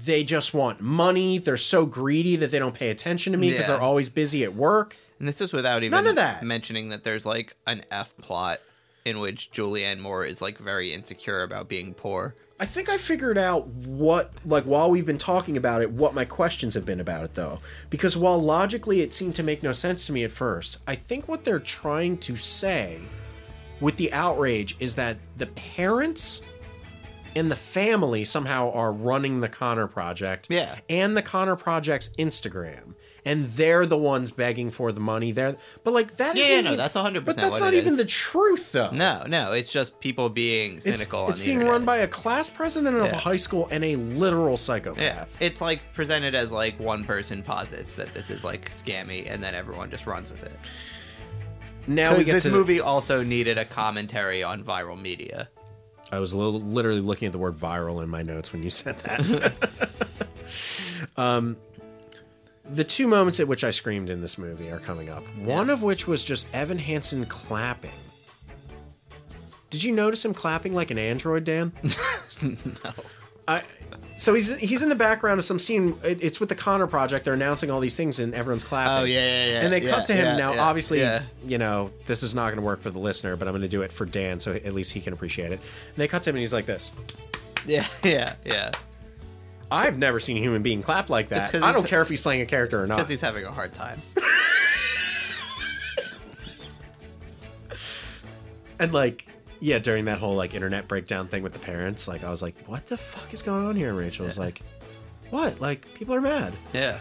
Speaker 1: They just want money. They're so greedy that they don't pay attention to me because
Speaker 4: Yeah.
Speaker 1: they're always busy at work.
Speaker 4: And this is without even
Speaker 1: None of that.
Speaker 4: mentioning that there's like an F plot in which Julianne Moore is like very insecure about being poor.
Speaker 1: I think I figured out what, like, while we've been talking about it, what my questions have been about it, though. Because while logically it seemed to make no sense to me at first, I think what they're trying to say with the outrage is that the parents and the family somehow are running the Connor Project.
Speaker 4: Yeah.
Speaker 1: And the Connor Project's Instagram. And they're the ones begging for the money. They're, but like that
Speaker 4: Yeah,
Speaker 1: isn't
Speaker 4: yeah, no,
Speaker 1: e-
Speaker 4: that's 100%
Speaker 1: But that's
Speaker 4: what
Speaker 1: not
Speaker 4: it
Speaker 1: even
Speaker 4: is.
Speaker 1: the truth, though
Speaker 4: No, no, it's just people being cynical.
Speaker 1: it's, it's
Speaker 4: on the
Speaker 1: being
Speaker 4: internet.
Speaker 1: run by a class president of a
Speaker 4: Yeah.
Speaker 1: high school and a literal psychopath
Speaker 4: Yeah, it's like presented as like one person posits that this is like scammy, and then everyone just runs with it.
Speaker 1: now we
Speaker 4: Because
Speaker 1: get
Speaker 4: this
Speaker 1: to
Speaker 4: movie also needed a commentary on viral media.
Speaker 1: i was li- literally looking at the word viral in my notes when you said that um the two moments at which i screamed in this movie are coming up one of which was just evan hansen clapping did you notice him clapping like an android dan no i so he's he's in the background of some scene. It- It's with the Connor Project. They're announcing all these things and everyone's clapping.
Speaker 4: Oh, yeah, yeah, yeah,
Speaker 1: And they
Speaker 4: yeah,
Speaker 1: cut to him
Speaker 4: yeah,
Speaker 1: now.
Speaker 4: yeah,
Speaker 1: obviously,
Speaker 4: yeah.
Speaker 1: you know this is not going to work for the listener, but I'm going to do it for Dan, so at least he can appreciate it. And they cut to him and he's like this.
Speaker 4: Yeah, yeah, yeah.
Speaker 1: I've never seen a human being clap like
Speaker 4: It's
Speaker 1: that.
Speaker 4: 'cause
Speaker 1: I don't
Speaker 4: he's-
Speaker 1: care if he's playing a character or
Speaker 4: Because
Speaker 1: not.
Speaker 4: he's having a hard time.
Speaker 1: And like, yeah, during that whole like internet breakdown thing with the parents, like I was like, what the fuck is going on here? And Rachel was like, what? Like people are mad.
Speaker 4: Yeah,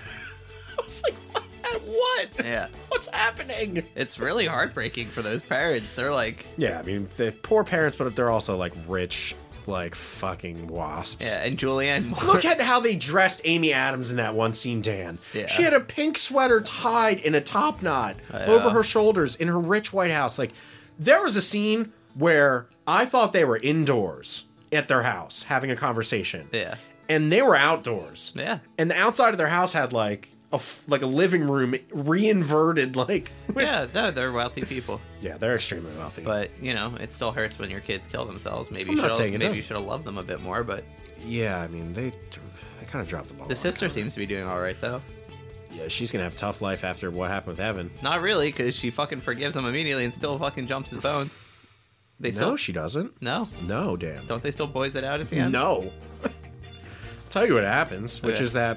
Speaker 1: I was like, what? At what?
Speaker 4: yeah.
Speaker 1: What's happening?
Speaker 4: It's really heartbreaking for those parents. They're like,
Speaker 1: Yeah, I mean, the poor parents, but they're also like rich, like fucking wasps.
Speaker 4: yeah, and Julianne Moore.
Speaker 1: Look at how they dressed Amy Adams in that one scene, Dan.
Speaker 4: Yeah.
Speaker 1: She had a pink sweater tied in a top knot
Speaker 4: I
Speaker 1: over
Speaker 4: know.
Speaker 1: her shoulders in her rich White House. Like, there was a scene where I thought they were indoors at their house having a conversation.
Speaker 4: Yeah.
Speaker 1: And they were outdoors.
Speaker 4: Yeah.
Speaker 1: And the outside of their house had like a f- like a living room reinverted like
Speaker 4: Yeah, no, they're wealthy people.
Speaker 1: yeah, they're extremely wealthy.
Speaker 4: But, you know, it still hurts when your kids kill themselves. Maybe you
Speaker 1: I'm not
Speaker 4: should
Speaker 1: saying it
Speaker 4: maybe you
Speaker 1: doesn't.
Speaker 4: should have loved them a bit more, but
Speaker 1: yeah, I mean, they they kind of dropped the ball.
Speaker 4: the
Speaker 1: on
Speaker 4: sister seems to be doing all right though.
Speaker 1: Yeah, she's gonna have a tough life after what happened with Evan.
Speaker 4: Not really cuz she fucking forgives him immediately and still fucking jumps his bones. They
Speaker 1: No,
Speaker 4: still
Speaker 1: she doesn't.
Speaker 4: No.
Speaker 1: No, Dan.
Speaker 4: Don't they still boys it out at the end?
Speaker 1: No. I'll tell you what happens, which
Speaker 4: Okay.
Speaker 1: is that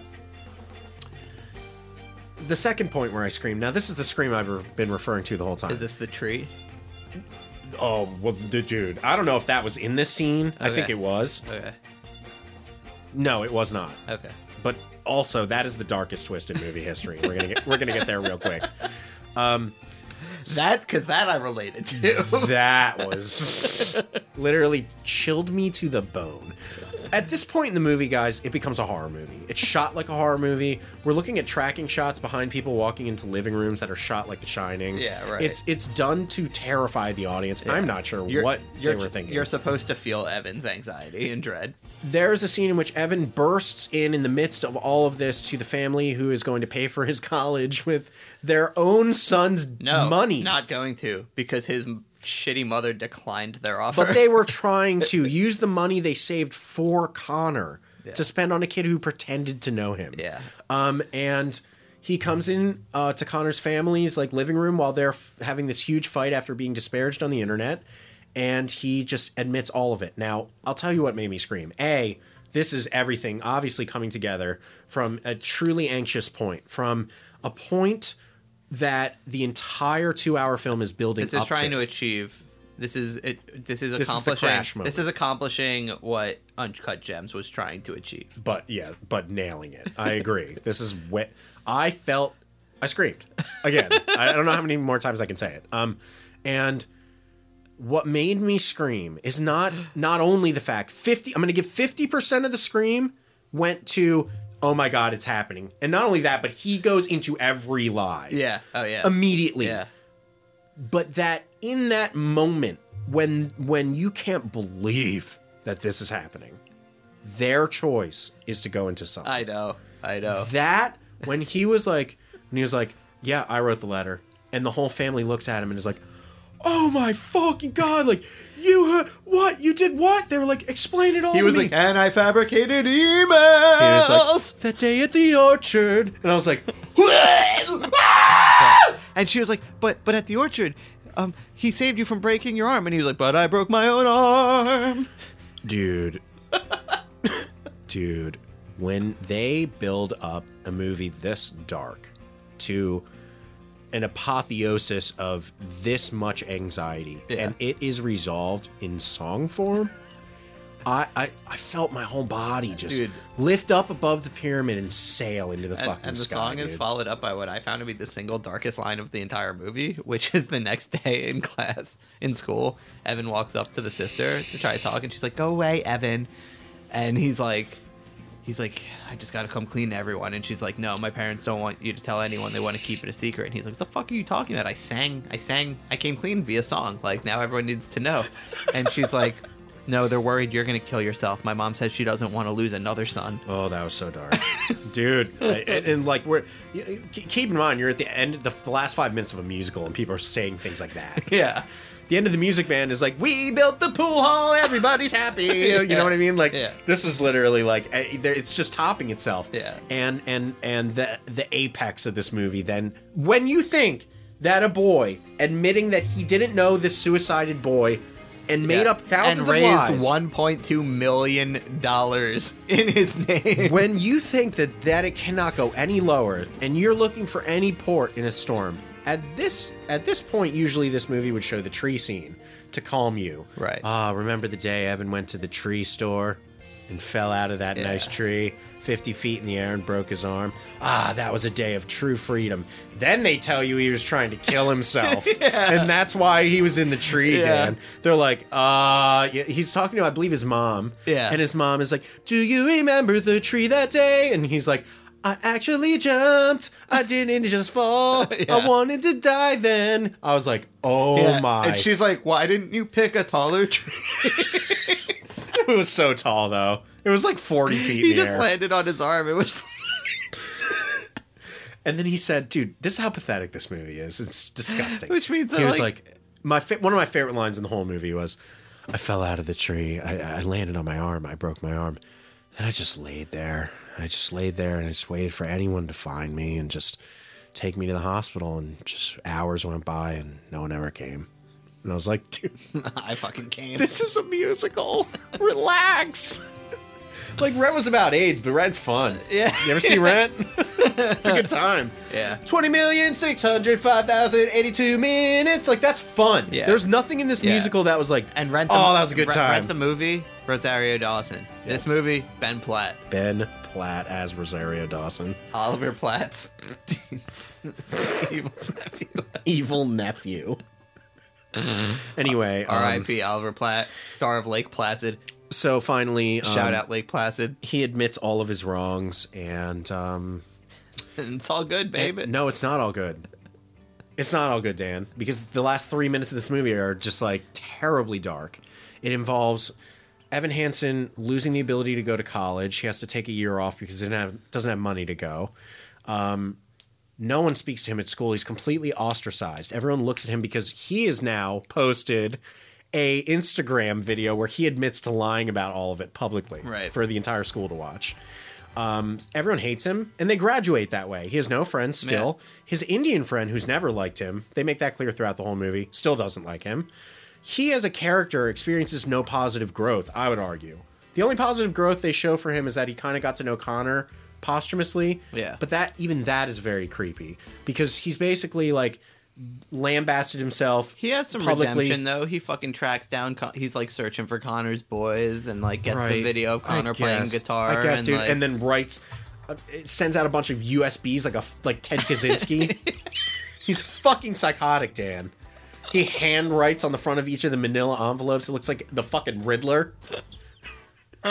Speaker 1: the second point where I scream. Now, this is the scream I've re- been referring to the whole time.
Speaker 4: Is this the tree?
Speaker 1: oh, well, the dude. I don't know if that was in this scene. I think
Speaker 4: Okay.
Speaker 1: it was.
Speaker 4: Okay.
Speaker 1: No, it was not.
Speaker 4: Okay.
Speaker 1: but also that is the darkest twist in movie history. We're gonna get we're gonna get there real quick.
Speaker 4: That cuz that I related to.
Speaker 1: That was literally chilled me to the bone. At this point in the movie, guys, it becomes a horror movie. It's shot like a horror movie. We're looking at tracking shots behind people walking into living rooms that are shot like The Shining.
Speaker 4: Yeah, right.
Speaker 1: It's it's done to terrify the audience. I'm not sure
Speaker 4: You're-
Speaker 1: what
Speaker 4: you're,
Speaker 1: they were thinking.
Speaker 4: You're supposed to feel Evan's anxiety and dread.
Speaker 1: there is a scene in which Evan bursts in in the midst of all of this to the family who is going to pay for his college with their own son's
Speaker 4: No,
Speaker 1: money.
Speaker 4: Not going to because his shitty mother declined their offer.
Speaker 1: But they were trying to use the money they saved for Connor
Speaker 4: Yeah.
Speaker 1: to spend on a kid who pretended to know him.
Speaker 4: Yeah.
Speaker 1: Um, and he comes in uh, to Connor's family's like living room while they're f- having this huge fight after being disparaged on the internet, and he just admits all of it. Now, I'll tell you what made me scream. A, this is everything obviously coming together from a truly anxious point, from a point that the entire two-hour film is building.
Speaker 4: this is
Speaker 1: up
Speaker 4: trying
Speaker 1: to
Speaker 4: to achieve. This is it. This is
Speaker 1: This is the
Speaker 4: accomplishing.
Speaker 1: crash moment.
Speaker 4: this is accomplishing what Uncut Gems was trying to achieve.
Speaker 1: but yeah, but nailing it. I agree. this is wet. I felt. I screamed again. I I don't know how many more times I can say it. Um, and what made me scream is not not only the fact fifty. I'm going to give fifty percent of the scream went to. Oh my god, it's happening! And not only that, but he goes into every lie
Speaker 4: Yeah. Oh yeah.
Speaker 1: immediately
Speaker 4: yeah.
Speaker 1: but that in that moment when when you can't believe that this is happening their choice is to go into something
Speaker 4: I know. I know.
Speaker 1: that when he was like and he was like yeah i wrote the letter and the whole family looks at him and is like oh my fucking god like you uh, what you did what they were like explain it all
Speaker 4: He
Speaker 1: to
Speaker 4: was
Speaker 1: me.
Speaker 4: like, and I fabricated
Speaker 1: And he
Speaker 4: emails.
Speaker 1: was like that day at the orchard and i was like
Speaker 4: And she was like, "But but at the orchard, um, he saved you from breaking your arm." And he was like, "But I broke my own arm."
Speaker 1: dude dude when they build up a movie this dark to an apotheosis of this much anxiety
Speaker 4: Yeah.
Speaker 1: and it is resolved in song form I, I, I felt my whole body just
Speaker 4: Dude.
Speaker 1: lift up above the pyramid and sail into the
Speaker 4: And,
Speaker 1: fucking
Speaker 4: and the
Speaker 1: sky.
Speaker 4: song is
Speaker 1: dude.
Speaker 4: followed up by what I found to be the single darkest line of the entire movie, which is the next day in class in school. Evan walks up to the sister to try to talk, and she's like, "Go away, Evan," and he's like. He's like, I just gotta come clean to everyone, and she's like, No, my parents don't want you to tell anyone. They want to keep it a secret. And he's like, The fuck are you talking about? I sang, I sang, I came clean via song. Like now everyone needs to know. And she's like, No, they're worried you're gonna kill yourself. My mom says she doesn't want to lose another son.
Speaker 1: Oh, that was so dark, dude. I- and, and, like, we're y- y- keep in mind, you're at the end, the, the last five minutes of a musical, and people are saying things like that.
Speaker 4: Yeah.
Speaker 1: the end of the music band is like, "We built the pool hall, everybody's happy." You
Speaker 4: Yeah.
Speaker 1: know what I mean? Like,
Speaker 4: Yeah.
Speaker 1: this is literally like eh, there- it's just topping itself.
Speaker 4: Yeah.
Speaker 1: And and and the the apex of this movie. Then when you think that a boy admitting that he didn't know this suicided boy and made
Speaker 4: Yeah.
Speaker 1: up thousands
Speaker 4: and
Speaker 1: of lies.
Speaker 4: raised 1.2 million dollars in his name.
Speaker 1: when you think that that it cannot go any lower and you're looking for any port in a storm at this at this point usually this movie would show the tree scene to calm you
Speaker 4: Right.
Speaker 1: ah remember the day evan went to the tree store and fell out of that nice
Speaker 4: Yeah.
Speaker 1: tree 50 feet in the air and broke his arm ah that was a day of true freedom then they tell you he was trying to kill himself and that's why he was in the tree
Speaker 4: Yeah.
Speaker 1: dan they're like uh yeah, he's talking to i believe his mom
Speaker 4: Yeah.
Speaker 1: and his mom is like, Do you remember the tree that day? And he's like, I actually jumped. I didn't just fall. I wanted to die then. I was like, Oh
Speaker 4: Yeah.
Speaker 1: my.
Speaker 4: And she's like, "Why didn't you pick a taller tree?"
Speaker 1: it was so tall, though. It was like 40 feet
Speaker 4: he
Speaker 1: in the
Speaker 4: just
Speaker 1: air.
Speaker 4: landed on his arm. It was
Speaker 1: and then he said, Dude, this is how pathetic this movie is. It's disgusting.
Speaker 4: Which means
Speaker 1: he
Speaker 4: that,
Speaker 1: was
Speaker 4: like-
Speaker 1: like, my fa- One of my favorite lines in the whole movie was, I fell out of the tree. I, I landed on my arm. I broke my arm. Then I just laid there. I just laid there and I just waited for anyone to find me and just take me to the hospital. And just hours went by and no one ever came. And I was like, dude,
Speaker 4: I fucking came.
Speaker 1: this is a musical. Relax. Like Rent was about AIDS, but Rent's fun.
Speaker 4: Yeah.
Speaker 1: You ever see Rent? it's a good time.
Speaker 4: Yeah.
Speaker 1: 20,605,082 minutes. Like that's fun.
Speaker 4: Yeah.
Speaker 1: There's nothing in this
Speaker 4: Yeah.
Speaker 1: musical that was like
Speaker 4: And rent. The,
Speaker 1: Oh, that was a good
Speaker 4: rent,
Speaker 1: time.
Speaker 4: Rent the movie. Rosario Dawson. This movie, Ben Platt,
Speaker 1: Ben Platt as Rosario Dawson.
Speaker 4: Oliver Platt's evil
Speaker 1: Um,
Speaker 4: nephew.
Speaker 1: Evil nephew. anyway, um,
Speaker 4: R.I.P. Oliver Platt, star of Lake Placid.
Speaker 1: so finally um,
Speaker 4: Shout out Lake Placid.
Speaker 1: He admits all of his wrongs and um
Speaker 4: it's all good, baby.
Speaker 1: No, it's not all good. It's not all good, Dan, because the last three minutes of this movie are just like terribly dark. It involves Evan Hansen losing the ability to go to college. He has to take a year off because he doesn't have, doesn't have money to go. Um, No one speaks to him at school. He's completely ostracized. Everyone looks at him because he is now posted a Instagram video where he admits to lying about all of it publicly
Speaker 4: Right.
Speaker 1: for the entire school to watch. Um, everyone hates him, and they graduate that way. He has no friends still. His Indian friend, who's never liked him, they make that clear throughout the whole movie, still doesn't like him. He, as a character, experiences no positive growth, I would argue. The only positive growth they show for him is that he kind of got to know Connor posthumously.
Speaker 4: Yeah.
Speaker 1: But that, even that is very creepy because he's basically like lambasted himself.
Speaker 4: He has some redemption though. He fucking tracks down. Con- he's like searching for Connor's boys and like gets the
Speaker 1: Right.
Speaker 4: video of
Speaker 1: I
Speaker 4: Connor playing
Speaker 1: guessed.
Speaker 4: guitar.
Speaker 1: I guess,
Speaker 4: and,
Speaker 1: dude,
Speaker 4: like-
Speaker 1: and then writes, uh, it sends out a bunch of USBs like a f- like Ted Kaczynski. He's fucking psychotic, Dan. He hand writes on the front of each of the Manila envelopes. It looks like the fucking Riddler.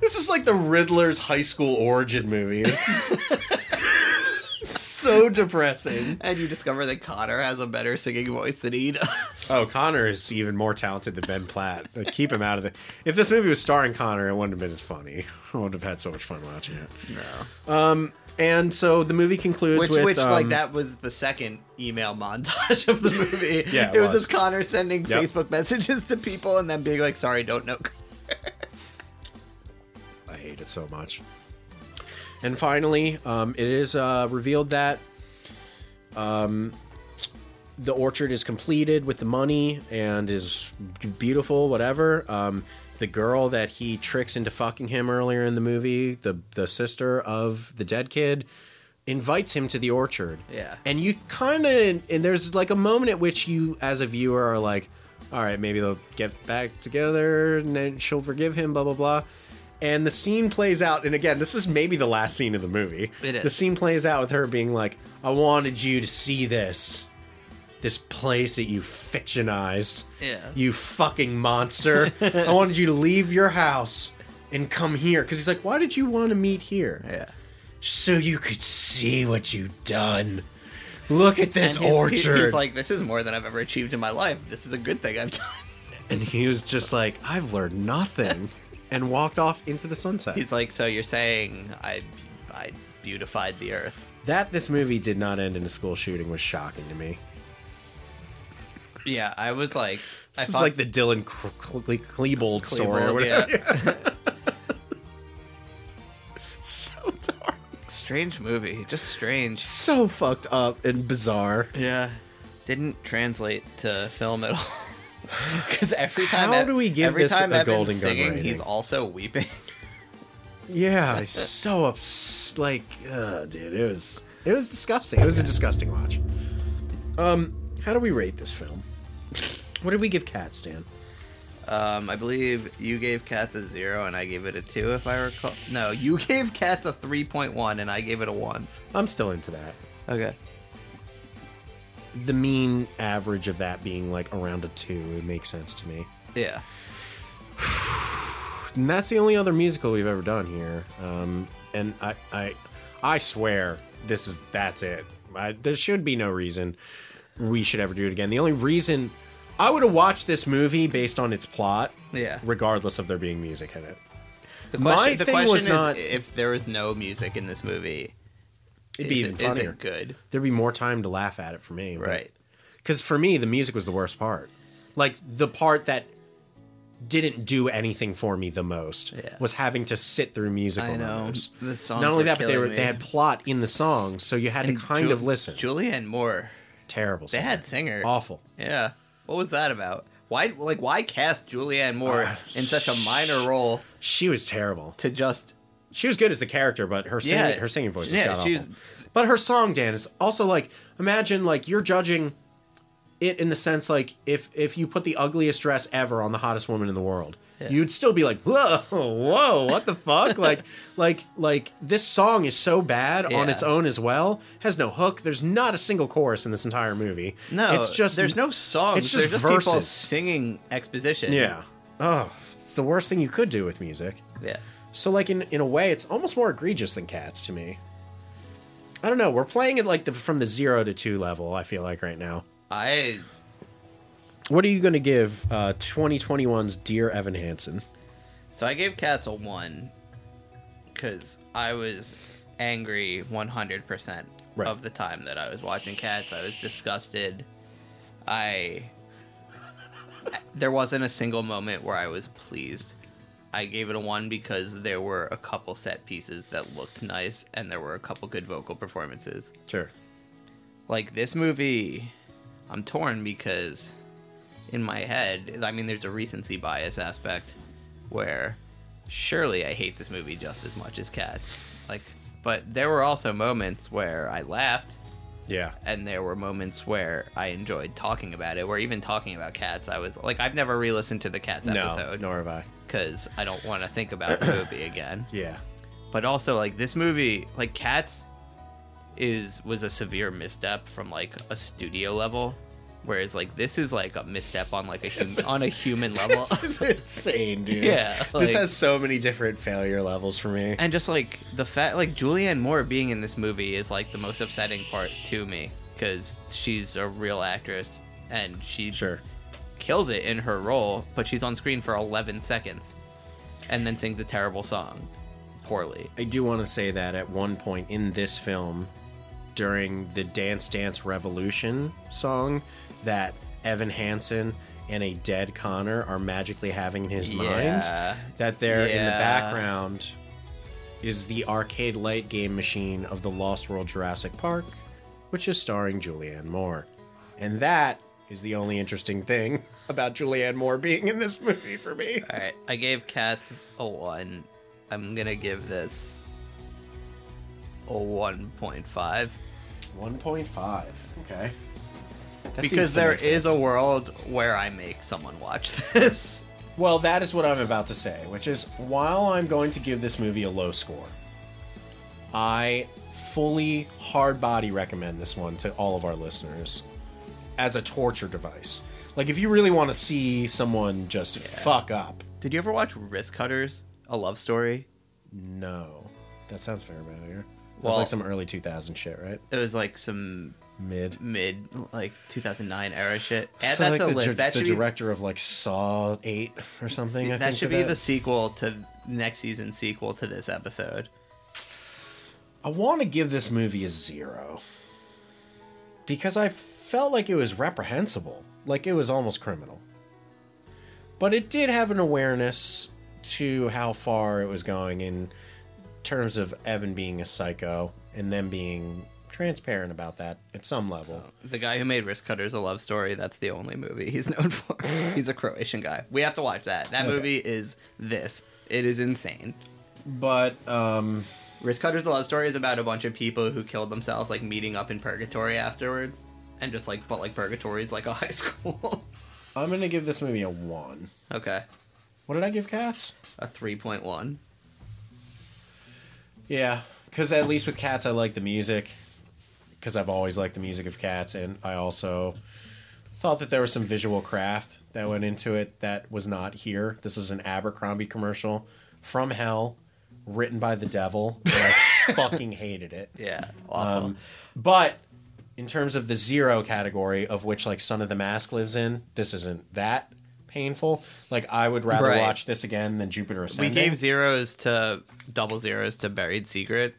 Speaker 1: this is like the Riddler's high school origin movie. It's so depressing.
Speaker 4: and you discover that Connor has a better singing voice than he does.
Speaker 1: Oh, Connor is even more talented than Ben Platt. Like, Keep him out of it. If this movie was starring Connor, it wouldn't have been as funny. I would have had so much fun watching it. No. Um, and so the movie concludes
Speaker 4: Which,
Speaker 1: with
Speaker 4: which, like
Speaker 1: um,
Speaker 4: that was the second email montage of the movie.
Speaker 1: Yeah, it
Speaker 4: it, was.
Speaker 1: was.
Speaker 4: just Connor sending
Speaker 1: Yep.
Speaker 4: Facebook messages to people and then being like, "Sorry, don't know."
Speaker 1: I hate it so much. And finally, um, it is uh, revealed that um, the orchard is completed with the money and is beautiful, whatever. Um, the girl that he tricks into fucking him earlier in the movie, the the sister of the dead kid, invites him to the orchard.
Speaker 4: Yeah.
Speaker 1: And you kind of and there's like a moment at which you, as a viewer, are like, all right, maybe they'll get back together and then she'll forgive him, blah blah blah. And the scene plays out, and again, this is maybe the last scene of the movie.
Speaker 4: It is.
Speaker 1: The scene plays out with her being like, "I wanted you to see this, this place that you fictionized,
Speaker 4: Yeah.
Speaker 1: you fucking monster. I wanted you to leave your house and come here." Because he's like, "Why did you want to meet here?"
Speaker 4: Yeah.
Speaker 1: so you could see what you've done. Look at this
Speaker 4: And he's- he-
Speaker 1: orchard.
Speaker 4: He's like, "This is more than I've ever achieved in my life. This is a good thing I've done."
Speaker 1: and he was just like, I've learned nothing. And walked off into the sunset.
Speaker 4: He's like, "So you're saying I, I beautified the earth?"
Speaker 1: that this movie did not end in a school shooting was shocking to me.
Speaker 4: Yeah, I was like, I
Speaker 1: This is
Speaker 4: thought
Speaker 1: like the Dylan Cle- Cle- Klebold story or
Speaker 4: Klebold,
Speaker 1: whatever.
Speaker 4: yeah.
Speaker 1: so dark.
Speaker 4: strange movie, just strange.
Speaker 1: So fucked up and bizarre.
Speaker 4: Yeah, didn't translate to film at all. Because every time,
Speaker 1: How
Speaker 4: Ev-
Speaker 1: do we give
Speaker 4: every
Speaker 1: this
Speaker 4: time
Speaker 1: a
Speaker 4: Evan's
Speaker 1: Golden Gun
Speaker 4: singing,
Speaker 1: rating?
Speaker 4: he's also weeping.
Speaker 1: Yeah, he's so ups. Like, uh, dude, it was it was disgusting. It was a disgusting watch. Um, how do we rate this film? What did we give Cats, Dan?
Speaker 4: Um, I believe you gave Cats a zero and I gave it a two, if I recall. No, you gave Cats a three point one and I gave it a one.
Speaker 1: I'm still into that.
Speaker 4: Okay.
Speaker 1: The mean average of that being like around a two, it makes sense to me.
Speaker 4: Yeah.
Speaker 1: And that's the only other musical we've ever done here. Um, and I, I, I swear this is that's it. I, there should be no reason we should ever do it again. The only reason I would have watched this movie based on its plot,
Speaker 4: Yeah.
Speaker 1: regardless of there being music in it.
Speaker 4: The question,
Speaker 1: My
Speaker 4: the
Speaker 1: thing
Speaker 4: question
Speaker 1: was
Speaker 4: is
Speaker 1: not-
Speaker 4: if there was no music in this movie.
Speaker 1: It'd be
Speaker 4: is
Speaker 1: even
Speaker 4: it- is
Speaker 1: funnier.
Speaker 4: it good?
Speaker 1: There'd be more time to laugh at it for me,
Speaker 4: Right.
Speaker 1: Because for me, the music was the worst part. Like the part that didn't do anything for me the most
Speaker 4: Yeah.
Speaker 1: was having to sit through musical
Speaker 4: I know.
Speaker 1: numbers.
Speaker 4: The songs
Speaker 1: Not only
Speaker 4: were
Speaker 1: that, but they were
Speaker 4: killing me.
Speaker 1: they had plot in the songs, so you had
Speaker 4: And
Speaker 1: to kind
Speaker 4: Ju-
Speaker 1: of listen.
Speaker 4: Julianne Moore,
Speaker 1: Terrible. song.
Speaker 4: bad singer.
Speaker 1: Awful.
Speaker 4: Yeah. What was that about? Why like why cast Julianne Moore
Speaker 1: Oh,
Speaker 4: in such a minor role
Speaker 1: She was terrible.
Speaker 4: to just
Speaker 1: She was good as the character, but her singing,
Speaker 4: Yeah.
Speaker 1: her singing voice
Speaker 4: Yeah,
Speaker 1: is got
Speaker 4: she
Speaker 1: awful.
Speaker 4: was-
Speaker 1: But her song, Dan, is also like imagine like you're judging it in the sense like if if you put the ugliest dress ever on the hottest woman in the world, you'd still be like whoa whoa what the fuck like like like this song is so bad on
Speaker 4: Yeah.
Speaker 1: its own as well has no hook. There's not a single chorus in this entire movie.
Speaker 4: no?
Speaker 1: it's just
Speaker 4: there's no songs.
Speaker 1: it's just
Speaker 4: there's just people
Speaker 1: verses.
Speaker 4: singing exposition.
Speaker 1: yeah. Oh, it's the worst thing you could do with music.
Speaker 4: yeah.
Speaker 1: So like in in a way, it's almost more egregious than cats to me. I don't know. We're playing it like the from the zero to two level. I feel like right now.
Speaker 4: I
Speaker 1: What are you going to give uh, 2021's dear Evan Hansen?
Speaker 4: So I gave Cats a one because I was angry 100%
Speaker 1: Right.
Speaker 4: of the time that I was watching Cats. I was disgusted. I there wasn't a single moment where I was pleased. I gave it a 1 because there were a couple set pieces that looked nice and there were a couple good vocal performances.
Speaker 1: Sure.
Speaker 4: Like this movie, I'm torn because in my head, I mean there's a recency bias aspect where surely I hate this movie just as much as Cats. Like but there were also moments where I laughed
Speaker 1: Yeah.
Speaker 4: and there were moments where I enjoyed talking about it, where even talking about cats, I was like, I've never re listened to the cats
Speaker 1: No,
Speaker 4: episode
Speaker 1: nor have I.
Speaker 4: because I don't want to think about the movie again.
Speaker 1: Yeah.
Speaker 4: But also, like, this movie, like, Cats is was a severe misstep from like a studio level. Whereas like this is like a misstep on like a hum- on a human level.
Speaker 1: This is insane, dude.
Speaker 4: Yeah, like-
Speaker 1: this has so many different failure levels for me.
Speaker 4: and just like the fact like julianne moore being in this movie is like the most upsetting part to me because she's a real actress and she
Speaker 1: Sure.
Speaker 4: kills it in her role but she's on screen for 11 seconds and then sings a terrible song poorly
Speaker 1: I do want to say that at one point in this film, during the Dance Dance Revolution song, that Evan Hansen and a dead Connor are magically having in his
Speaker 4: Yeah.
Speaker 1: mind, that there in the
Speaker 4: Yeah.
Speaker 1: background is the arcade light game machine of the Lost World Jurassic Park, which is starring Julianne Moore. And that is the only interesting thing about Julianne Moore being in this movie for me.
Speaker 4: all right i gave cats a one i'm gonna give this a 1.5
Speaker 1: 1.5. Okay. That seems
Speaker 4: because
Speaker 1: to
Speaker 4: there
Speaker 1: make
Speaker 4: is a
Speaker 1: sense.
Speaker 4: world where i make someone watch this
Speaker 1: Well, that is what I'm about to say, which is while I'm going to give this movie a low score, I fully hard body recommend this one to all of our listeners as a torture device. Like, if you really want to see someone just fuck up,
Speaker 4: Did you ever watch Wrist Cutters? A love story?
Speaker 1: no. That sounds familiar. That's
Speaker 4: Well-
Speaker 1: like some early 2000 shit, right?
Speaker 4: It was like some
Speaker 1: Mid.
Speaker 4: mid like 2009 era shit. Add
Speaker 1: So,
Speaker 4: that
Speaker 1: like,
Speaker 4: to the
Speaker 1: the,
Speaker 4: list.
Speaker 1: dir-
Speaker 4: that
Speaker 1: the
Speaker 4: should
Speaker 1: director of like Saw 8 or
Speaker 4: be
Speaker 1: something. I
Speaker 4: that
Speaker 1: think,
Speaker 4: should
Speaker 1: did
Speaker 4: be the sequel to next season's sequel to this episode.
Speaker 1: I want to give this movie a zero because I felt like it was reprehensible, like it was almost criminal. But it did have an awareness to how far it was going in terms of Evan being a psycho and them being transparent about that at some level.
Speaker 4: The guy who made Wrist Cutters a love story, that's the only movie he's known for. he's a Croatian guy. We have to watch that. That movie is this. It is insane.
Speaker 1: But um
Speaker 4: Wrist Cutters a love story is about a bunch of people who killed themselves like meeting up in purgatory afterwards and just like but like purgatory is like a high school.
Speaker 1: I'm going to give this movie a 1.
Speaker 4: okay.
Speaker 1: What did I give Cats?
Speaker 4: a 3.1
Speaker 1: Yeah, because at least with cats, I like the music. Because I've always liked the music of cats, and I also thought that there was some visual craft that went into it that was not here. This was an Abercrombie commercial from hell, written by the devil. And I fucking hated it.
Speaker 4: yeah awful
Speaker 1: But in terms of the zero category, of which like Son of the Mask lives in, this isn't that painful. Like I would rather
Speaker 4: Right.
Speaker 1: watch this again than Jupiter
Speaker 4: we
Speaker 1: Ascending.
Speaker 4: gave zeros to double zeros to buried secret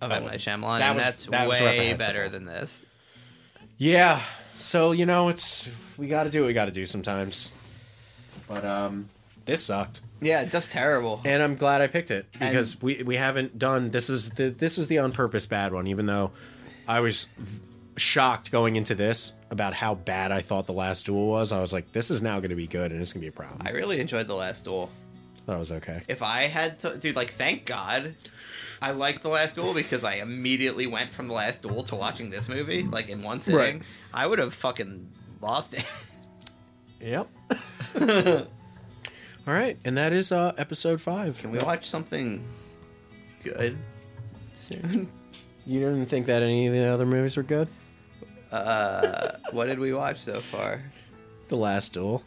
Speaker 4: of M.
Speaker 1: was-
Speaker 4: Night Shyamalan
Speaker 1: that
Speaker 4: and
Speaker 1: was-
Speaker 4: that's
Speaker 1: that was
Speaker 4: way
Speaker 1: reprehensible.
Speaker 4: better than this
Speaker 1: Yeah. So, you know, it's we got to do what we got to do sometimes. But um this sucked.
Speaker 4: yeah just terrible
Speaker 1: And I'm glad I picked it because we we haven't done this was the this was the on purpose bad one even though I was v- shocked going into this about how bad I thought the last duel was. I was like this is now going to be good and it's going to be a problem.
Speaker 4: I
Speaker 1: I
Speaker 4: really enjoyed the last duel
Speaker 1: thought it was okay.
Speaker 4: if I had to dude like thank god I liked the last duel because I immediately went from the last duel to watching this movie like in one sitting
Speaker 1: Right.
Speaker 4: I would have fucking lost it
Speaker 1: Yep. All right, and that is uh episode 5.
Speaker 4: can we watch something good soon
Speaker 1: You didn't think that any of the other movies were good?
Speaker 4: what did we watch so far
Speaker 1: The Last Duel,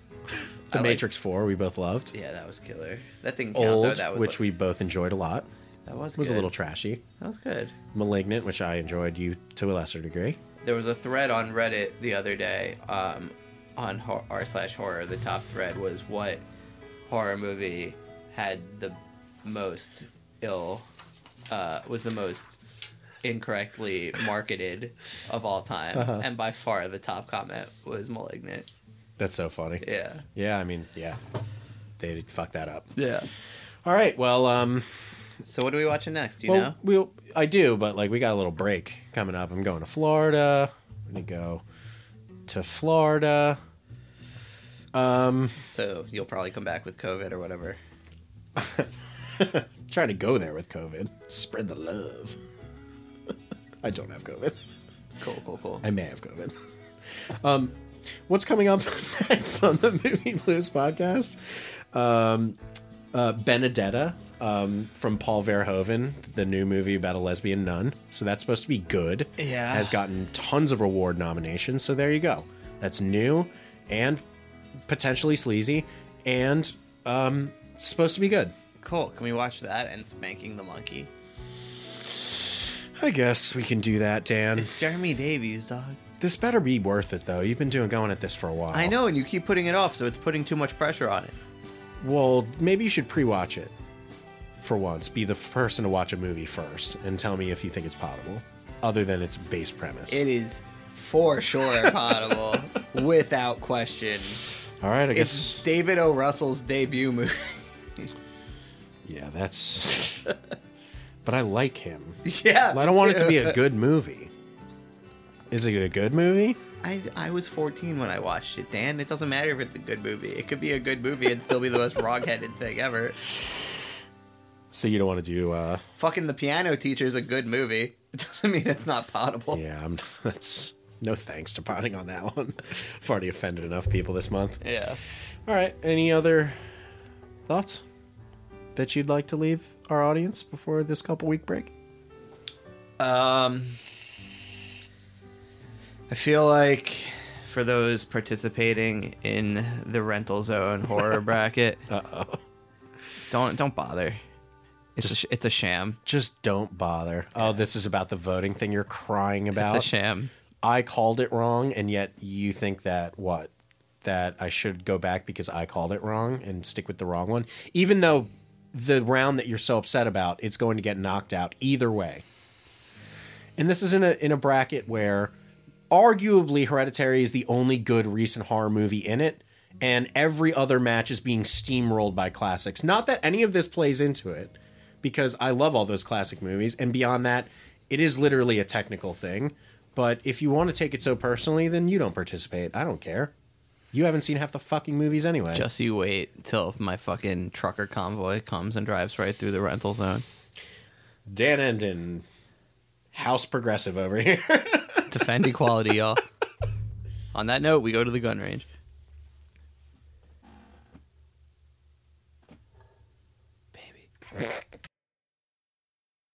Speaker 1: The
Speaker 4: I like-
Speaker 1: Matrix 4 we both loved.
Speaker 4: Yeah, that was killer. That didn't count
Speaker 1: Old,
Speaker 4: though. That was
Speaker 1: which we both enjoyed a lot.
Speaker 4: that was
Speaker 1: It was a
Speaker 4: good.
Speaker 1: little trashy.
Speaker 4: That was good.
Speaker 1: Malignant, which I enjoyed you to a lesser degree.
Speaker 4: There was a thread on Reddit the other day, um, on hor- r slash horror. The top thread was what horror movie had the most ill uh, was the most incorrectly marketed of all time, and by far the top comment was "Malignant."
Speaker 1: That's so funny.
Speaker 4: Yeah,
Speaker 1: Yeah, I mean, yeah. They fucked that up.
Speaker 4: yeah.
Speaker 1: All right. Well, um
Speaker 4: So what are we watching next? Do you know?
Speaker 1: well, we'll I do, but like we got a little break coming up. I'm going to Florida. I'm going to go to Florida.
Speaker 4: So you'll probably come back with COVID or whatever.
Speaker 1: Try to go there with COVID. Spread the love. I don't have COVID.
Speaker 4: Cool, cool, cool.
Speaker 1: I may have COVID. Um, what's coming up next on the Movie Blues podcast? Um, uh, Benedetta um, from Paul Verhoeven, the new movie about a lesbian nun. So that's supposed to be good.
Speaker 4: Yeah.
Speaker 1: Has gotten tons of award nominations. So there you go. That's new and potentially sleazy and um, supposed to be good.
Speaker 4: Cool. Can we watch that and Spanking the Monkey?
Speaker 1: I guess we can do that, Dan.
Speaker 4: Jeremy Davies, dog.
Speaker 1: This better be worth it, though. You've been doing going at this for a while.
Speaker 4: I know, and you keep putting it off, so it's putting too much pressure on it.
Speaker 1: Well, maybe you should pre-watch it for once. Be the person to watch a movie first and tell me if you think it's potable, other than its base premise.
Speaker 4: It is for sure potable, without question.
Speaker 1: All right, I
Speaker 4: It's
Speaker 1: guess.
Speaker 4: David O. Russell's debut movie.
Speaker 1: Yeah, that's. but I like him.
Speaker 4: yeah,
Speaker 1: I don't want it to be a good movie. Is it a good movie?
Speaker 4: I, I was 14 when I watched it, Dan. It doesn't matter if it's a good movie. It could be a good movie and still be the most wrong-headed thing ever.
Speaker 1: So you don't want to do? uh
Speaker 4: Fucking the piano teacher is a good movie. It doesn't mean it's not potable.
Speaker 1: Yeah, I'm. That's no thanks to potting on that one. I've already offended enough people this month.
Speaker 4: yeah.
Speaker 1: All right. Any other thoughts that you'd like to leave our audience before this couple week break?
Speaker 4: Um, I feel like for those participating in the rental zone horror bracket, uh-oh. don't don't bother. It's a, sh- it's a sham.
Speaker 1: Just don't bother. Oh, this is about the voting thing you're crying
Speaker 4: It's a
Speaker 1: about.
Speaker 4: sham.
Speaker 1: I called it wrong, and yet you think that what? That I should go back because I called it wrong and stick with the wrong one, even though the round that you're so upset about, it's going to get knocked out either way. And this is in a in a bracket where arguably Hereditary is the only good recent horror movie in it, and every other match is being steamrolled by classics. Not that any of this plays into it, because I love all those classic movies, and beyond that, it is literally a technical thing. But if you want to take it so personally, then you don't participate. I don't care. You haven't seen half the fucking movies anyway.
Speaker 4: Just you wait till my fucking trucker convoy comes and drives right through the rental zone
Speaker 1: Dan Endon, house progressive over here.
Speaker 4: defend equality, y'all. On that note, we go to the gun range. Baby.